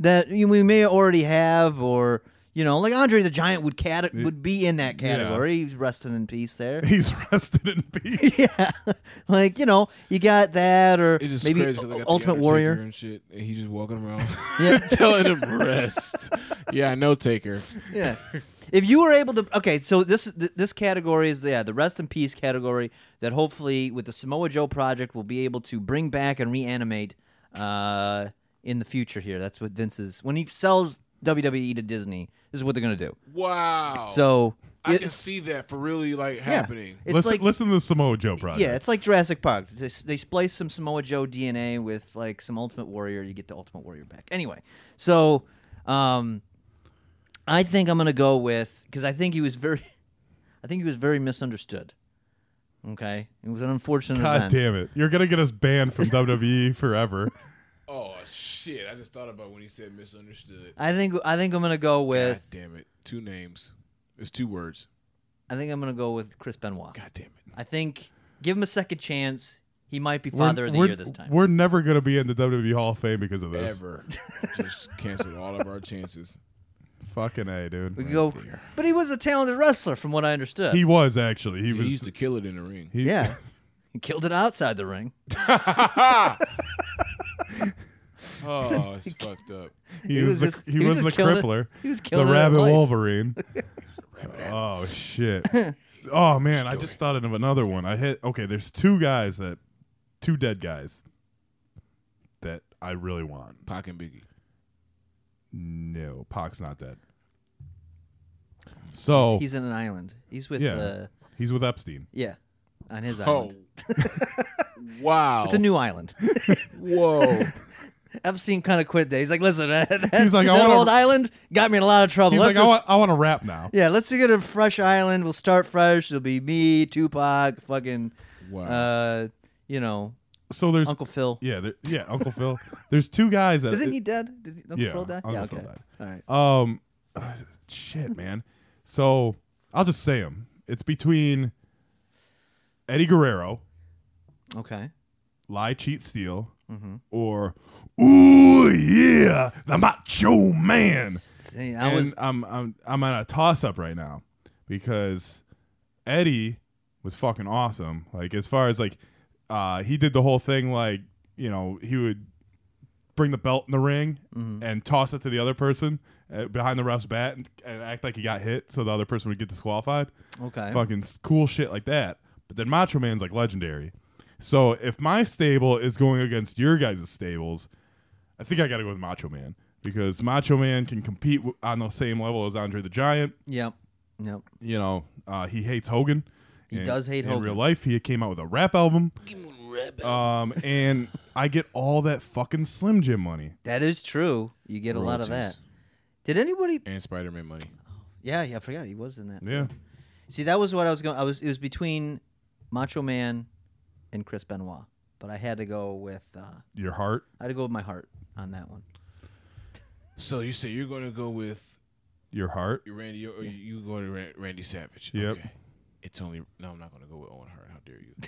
Speaker 4: that you- we may already have or. You know, like Andre the Giant would cat- would be in that category. He's resting in peace there.
Speaker 3: He's rested in peace.
Speaker 4: yeah, like you know, you got that, or
Speaker 5: It's just
Speaker 4: maybe
Speaker 5: crazy 'cause I got the
Speaker 4: Ultimate
Speaker 5: Undertaker
Speaker 4: Warrior.
Speaker 5: and shit. And he's just walking around
Speaker 4: Yeah,
Speaker 5: telling him rest. Yeah, I know Taker.
Speaker 4: yeah. If you were able to, okay, so this th- this category is yeah the rest in peace category that hopefully with the Samoa Joe project we'll be able to bring back and reanimate uh, in the future. Here, that's what Vince is when he sells WWE to Disney. This is what they're gonna do.
Speaker 5: Wow.
Speaker 4: So
Speaker 5: Oh. I can
Speaker 4: it's-
Speaker 5: see that for really like
Speaker 4: yeah,
Speaker 5: happening.
Speaker 4: It's
Speaker 3: listen,
Speaker 4: like
Speaker 3: listen to the Samoa Joe project.
Speaker 4: Yeah, it's like Jurassic Park. They, they splice some Samoa Joe DNA with like some Ultimate Warrior. You get the Ultimate Warrior back. Anyway, so um, I think I'm gonna go with because I think he was very, I think he was very misunderstood. Okay, it was an unfortunate
Speaker 3: God
Speaker 4: event.
Speaker 3: damn it. You're going to get us banned from WWE forever.
Speaker 5: Oh shit! I just thought about when he said misunderstood.
Speaker 4: I think I think I'm gonna go with
Speaker 5: God damn it! Two names. It's two words.
Speaker 4: I think I'm gonna go with Chris Benoit.
Speaker 5: God damn it!
Speaker 4: I think give him a second chance. He might be
Speaker 3: We're-
Speaker 4: Father of the
Speaker 3: we're-
Speaker 4: Year this time.
Speaker 3: We're never going to be in the WWE Hall of Fame because of this.
Speaker 5: Ever just canceled all of our chances.
Speaker 3: Fucking A, dude.
Speaker 4: We go, but he was a talented wrestler, from what I understood.
Speaker 3: He was actually. He
Speaker 5: He
Speaker 3: was.
Speaker 5: used to kill it in the ring.
Speaker 3: he-
Speaker 4: yeah, he killed it outside the ring.
Speaker 5: Oh, it's fucked up.
Speaker 3: He,
Speaker 4: He
Speaker 3: was,
Speaker 4: was
Speaker 3: the,
Speaker 4: just-
Speaker 3: he,
Speaker 4: he
Speaker 3: was,
Speaker 4: was just
Speaker 3: the
Speaker 4: killing it-
Speaker 3: crippler.
Speaker 4: he was
Speaker 3: the
Speaker 4: killing it at
Speaker 3: rabbit
Speaker 4: life.
Speaker 3: Wolverine. oh shit. Oh man, I just thought of another one. I hit okay. There's two guys that, two dead guys, that I really want.
Speaker 5: Pac and Biggie.
Speaker 3: No, Pac's not dead. So he's,
Speaker 4: He's in an island. He's with
Speaker 3: Oh. Yeah.
Speaker 4: uh,
Speaker 3: with Epstein.
Speaker 4: yeah, on his
Speaker 5: Oh.
Speaker 4: island.
Speaker 5: wow.
Speaker 4: It's a new island.
Speaker 5: Whoa.
Speaker 4: Epstein kind of quit there. He's like, listen, that,
Speaker 3: He's like, I
Speaker 4: that
Speaker 3: wanna-
Speaker 4: old island got me in a lot of trouble.
Speaker 3: He's
Speaker 4: Let's
Speaker 3: like, I,
Speaker 4: just-
Speaker 3: want, I want to rap now.
Speaker 4: yeah, let's get a fresh island. We'll start fresh. It'll be me, Tupac, fucking,
Speaker 5: Wow.
Speaker 4: uh, you know,
Speaker 3: So there's
Speaker 4: Uncle Phil.
Speaker 3: yeah, there, yeah, Uncle Phil. There's two guys that
Speaker 4: Isn't he dead? Did he- Uncle
Speaker 3: yeah,
Speaker 4: Phil die? yeah,
Speaker 3: Uncle
Speaker 4: okay.
Speaker 3: Phil died.
Speaker 4: All right.
Speaker 3: Um, shit, man. So I'll just say him. It's between Eddie Guerrero,
Speaker 4: Okay.
Speaker 3: Lie, Cheat, Steal, or Ooh yeah, the Macho Man.
Speaker 4: See, I
Speaker 3: And
Speaker 4: was
Speaker 3: I'm I'm I'm on a toss up right now because Eddie was fucking awesome. Like as far as like uh he did the whole thing like, you know, he would bring the belt in the ring
Speaker 4: Mm-hmm.
Speaker 3: and toss it to the other person uh, behind the ref's bat and, and act like he got hit so the other person would get disqualified.
Speaker 4: okay.
Speaker 3: Fucking s- cool shit like that. But then Macho Man's like legendary. So if my stable is going against your guys' stables, I think I got to go with Macho Man because Macho Man can compete w- on the same level as Andre the Giant.
Speaker 4: Yep. Yep.
Speaker 3: You know, uh, he hates Hogan. He
Speaker 4: does hate
Speaker 3: in
Speaker 4: Hogan.
Speaker 3: real life. He came out with a rap album. Um, and I get all that fucking Slim Jim money.
Speaker 4: That is true. You get a lot of that.
Speaker 5: Royalties.
Speaker 4: Did anybody?
Speaker 5: and Spider Man money.
Speaker 4: Yeah, yeah. I forgot he was in that.
Speaker 3: Yeah.
Speaker 4: See, that was what I was going. I was. It was between Macho Man and Chris Benoit, but I had to go with. Uh,
Speaker 3: Your heart.
Speaker 4: I had to go with my heart on that one.
Speaker 5: So you say you're going to go with
Speaker 3: Your heart.
Speaker 5: Randy or you going to Ran- Randy Savage?
Speaker 3: Yep.
Speaker 5: Okay. It's only no. I'm not going to go with Owen Hart. How dare you?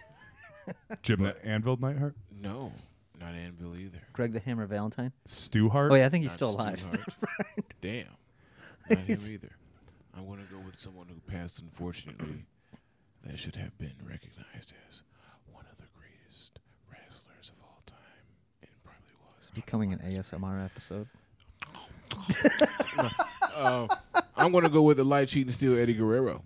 Speaker 3: Jim Anvil Nightheart.
Speaker 5: no, not Anvil either.
Speaker 4: Greg the Hammer Valentine.
Speaker 3: Stu Hart.
Speaker 4: Oh yeah, I think he's
Speaker 5: Not
Speaker 4: still
Speaker 5: Stu
Speaker 4: alive.
Speaker 5: Hart. Damn. Not him either. I'm going to go with someone who passed, unfortunately, that should have been recognized as one of the greatest wrestlers of all time, and probably was.
Speaker 4: Becoming an ASMR episode.
Speaker 5: I'm going to go with the light cheating steal Eddie Guerrero.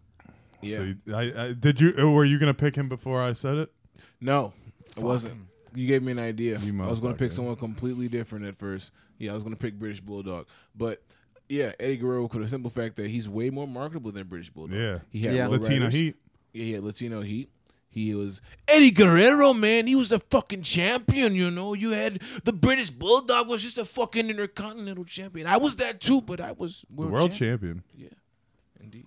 Speaker 5: Yeah.
Speaker 3: So you- I, I, did you? uh, Were you gonna pick him before I said it?
Speaker 5: no, it wasn't. You gave me an idea.
Speaker 3: You
Speaker 5: I was going to pick
Speaker 3: motherfucker.
Speaker 5: someone completely different at first. Yeah, I was going to pick British Bulldog, but. Yeah, Eddie Guerrero for the simple fact that he's way more marketable than British Bulldog.
Speaker 3: Yeah.
Speaker 5: he had
Speaker 4: Yeah.
Speaker 5: low
Speaker 3: Latina
Speaker 5: riders.
Speaker 3: Heat.
Speaker 5: he had Latino heat. He was Eddie Guerrero, man. He was the fucking champion, you know. You had the British Bulldog was just a fucking intercontinental champion. I was that too, but I was world,
Speaker 3: World
Speaker 5: champion.
Speaker 3: champion.
Speaker 5: Indeed.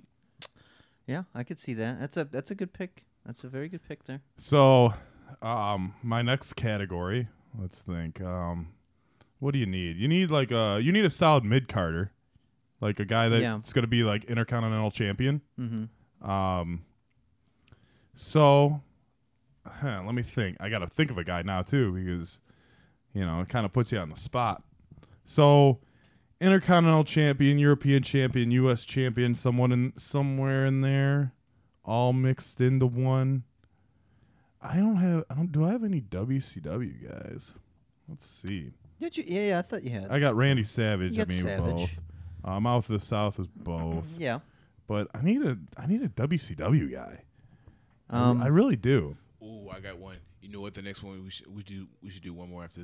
Speaker 4: Yeah, I could see that. That's a that's a good pick. That's a very good pick there.
Speaker 3: So, um, my next category. Let's think. Um, what do you need? You need like a you need a solid mid Carter, like a guy that's
Speaker 4: Yeah.
Speaker 3: going to be like intercontinental champion. Mm-hmm. Um, so huh, let me think. I got to think of a guy now too because you know it kind of puts you on the spot. So. Intercontinental champion, European champion, U.S. champion, someone in somewhere in there, all mixed into one. I don't have. I don't. Do I have any WCW guys? Let's see.
Speaker 4: Did you? Yeah, yeah. I thought you had.
Speaker 3: I got Randy Savage.
Speaker 4: You got
Speaker 3: I mean
Speaker 4: Savage.
Speaker 3: both. Uh, Mouth of the South is both.
Speaker 4: yeah.
Speaker 3: But I need a. I need a WCW guy. I-
Speaker 4: Um,
Speaker 3: I really do.
Speaker 5: Ooh, I got one. You know what? The next one we should we do we should do one more after.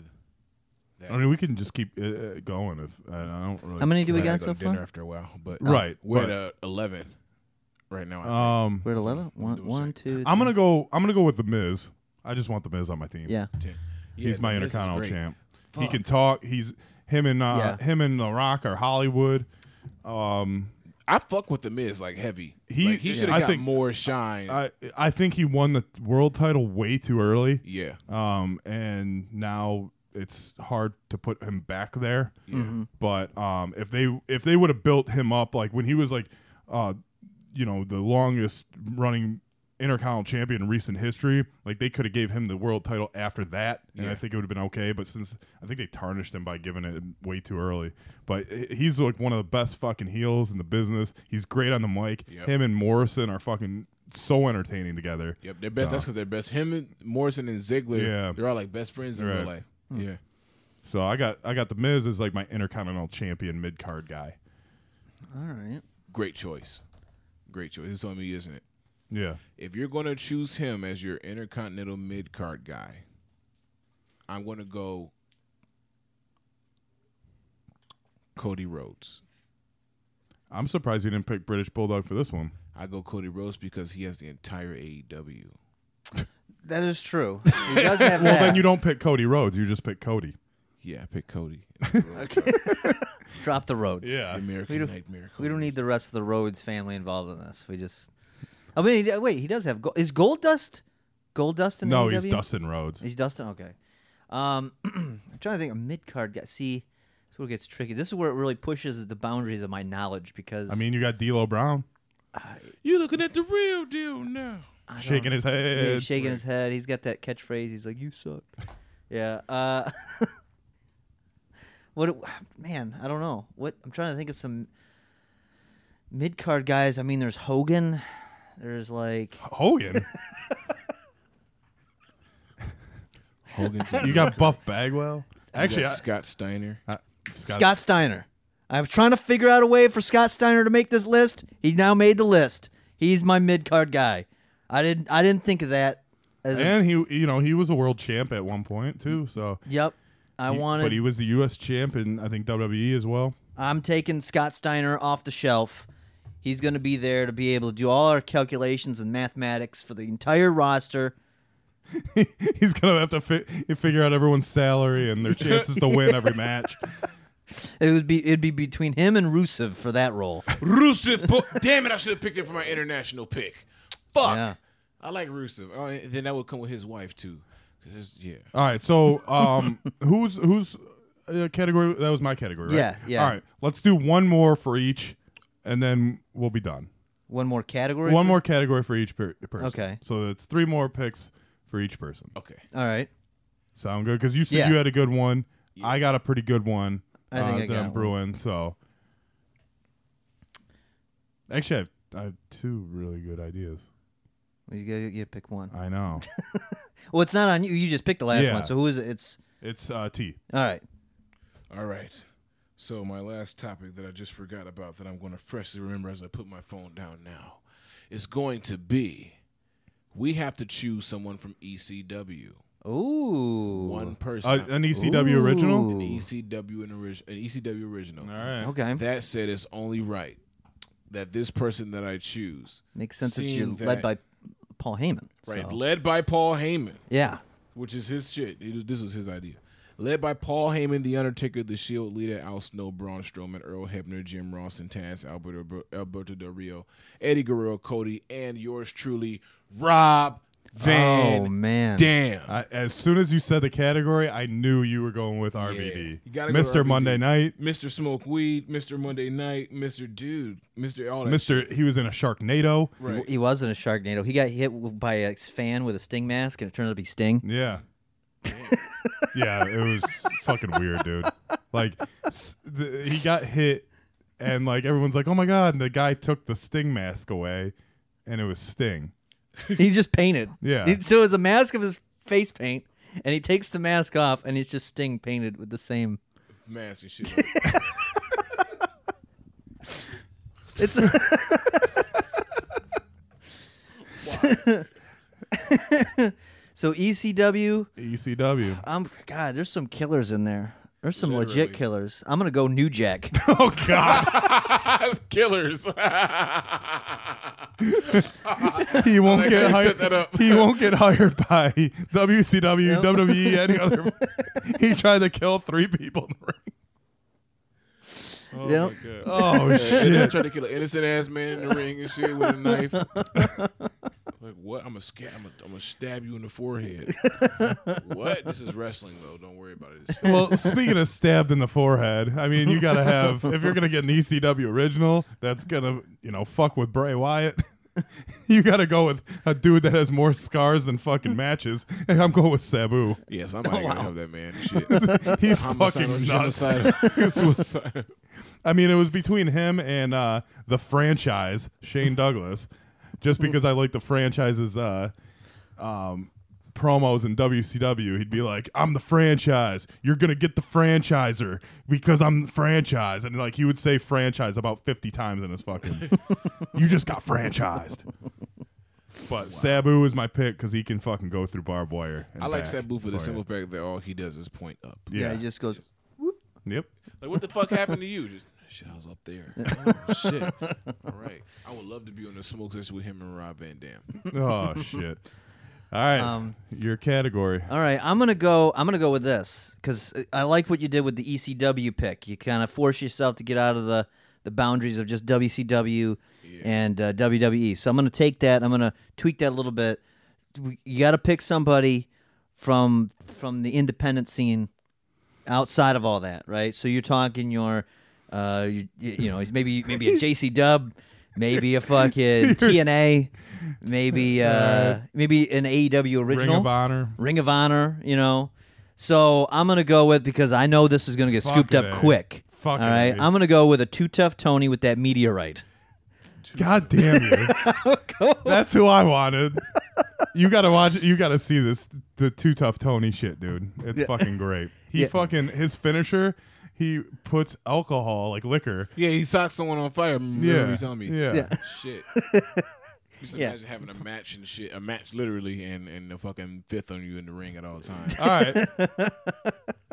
Speaker 5: That.
Speaker 3: I mean, we can just keep uh, uh, going if I I don't really.
Speaker 4: How many do we
Speaker 5: I
Speaker 4: got
Speaker 5: gotta go
Speaker 4: so
Speaker 5: to dinner
Speaker 4: far?
Speaker 5: after a while, but
Speaker 3: Right,
Speaker 5: we're
Speaker 3: but-
Speaker 5: at uh, eleven right now. I think.
Speaker 3: Um,
Speaker 4: We're at eleven. One, one, two.
Speaker 3: I'm
Speaker 4: three.
Speaker 3: gonna go. I'm gonna go with the Miz. I just want the Miz on my team.
Speaker 4: Yeah.
Speaker 5: Yeah,
Speaker 3: he's my
Speaker 5: the Miz is
Speaker 3: intercontinental
Speaker 5: great.
Speaker 3: champ. He can talk. He's him and uh,
Speaker 4: Yeah.
Speaker 3: him and The Rock are Hollywood.
Speaker 5: I fuck with the Miz like heavy.
Speaker 3: He-
Speaker 5: He he should have
Speaker 3: I
Speaker 5: got
Speaker 3: think-
Speaker 5: more shine.
Speaker 3: I I think he won the world title way too early.
Speaker 5: yeah,
Speaker 3: um, and now it's hard to put him back there.
Speaker 5: Mm-hmm.
Speaker 3: But um, if they if they would have built him up like when he was like, uh, you know, the longest running intercontinental champion in recent history, like they could have gave him the world title after that, and I
Speaker 5: Yeah.
Speaker 3: think it would have been okay. But since I think they tarnished him by giving it way too early, but h- he's like one of the best fucking heels in the business. He's great on the mic.
Speaker 5: Yep.
Speaker 3: Him and Morrison are fucking so entertaining together.
Speaker 5: yep. They're best. That's because they're best. Him and Morrison and Ziggler.
Speaker 3: Yeah.
Speaker 5: they're all like best friends in
Speaker 3: Right.
Speaker 5: real life. Yeah,
Speaker 3: So I got I got the Miz as like my intercontinental champion mid card guy.
Speaker 4: All right.
Speaker 5: great choice. Great choice. It's on me, isn't it?
Speaker 3: Yeah.
Speaker 5: If you're gonna choose him as your intercontinental mid card guy, I'm gonna go Cody Rhodes.
Speaker 3: I'm surprised you didn't pick British Bulldog for this one.
Speaker 5: I go Cody Rhodes because he has the entire E AEW.
Speaker 4: That is true. He does have
Speaker 3: Well,
Speaker 4: that.
Speaker 3: then you don't pick Cody Rhodes. You just pick Cody.
Speaker 5: Yeah, I pick Cody.
Speaker 4: drop the roads.
Speaker 3: Yeah.
Speaker 5: American Nightmare.
Speaker 4: We
Speaker 5: Cody.
Speaker 4: don't need the rest of the Rhodes family involved in this. We just. I mean, he- wait. He does have. Go- is Gold Dust? Gold Dust in
Speaker 3: No,
Speaker 4: AEW?
Speaker 3: he's Dustin Rhodes.
Speaker 4: He's Dustin. Okay. Um, I'm trying to think. A mid card guy. See, this is where it gets tricky. This is where it really pushes the boundaries of my knowledge because
Speaker 3: I mean, you got D'Lo Brown
Speaker 5: You looking at the real deal now?
Speaker 3: shaking his
Speaker 4: yeah,
Speaker 3: head.
Speaker 4: he's shaking his head. He's got that catchphrase. He's like, "You suck." yeah. Uh, what? do- Man, I don't know. What I'm trying to think of some mid card guys. I mean, there's Hogan. There's like
Speaker 3: Hogan.
Speaker 5: Hogan's
Speaker 3: you got Buff Bagwell. Actually, I,
Speaker 5: Scott Steiner.
Speaker 3: I-
Speaker 4: Scott,
Speaker 3: Scott,
Speaker 4: Steiner. I was trying to figure out a way for Scott Steiner to make this list. He now made the list. He's my mid card guy. I didn't. I didn't think of that. As a-
Speaker 3: and he, you know, he was a world champ at one point too. So
Speaker 4: yep. I
Speaker 3: he-
Speaker 4: wanted.
Speaker 3: but he was the U.S. champ in I think WWE as well.
Speaker 4: I'm taking Scott Steiner off the shelf. He's going to be there to be able to do all our calculations and mathematics for the entire roster.
Speaker 3: he's gonna have to fi- figure out everyone's salary and their chances to win every match.
Speaker 4: It would be it'd be between him and Rusev for that role.
Speaker 3: Uh,
Speaker 5: Rusev. Po- Damn it! I should have picked it for my international pick. Fuck.
Speaker 4: Yeah.
Speaker 5: I like Rusev. Oh, and then that would come with his wife too. 'Cause it's- yeah.
Speaker 3: All right, so um, who's who's uh, category? That was my category, right?
Speaker 4: Yeah, yeah.
Speaker 3: All right, let's do one more for each, and then we'll be done.
Speaker 4: One more category.
Speaker 3: One
Speaker 4: for-
Speaker 3: more category for each per- person.
Speaker 4: Okay.
Speaker 3: So it's three more picks for each person.
Speaker 5: Okay.
Speaker 4: All right.
Speaker 3: Sound good? Because you said
Speaker 4: Yeah.
Speaker 3: you had a good one. I got a pretty good one.
Speaker 4: I think
Speaker 3: uh,
Speaker 4: I
Speaker 3: that
Speaker 4: got
Speaker 3: I'm
Speaker 4: one.
Speaker 3: brewing. So actually, I have, I have two really good ideas.
Speaker 4: You gotta, you gotta pick one.
Speaker 3: I know.
Speaker 4: Well, it's not on you. You just picked the last
Speaker 3: Yeah.
Speaker 4: one. So who is it? It's
Speaker 3: it's uh, T.
Speaker 4: all right.
Speaker 5: All right. So my last topic that I just forgot about that I'm going to freshly remember as I put my phone down now is going to be we have to choose someone from ECW.
Speaker 4: Ooh.
Speaker 5: One person.
Speaker 3: Uh, an ECW original.
Speaker 5: an ECW and orig- an ECW original.
Speaker 3: All right.
Speaker 4: Okay.
Speaker 5: That said, it's only right that this person that I choose
Speaker 4: Makes sense. It's
Speaker 5: seeing
Speaker 4: you led
Speaker 5: that-
Speaker 4: by Paul Heyman.
Speaker 5: Right.
Speaker 4: so-
Speaker 5: Led by Paul Heyman,
Speaker 4: yeah.
Speaker 5: which is his shit. It was- this was his idea. Led by Paul Heyman, The Undertaker, The Shield leader, Al Snow, Braun Strowman, Earl Hebner, Jim Ross, and Taz, Alberto, Alberto Del Rio, Eddie Guerrero, Cody, and yours truly, Rob Van
Speaker 4: oh man.
Speaker 5: Dam.
Speaker 3: I, as soon as you said the category, I knew you were going with RVD.
Speaker 5: You gotta go
Speaker 3: Mr.
Speaker 5: RVD.
Speaker 3: Monday Night.
Speaker 5: Mr. Smoke Weed, Mr. Monday Night, Mr. Dude, Mr. All that. shit.
Speaker 3: Mr. He was in a Sharknado.
Speaker 5: Right.
Speaker 4: He wasn't a Sharknado. He got hit w- by a fan with a sting mask, and it turned out to be Sting.
Speaker 3: Yeah. yeah, it was fucking weird, dude. Like s- the, he got hit and like everyone's like, "Oh my god." And the guy took the sting mask away and it was Sting.
Speaker 4: He just painted.
Speaker 3: Yeah.
Speaker 4: He- so it was a mask of his face paint, and he takes the mask off, and it's just Sting painted with the same.
Speaker 5: Mask and shit.
Speaker 4: It's. so E ECW,
Speaker 3: ECW.
Speaker 4: I'm um, God. There's some killers in there. There's some legit
Speaker 5: Literally.
Speaker 4: killers. I'm gonna go New Jack.
Speaker 3: oh god.
Speaker 5: Killers.
Speaker 3: He won't
Speaker 5: like
Speaker 3: get
Speaker 5: how you
Speaker 3: hired.
Speaker 5: set that up.
Speaker 3: He won't get hired by WCW,
Speaker 4: Nope.
Speaker 3: WWE, E, any other. he tried to kill 3 people in the ring.
Speaker 4: Yep.
Speaker 3: Oh
Speaker 5: And then I
Speaker 3: shit.
Speaker 5: tried to kill an innocent ass man in the ring and shit with a knife. like what? I'm gonna sca- I'm gonna I'm gonna stab you in the forehead. what? This is wrestling though. Don't worry about it. It's fine.
Speaker 3: Well, speaking of stabbed in the forehead, I mean, you gotta have if you're gonna get an ECW original that's gonna you know fuck with Bray Wyatt. You gotta go with a dude that has more scars than fucking matches. And I'm going with Sabu.
Speaker 5: yes, I'm not gonna have that man. and Shit.
Speaker 3: He's
Speaker 5: Homicidal,
Speaker 3: fucking nuts.
Speaker 5: genocidal, suicidal.
Speaker 3: I mean, it was between him and uh, the franchise Shane Douglas,
Speaker 5: Mm.
Speaker 3: just because I like the franchise's uh, um, promos in WCW. He'd be like, "I'm the franchise. You're gonna get the franchiser because I'm the franchise," and like he would say "franchise" about fifty times in his fucking. you just got franchised. But Sabu is my pick because he can fucking go through barbed wire. and
Speaker 5: I like
Speaker 3: back
Speaker 5: Sabu for the
Speaker 3: you.
Speaker 5: simple fact that all he does is point up.
Speaker 4: Yeah,
Speaker 3: Yeah.
Speaker 4: he just goes.
Speaker 3: yep.
Speaker 5: Like what the fuck happened to you? Just shit, I was up there. Oh, shit. All right. I would love to be on the smoke session with him and Rob Van Dam.
Speaker 3: Oh shit. All right,
Speaker 4: Um,
Speaker 3: your category.
Speaker 4: All right, I'm gonna go. I'm gonna go with this because I like what you did with the ECW pick. You kind of force yourself to get out of the the boundaries of just WCW and uh, WWE. So I'm gonna take that. I'm gonna tweak that a little bit. We- You got to pick somebody from from the independent scene outside of all that, right? So you're talking your, uh, your, you know, maybe maybe a JC Dub, maybe a fucking TNA, maybe uh, maybe an AEW original.
Speaker 3: Ring of Honor.
Speaker 4: Ring of Honor, you know. So I'm gonna go with because I know this is gonna get scooped up
Speaker 3: Fucking A.
Speaker 4: quick.
Speaker 3: Fucking
Speaker 4: all right,
Speaker 3: A.
Speaker 4: I'm gonna go with a too tough Tony with that meteorite.
Speaker 3: God damn you. That's who I wanted. You gotta watch you gotta see this the too tough Tony shit, dude. It's fucking great. He
Speaker 4: Yeah.
Speaker 3: fucking his finisher, he puts alcohol, like liquor.
Speaker 5: Yeah, he socked someone on fire. Remember
Speaker 3: Yeah.
Speaker 5: you telling me?
Speaker 3: Yeah.
Speaker 4: Yeah.
Speaker 5: Shit. Just
Speaker 4: Yeah.
Speaker 5: imagine having a match and shit, a match literally, and and the fucking fifth on you in the ring at all times.
Speaker 3: All right.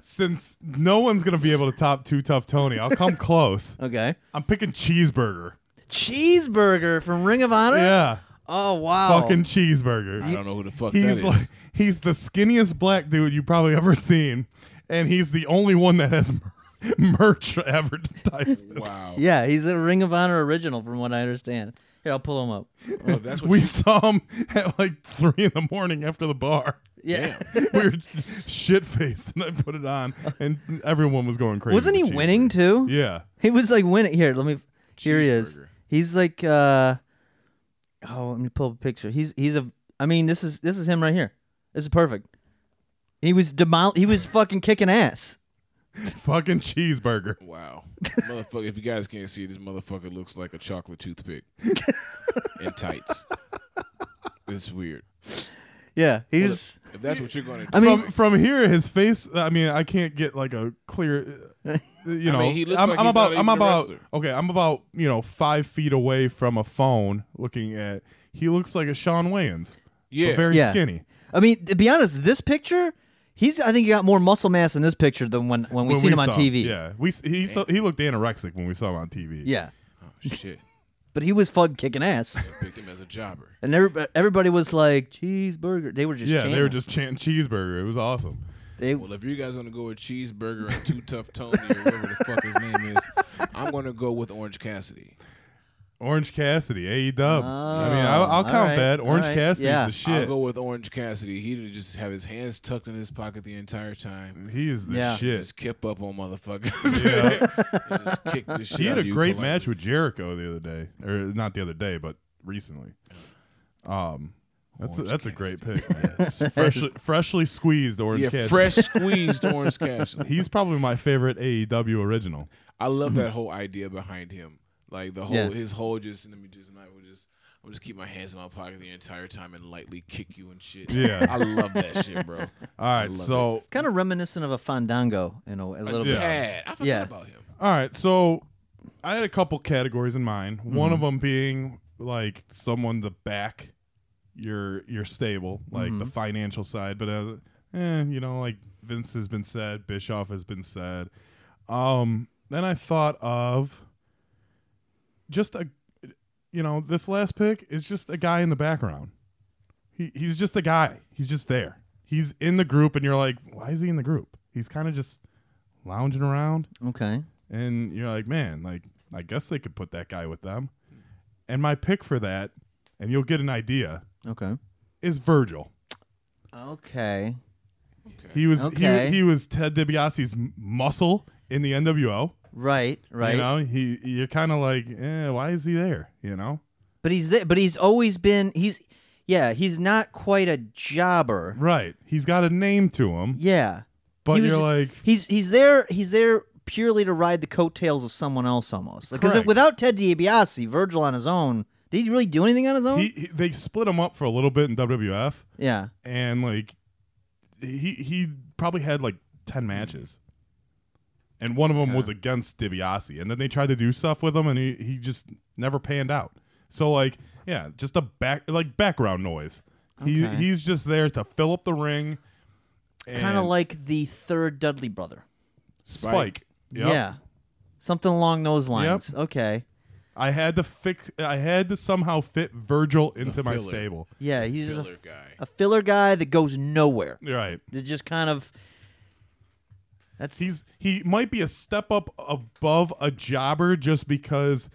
Speaker 3: Since no one's gonna be able to top too tough Tony, I'll come close.
Speaker 4: Okay,
Speaker 3: I'm picking cheeseburger.
Speaker 4: cheeseburger from Ring of Honor.
Speaker 3: Yeah.
Speaker 4: Oh wow.
Speaker 3: Fucking cheeseburger.
Speaker 5: I don't know who the fuck that
Speaker 3: he's
Speaker 5: is.
Speaker 3: like he's the skinniest black dude you probably ever seen, and he's the only one that has mer- merch advertisements.
Speaker 5: wow. Oh,
Speaker 4: yeah, he's a Ring of Honor original from what I understand. Here, I'll pull him up.
Speaker 5: Oh, that's what
Speaker 3: We
Speaker 5: you,
Speaker 3: saw him at like three in the morning after the bar.
Speaker 4: Yeah.
Speaker 3: we were shit faced, and I put it on, and everyone was going crazy.
Speaker 4: Wasn't he
Speaker 3: with cheese.
Speaker 4: winning too?
Speaker 3: Yeah,
Speaker 4: He was like winning. Here, let me. Here he is.
Speaker 5: Cheeseburger.
Speaker 4: He's like, uh, oh, let me pull up a picture. He's he's a. I mean, this is this is him right here. This is perfect. He was demol. He was fucking kicking ass.
Speaker 3: fucking cheeseburger.
Speaker 5: Wow. motherfucker, if you guys can't see, this motherfucker looks like a chocolate toothpick in tights. It's weird.
Speaker 4: Yeah, he's.
Speaker 5: If that's what you're gonna do,
Speaker 4: I mean,
Speaker 3: From from here, his face. I mean, I can't get like a clear. uh, You know,
Speaker 5: he looks
Speaker 3: I'm,
Speaker 5: like
Speaker 3: I'm
Speaker 5: he's
Speaker 3: about.
Speaker 5: not
Speaker 3: I'm
Speaker 5: even a
Speaker 3: about.
Speaker 5: wrestler.
Speaker 3: Okay, I'm about. You know, five feet away from a phone, looking at. He looks like a Sean Wayans.
Speaker 5: yeah,
Speaker 3: but very
Speaker 4: Yeah.
Speaker 3: skinny.
Speaker 4: I mean, to be honest, this picture, he's. I think he got more muscle mass in this picture than when when we
Speaker 3: When
Speaker 4: seen him on
Speaker 3: saw
Speaker 4: TV.
Speaker 3: Yeah, we s- he saw, he looked anorexic when we saw him on TV.
Speaker 4: Yeah.
Speaker 5: oh, shit.
Speaker 4: but he was fun kicking ass,
Speaker 5: Picked him as a jobber.
Speaker 4: and everybody, everybody was like cheeseburger. They were just
Speaker 3: Yeah, they were
Speaker 4: chanting.
Speaker 3: just chanting cheeseburger. It was awesome.
Speaker 4: They-
Speaker 5: Well, if you guys want to go with cheeseburger and two tough Tony or whatever the fuck his name is, I'm gonna go with Orange Cassidy.
Speaker 3: Orange Cassidy, A Dub. I mean, I'll,
Speaker 4: all
Speaker 3: I'll count
Speaker 4: right,
Speaker 3: that.
Speaker 4: all
Speaker 3: Orange
Speaker 4: right,
Speaker 3: Cassidy's
Speaker 4: Oh, yeah.
Speaker 3: the
Speaker 5: I'll
Speaker 3: shit.
Speaker 5: go with Orange Cassidy. He'd just have his hands tucked in his pocket the entire time.
Speaker 3: He is the
Speaker 4: Yeah.
Speaker 3: shit.
Speaker 5: Just kept up on motherfuckers.
Speaker 3: Yeah.
Speaker 5: just kicked the shit
Speaker 3: he had
Speaker 5: out
Speaker 3: a
Speaker 5: of you
Speaker 3: great
Speaker 5: politely.
Speaker 3: match with Jericho the other day, or not the other day, but recently. Um, that's a,
Speaker 5: Orange
Speaker 3: that's a great pick. man. freshly freshly squeezed orange
Speaker 5: Yeah,
Speaker 3: Cassidy.
Speaker 5: fresh squeezed Orange Cassidy.
Speaker 3: He's probably my favorite AEW original.
Speaker 5: I love that whole idea behind him. Like the whole
Speaker 4: Yeah.
Speaker 5: his whole just let me just and I will just I'll just keep my hands in my pocket the entire time and lightly kick you and shit.
Speaker 3: Yeah.
Speaker 5: I love that shit, bro.
Speaker 3: All right,
Speaker 5: love
Speaker 3: so
Speaker 4: kind of reminiscent of a fandango, you know, a little
Speaker 3: Yeah.
Speaker 4: bit.
Speaker 5: Tad. I forgot
Speaker 4: Yeah.
Speaker 5: about him.
Speaker 3: All right, so I had a couple categories in mind. One of them being like someone to back your your stable, like the financial side. But uh, eh, you know, like Vince has been said, Bischoff has been said. Um, then I thought of just a, you know, this last pick is just a guy in the background. He he's just a guy. He's just there. He's in the group, and you're like, why is he in the group? He's kind of just lounging around
Speaker 4: Okay.
Speaker 3: and you're like, man, like I guess they could put that guy with them. And my pick for that, and you'll get an idea,
Speaker 4: Okay.
Speaker 3: is Virgil.
Speaker 4: Okay.
Speaker 3: He was
Speaker 4: Okay.
Speaker 3: he, he was Ted DiBiase's m- muscle in the NWO.
Speaker 4: Right. Right.
Speaker 3: You know, he you're kind of like, eh, why is he there? You know,
Speaker 4: But he's there, but he's always been he's yeah, he's not quite a jobber.
Speaker 3: right? He's got a name to him,
Speaker 4: Yeah.
Speaker 3: but
Speaker 4: He was
Speaker 3: you're
Speaker 4: just-
Speaker 3: like,
Speaker 4: he's he's there he's there purely to ride the coattails of someone else almost. Like cuz
Speaker 3: Correct.
Speaker 4: without Ted DiBiase, Virgil on his own, did he really do anything on his own?
Speaker 3: he, he they split him up for a little bit in WWF,
Speaker 4: yeah.
Speaker 3: and like he he probably had like 10 matches and one of them was against DiBiase and then they tried to do stuff with him and he, he just never panned out so like yeah just a back like background noise he
Speaker 4: Okay.
Speaker 3: he's just there to fill up the ring
Speaker 4: Kind of
Speaker 3: and
Speaker 4: like the third Dudley brother.
Speaker 3: spike Yep.
Speaker 4: Yeah. Something along those lines. Okay.
Speaker 3: I had to fix I had to somehow fit Virgil into my
Speaker 5: filler.
Speaker 3: stable
Speaker 4: Yeah, he's just a,
Speaker 5: Filler guy.
Speaker 4: a filler guy that goes nowhere.
Speaker 3: right
Speaker 4: That just kind of that's
Speaker 3: he's he might be a step up above a jobber just because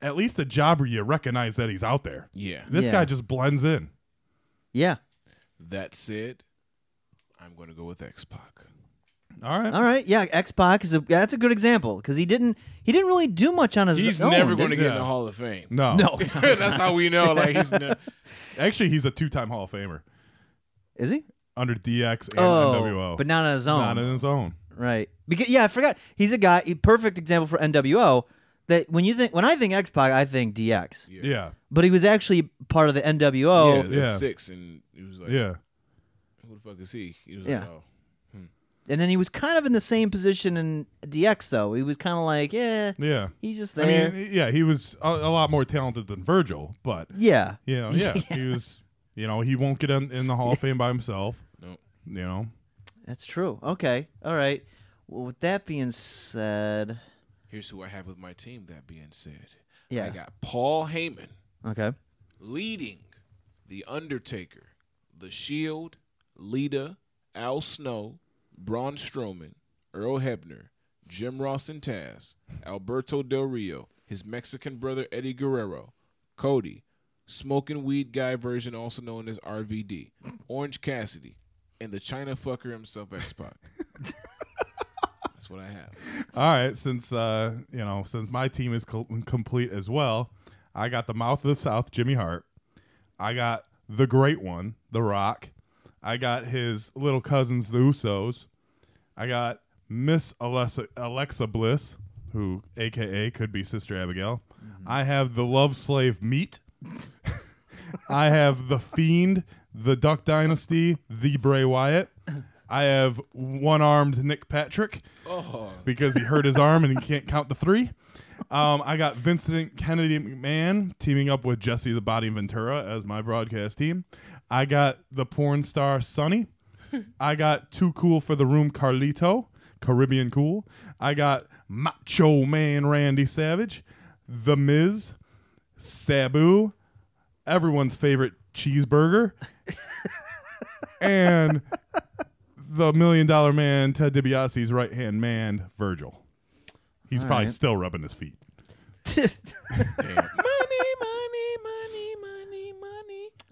Speaker 3: at least a jobber you recognize that he's out there.
Speaker 5: Yeah.
Speaker 3: This
Speaker 4: Yeah.
Speaker 3: guy just blends in.
Speaker 4: yeah.
Speaker 5: That said, I'm gonna go with X Pac.
Speaker 3: All right.
Speaker 4: All right, yeah, X Pac is a that's a good example because he didn't he didn't really do much on his
Speaker 5: He's
Speaker 4: own.
Speaker 5: never
Speaker 4: did
Speaker 5: gonna
Speaker 4: he?
Speaker 5: get in
Speaker 3: Yeah.
Speaker 5: the Hall of Fame.
Speaker 3: No.
Speaker 4: No,
Speaker 5: That's how we know. Like he's ne-
Speaker 3: Actually, he's a two-time Hall of Famer
Speaker 4: is he?
Speaker 3: under DX and
Speaker 4: Oh,
Speaker 3: NWO.
Speaker 4: but not on his own,
Speaker 3: Not on his own.
Speaker 4: right? Because yeah, I forgot he's a guy. A perfect example for NWO. That when you think when I think X Pac, I think DX,
Speaker 3: Yeah.
Speaker 5: Yeah.
Speaker 3: Yeah.
Speaker 4: but he was actually part of the NWO.
Speaker 5: Oh, yeah, there's
Speaker 3: yeah.
Speaker 5: six, and he was like, "Who the fuck is he?" He was
Speaker 4: Yeah.
Speaker 5: like, "Oh,
Speaker 4: And then he was kind of in the same position in DX though. He was kind of like, yeah,
Speaker 3: Yeah.
Speaker 4: he's just
Speaker 3: I
Speaker 4: there.
Speaker 3: mean, yeah, he was a, a lot more talented than Virgil, but
Speaker 4: yeah,
Speaker 3: you know, yeah, he was. You know, he won't get in, in the Hall of Fame by himself.
Speaker 5: No.
Speaker 3: You know.
Speaker 4: that's true. Okay, all right. Well, with that being said,
Speaker 5: here's who I have with my team." That being said,
Speaker 4: Yeah.
Speaker 5: I got Paul Heyman
Speaker 4: okay,
Speaker 5: leading the Undertaker, the Shield, Lita, Al Snow, Braun Strowman, Earl Hebner, Jim Ross and Taz, Alberto Del Rio, his Mexican brother Eddie Guerrero, Cody, smoking weed guy version also known as RVD, Orange Cassidy, and the China fucker himself X Pac. That's what I have.
Speaker 3: All right, since uh, you know, since my team is co- complete as well, I got the mouth of the South, Jimmy Hart. I got the great one, The Rock. I got his little cousins, the Usos. I got Miss Alexa, Alexa Bliss, who AKA could be Sister Abigail. I have the love slave Meat. I have the Fiend, the Duck Dynasty, the Bray Wyatt. I have one-armed Nick Patrick
Speaker 5: Oh,
Speaker 3: because he hurt his arm and he can't count the three. Um, I got Vincent Kennedy McMahon teaming up with Jesse the Body Ventura as my broadcast team. I got the porn star Sonny. I got Too Cool for the Room Carlito, Caribbean Cool. I got Macho Man Randy Savage, The Miz, Sabu, everyone's favorite cheeseburger, and the Million Dollar Man, Ted DiBiase's right hand man, Virgil. He's probably
Speaker 4: right.
Speaker 3: still rubbing his feet.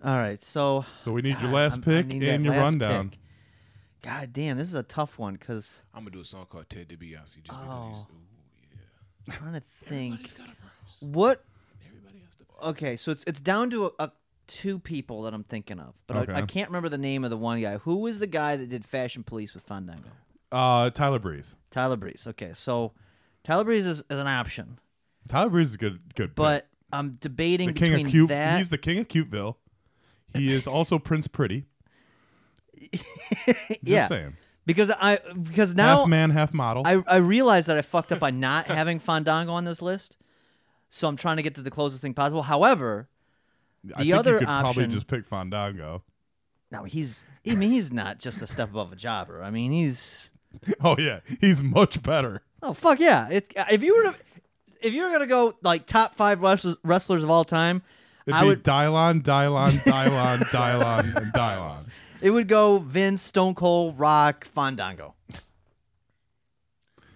Speaker 4: All right, so
Speaker 3: So we need your
Speaker 4: God,
Speaker 3: last
Speaker 4: I'm- I
Speaker 3: pick
Speaker 4: need that
Speaker 3: and your
Speaker 4: last
Speaker 3: rundown.
Speaker 4: pick. God damn, this is a tough one because
Speaker 5: I'm gonna do a song called Ted DiBiase just because
Speaker 4: Oh.
Speaker 5: he's, ooh,
Speaker 4: I'm trying to think.
Speaker 5: got a verse.
Speaker 4: What?
Speaker 5: Everybody has to.
Speaker 4: Okay, so it's it's down to a, a two people that I'm thinking of, but
Speaker 3: Okay.
Speaker 4: I, I can't remember the name of the one guy. Who was the guy that did Fashion Police with Fandango?
Speaker 3: Uh, Tyler Breeze.
Speaker 4: Tyler Breeze. Okay, so Tyler Breeze is, is an option,
Speaker 3: Tyler Breeze is a good. Good, pick.
Speaker 4: but I'm debating
Speaker 3: the king
Speaker 4: between
Speaker 3: of cute.
Speaker 4: that.
Speaker 3: He's the king of Cuteville. He is also Prince Pretty.
Speaker 4: yeah,
Speaker 3: Just saying.
Speaker 4: because I because now
Speaker 3: half man, half model.
Speaker 4: I, I realized that I fucked up by not having Fandango on this list. So I'm trying to get to the closest thing possible. However,
Speaker 3: I think
Speaker 4: the other
Speaker 3: you could probably
Speaker 4: option-
Speaker 3: just pick Fandango.
Speaker 4: no, he's I mean he's not just a step above a jobber. I mean he's
Speaker 3: Oh yeah, he's much better.
Speaker 4: oh fuck yeah. It, if you were to if you were gonna go like top five wrestlers, wrestlers of all time,
Speaker 3: It'd
Speaker 4: I
Speaker 3: be
Speaker 4: would
Speaker 3: Dylon, Dylon, Dylon, Dylon, and Dylon.
Speaker 4: it would go Vince, Stone Cold, Rock, Fandango.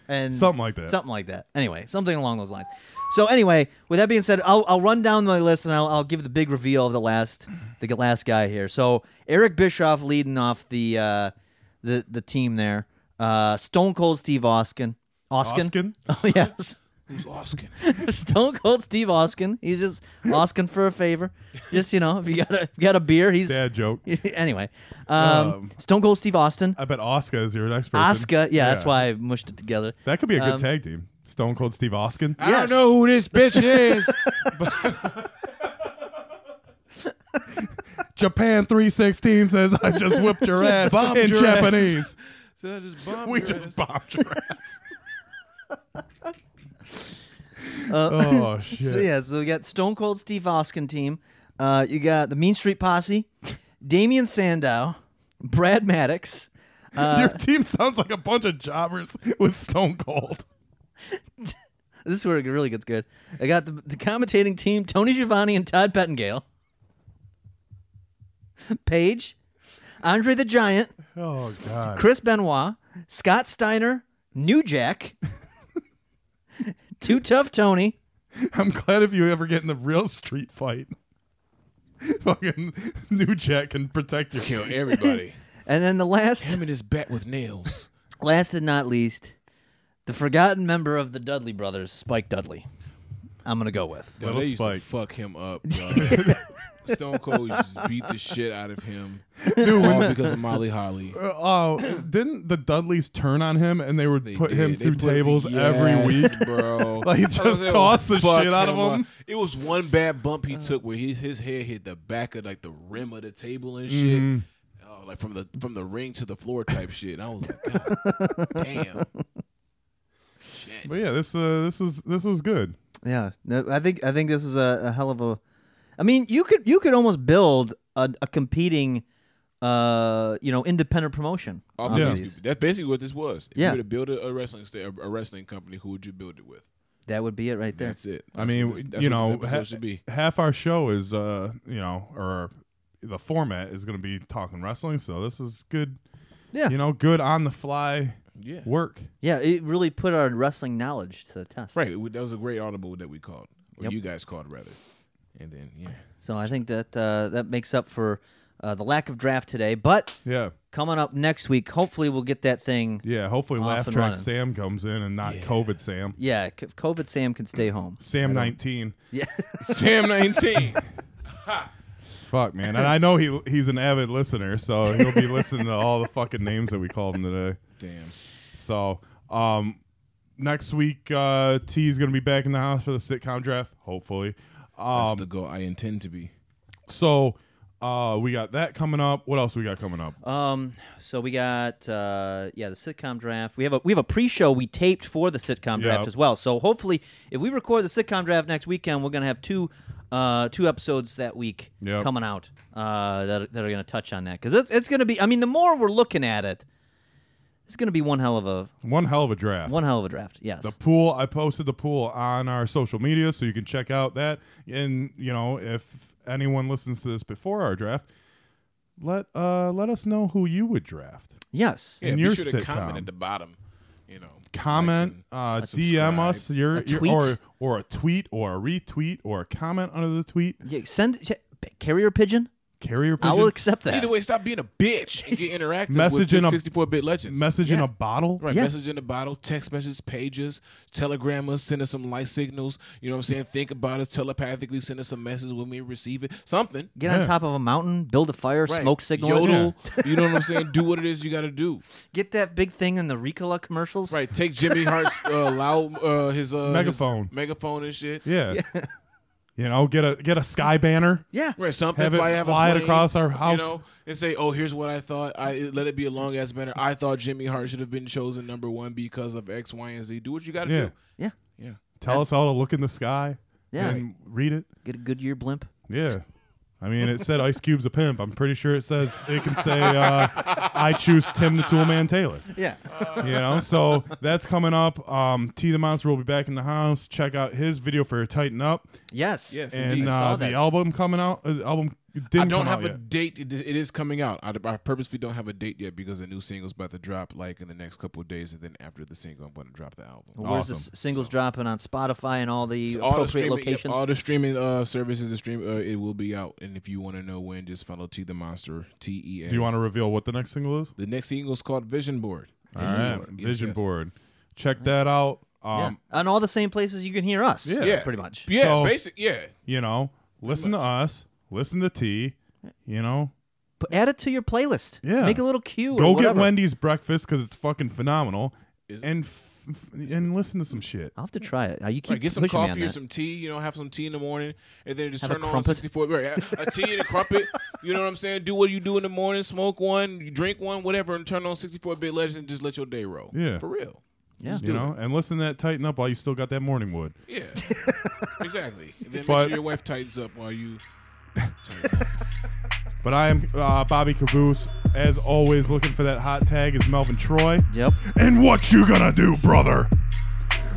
Speaker 4: And
Speaker 3: Something like that.
Speaker 4: Something like that. Anyway, something along those lines. So anyway, with that being said, I'll, I'll run down my list and I'll, I'll give the big reveal of the last the last guy here. So Eric Bischoff leading off the uh, the the team there. Uh, Stone Cold Steve Austin. Austin.
Speaker 3: Oskin?
Speaker 4: Oh yes.
Speaker 5: Who's Oskin?
Speaker 4: Stone Cold Steve Austin. He's just asking for a favor. Just you know, if you got a got a beer, he's
Speaker 3: Dad joke.
Speaker 4: anyway, um,
Speaker 3: Um,
Speaker 4: Stone Cold Steve Austin,
Speaker 3: I bet Oscar is your next person.
Speaker 4: Oscar. Yeah, that's why I mushed it together.
Speaker 3: That could be a good
Speaker 4: Um,
Speaker 3: tag team. Stone Cold Steve Oskin.
Speaker 5: I don't know who this bitch is.
Speaker 3: Japan 316 says, I just whipped your ass
Speaker 5: Bombed
Speaker 3: in
Speaker 5: your
Speaker 3: Japanese.
Speaker 5: So I just bombed
Speaker 3: We
Speaker 5: your
Speaker 3: just
Speaker 5: ass.
Speaker 3: bombed your ass. oh, shit.
Speaker 4: Uh, So yeah, so we got Stone Cold Steve Austin team. Uh, you got the Mean Street Posse, Damian Sandow, Brad Maddox, uh,
Speaker 3: Your team sounds like a bunch of jobbers with Stone Cold.
Speaker 4: This is where it really gets good. I got the, the commentating team: Tony Giovanni and Todd Pettingale, Paige, Andre the Giant,
Speaker 3: Oh, God.
Speaker 4: Chris Benoit, Scott Steiner, New Jack, Too Tough Tony,
Speaker 3: I'm glad if you ever get in the real street fight. Fucking New Jack can protect you.
Speaker 5: Kill everybody.
Speaker 4: and then the last,
Speaker 5: Him and his bat with nails.
Speaker 4: last and not least, the forgotten member of the Dudley Brothers, Spike Dudley. I'm gonna go with.
Speaker 5: Yo,
Speaker 3: Little
Speaker 5: they used
Speaker 3: Spike.
Speaker 5: to fuck him up. dog. Stone Cold used to beat the shit out of him,
Speaker 3: Dude,
Speaker 5: all
Speaker 3: when,
Speaker 5: because of Molly Holly.
Speaker 3: oh, didn't the Dudleys turn on him and they would
Speaker 5: They
Speaker 3: put
Speaker 5: did.
Speaker 3: him
Speaker 5: They
Speaker 3: through
Speaker 5: put-
Speaker 3: tables every
Speaker 5: Yes,
Speaker 3: week?
Speaker 5: bro.
Speaker 3: Like, just
Speaker 5: I was like,
Speaker 3: toss the
Speaker 5: fuck
Speaker 3: shit out of him.
Speaker 5: up. It was one bad bump he took where his his head hit the back of like the rim of the table and shit.
Speaker 3: Mm-hmm.
Speaker 5: Oh, like from the from the ring to the floor type shit. And I was like, God, damn. Shit.
Speaker 3: But yeah, this uh, this was this was good.
Speaker 4: Yeah, no, I think I think this is a, a hell of a. I mean, you could you could almost build a, a competing, uh, you know, independent promotion.
Speaker 5: Off
Speaker 4: on
Speaker 5: of
Speaker 3: Yeah.
Speaker 5: these people. That's basically what this was. If
Speaker 4: Yeah.
Speaker 5: you were to build a, a wrestling sta- a wrestling company, who would you build it with?
Speaker 4: That would be it right there.
Speaker 5: That's it.
Speaker 3: I mean,
Speaker 5: That's what this- that's
Speaker 3: you
Speaker 5: what
Speaker 3: know,
Speaker 5: this
Speaker 3: ha-
Speaker 5: episode should be.
Speaker 3: half our show is, uh, you know, or the format is going to be talking wrestling. So this is good,
Speaker 4: yeah,
Speaker 3: you know, good on the fly
Speaker 5: Yeah.
Speaker 3: work.
Speaker 4: yeah. It really put our wrestling knowledge to the test.
Speaker 5: Right. it- That was a great audible that we called, or
Speaker 4: Yep.
Speaker 5: you guys called rather. And then yeah,
Speaker 4: So I think that uh, that makes up for uh, the lack of draft today. But
Speaker 3: Yeah,
Speaker 4: coming up next week, hopefully we'll get that thing.
Speaker 3: yeah. Hopefully,
Speaker 4: Off
Speaker 3: laugh
Speaker 4: and
Speaker 3: track
Speaker 4: running.
Speaker 3: Sam comes in and not COVID Sam.
Speaker 4: Yeah, c- COVID Sam can stay home.
Speaker 3: Sam nineteen.
Speaker 4: Yeah,
Speaker 5: Sam nineteen.
Speaker 3: Fuck man, and I know he he's an avid listener, so he'll be listening to all the fucking names that we called him today.
Speaker 5: Damn.
Speaker 3: So, um, next week uh, T is gonna be back in the house for the sitcom draft, hopefully.
Speaker 5: That's
Speaker 3: Um,
Speaker 5: the goal I intend to be.
Speaker 3: so uh, we got that coming up. What else we got coming up?
Speaker 4: Um, so we got uh, yeah, the sitcom draft. We have a we have a pre-show we taped for the sitcom draft
Speaker 3: Yeah.
Speaker 4: as well. So hopefully, if we record the sitcom draft next weekend, we're gonna have two uh, two episodes that week
Speaker 3: Yep.
Speaker 4: coming out uh, that that are gonna touch on that because it's it's gonna be. I mean, the more we're looking at it, It's going to be one hell of a
Speaker 3: One hell of a draft.
Speaker 4: one hell of a draft. Yes.
Speaker 3: the pool i posted the pool on our social media so you can check out that and you know if anyone listens to this before our draft let uh let us know who you would draft
Speaker 4: yes.
Speaker 5: Yeah,
Speaker 3: In
Speaker 5: be
Speaker 3: your
Speaker 5: sure to comment
Speaker 3: sitcom.
Speaker 5: at the bottom. You know,
Speaker 3: comment
Speaker 5: like
Speaker 3: uh dm us your,
Speaker 4: A
Speaker 3: your-
Speaker 4: tweet.
Speaker 3: or or a tweet or a retweet or a comment under the tweet
Speaker 4: Yeah, send ch- carrier pigeon.
Speaker 3: carrier
Speaker 4: I
Speaker 3: pigeon
Speaker 4: will accept
Speaker 5: and-
Speaker 4: that.
Speaker 5: Either way, stop being a bitch and get interactive
Speaker 3: Message in
Speaker 5: with
Speaker 3: a-
Speaker 5: 64 bit legends.
Speaker 3: message in
Speaker 4: Yeah.
Speaker 3: a bottle
Speaker 5: Right,
Speaker 4: Yeah.
Speaker 5: message in the bottle, text messages, pages, telegram us, send us some light signals. You know what I'm saying? Think about us telepathically, send us a message when we receive it. Something.
Speaker 4: Get on
Speaker 3: Yeah.
Speaker 4: top of a mountain, build a fire,
Speaker 5: Right.
Speaker 4: smoke signal. it.
Speaker 5: Yodel. You know what I'm saying? Do what it is you got to do.
Speaker 4: Get that big thing in the Ricola commercials.
Speaker 5: Right. Take Jimmy Hart's uh, loud, uh, his uh, his
Speaker 3: Megaphone.
Speaker 5: megaphone and shit.
Speaker 3: yeah you know get a get a sky banner
Speaker 4: Yeah.
Speaker 5: Right, something
Speaker 3: Have it
Speaker 5: fly, have a
Speaker 3: fly it
Speaker 5: plane,
Speaker 3: across our house.
Speaker 5: you know, and say, "Oh, here's what I thought." I it- let it be a long ass banner. I thought Jimmy Hart should have been chosen number one because of X, Y, and Z. Do what you got to
Speaker 3: Yeah.
Speaker 5: do.
Speaker 4: Yeah.
Speaker 5: Yeah,
Speaker 3: tell us all to look in the sky
Speaker 4: Yeah.
Speaker 3: and read it
Speaker 4: Get a Goodyear blimp.
Speaker 3: Yeah. I mean, it said Ice Cube's a pimp. I'm pretty sure it says it can say uh, I choose Tim the Toolman Taylor.
Speaker 4: Yeah.
Speaker 3: You know, so that's coming up. Um, T the Monster will be back in the house. Check out his video for Tighten Up
Speaker 4: yes.
Speaker 5: yes,
Speaker 3: and
Speaker 5: indeed.
Speaker 3: uh,
Speaker 4: saw
Speaker 3: the
Speaker 4: that.
Speaker 3: album coming out. Uh, the album didn't
Speaker 5: I don't
Speaker 3: come
Speaker 5: have a
Speaker 3: out yet.
Speaker 5: date. It, it is coming out. I, I purposely don't have a date yet because the new single's about to drop like in the next couple of days, and then after the single, I'm going to drop the album.
Speaker 4: Well, Where's the s- singles dropping on Spotify and all the
Speaker 5: So all the
Speaker 4: appropriate
Speaker 5: streaming, yep,
Speaker 4: locations?
Speaker 5: all the streaming uh, services, the stream, uh, it will be out. And if you want to know when, just follow T the Monster T E A.
Speaker 3: Do you want to reveal what the next single is?
Speaker 5: the next single's called Vision Board.
Speaker 3: All right,
Speaker 5: Yes,
Speaker 3: Vision
Speaker 5: yes.
Speaker 3: Board. Check that out. Um,
Speaker 4: yeah. On all the same places you can hear us.
Speaker 3: Yeah.
Speaker 5: Yeah.
Speaker 4: Pretty much.
Speaker 5: Yeah,
Speaker 3: So-
Speaker 5: basic. Yeah,
Speaker 3: You know, listen to us. Listen to T. You know,
Speaker 4: But add it to your playlist.
Speaker 3: Yeah.
Speaker 4: Make a little cue.
Speaker 3: go
Speaker 4: or
Speaker 3: get
Speaker 4: whatever.
Speaker 3: Wendy's breakfast because it's fucking phenomenal, and f- f- and listen to some shit.
Speaker 4: I'll have to try it. Now, You keep
Speaker 5: Right, get some
Speaker 4: pushing me
Speaker 5: coffee
Speaker 4: on
Speaker 5: or
Speaker 4: that.
Speaker 5: some tea. You know, have some tea in the morning, and then just
Speaker 4: Have a
Speaker 5: turn on
Speaker 4: crumpet.
Speaker 5: sixty four. Right, a a tea and a crumpet. You know what I'm saying? Do what you do in the morning. Smoke one, you drink one, whatever, and turn on sixty four bit legends and just let your day roll.
Speaker 3: Yeah.
Speaker 5: for real.
Speaker 4: Yeah.
Speaker 3: you know, and listen to that tighten up while you still got that morning wood.
Speaker 5: Yeah, exactly. And then make
Speaker 3: But-
Speaker 5: sure your wife tightens up while you. tighten up.
Speaker 3: But I am uh, Bobby Caboose, as always. Looking for that hot tag is Melvin Troy.
Speaker 4: Yep.
Speaker 3: And what you gonna do, brother?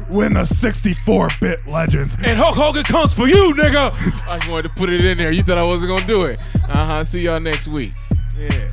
Speaker 3: When the 64-bit legends
Speaker 5: and Hulk Hogan comes for you, Uh-huh. nigga. I just wanted to put it in there. You thought I wasn't gonna do it. Uh huh. See y'all next week. Yeah.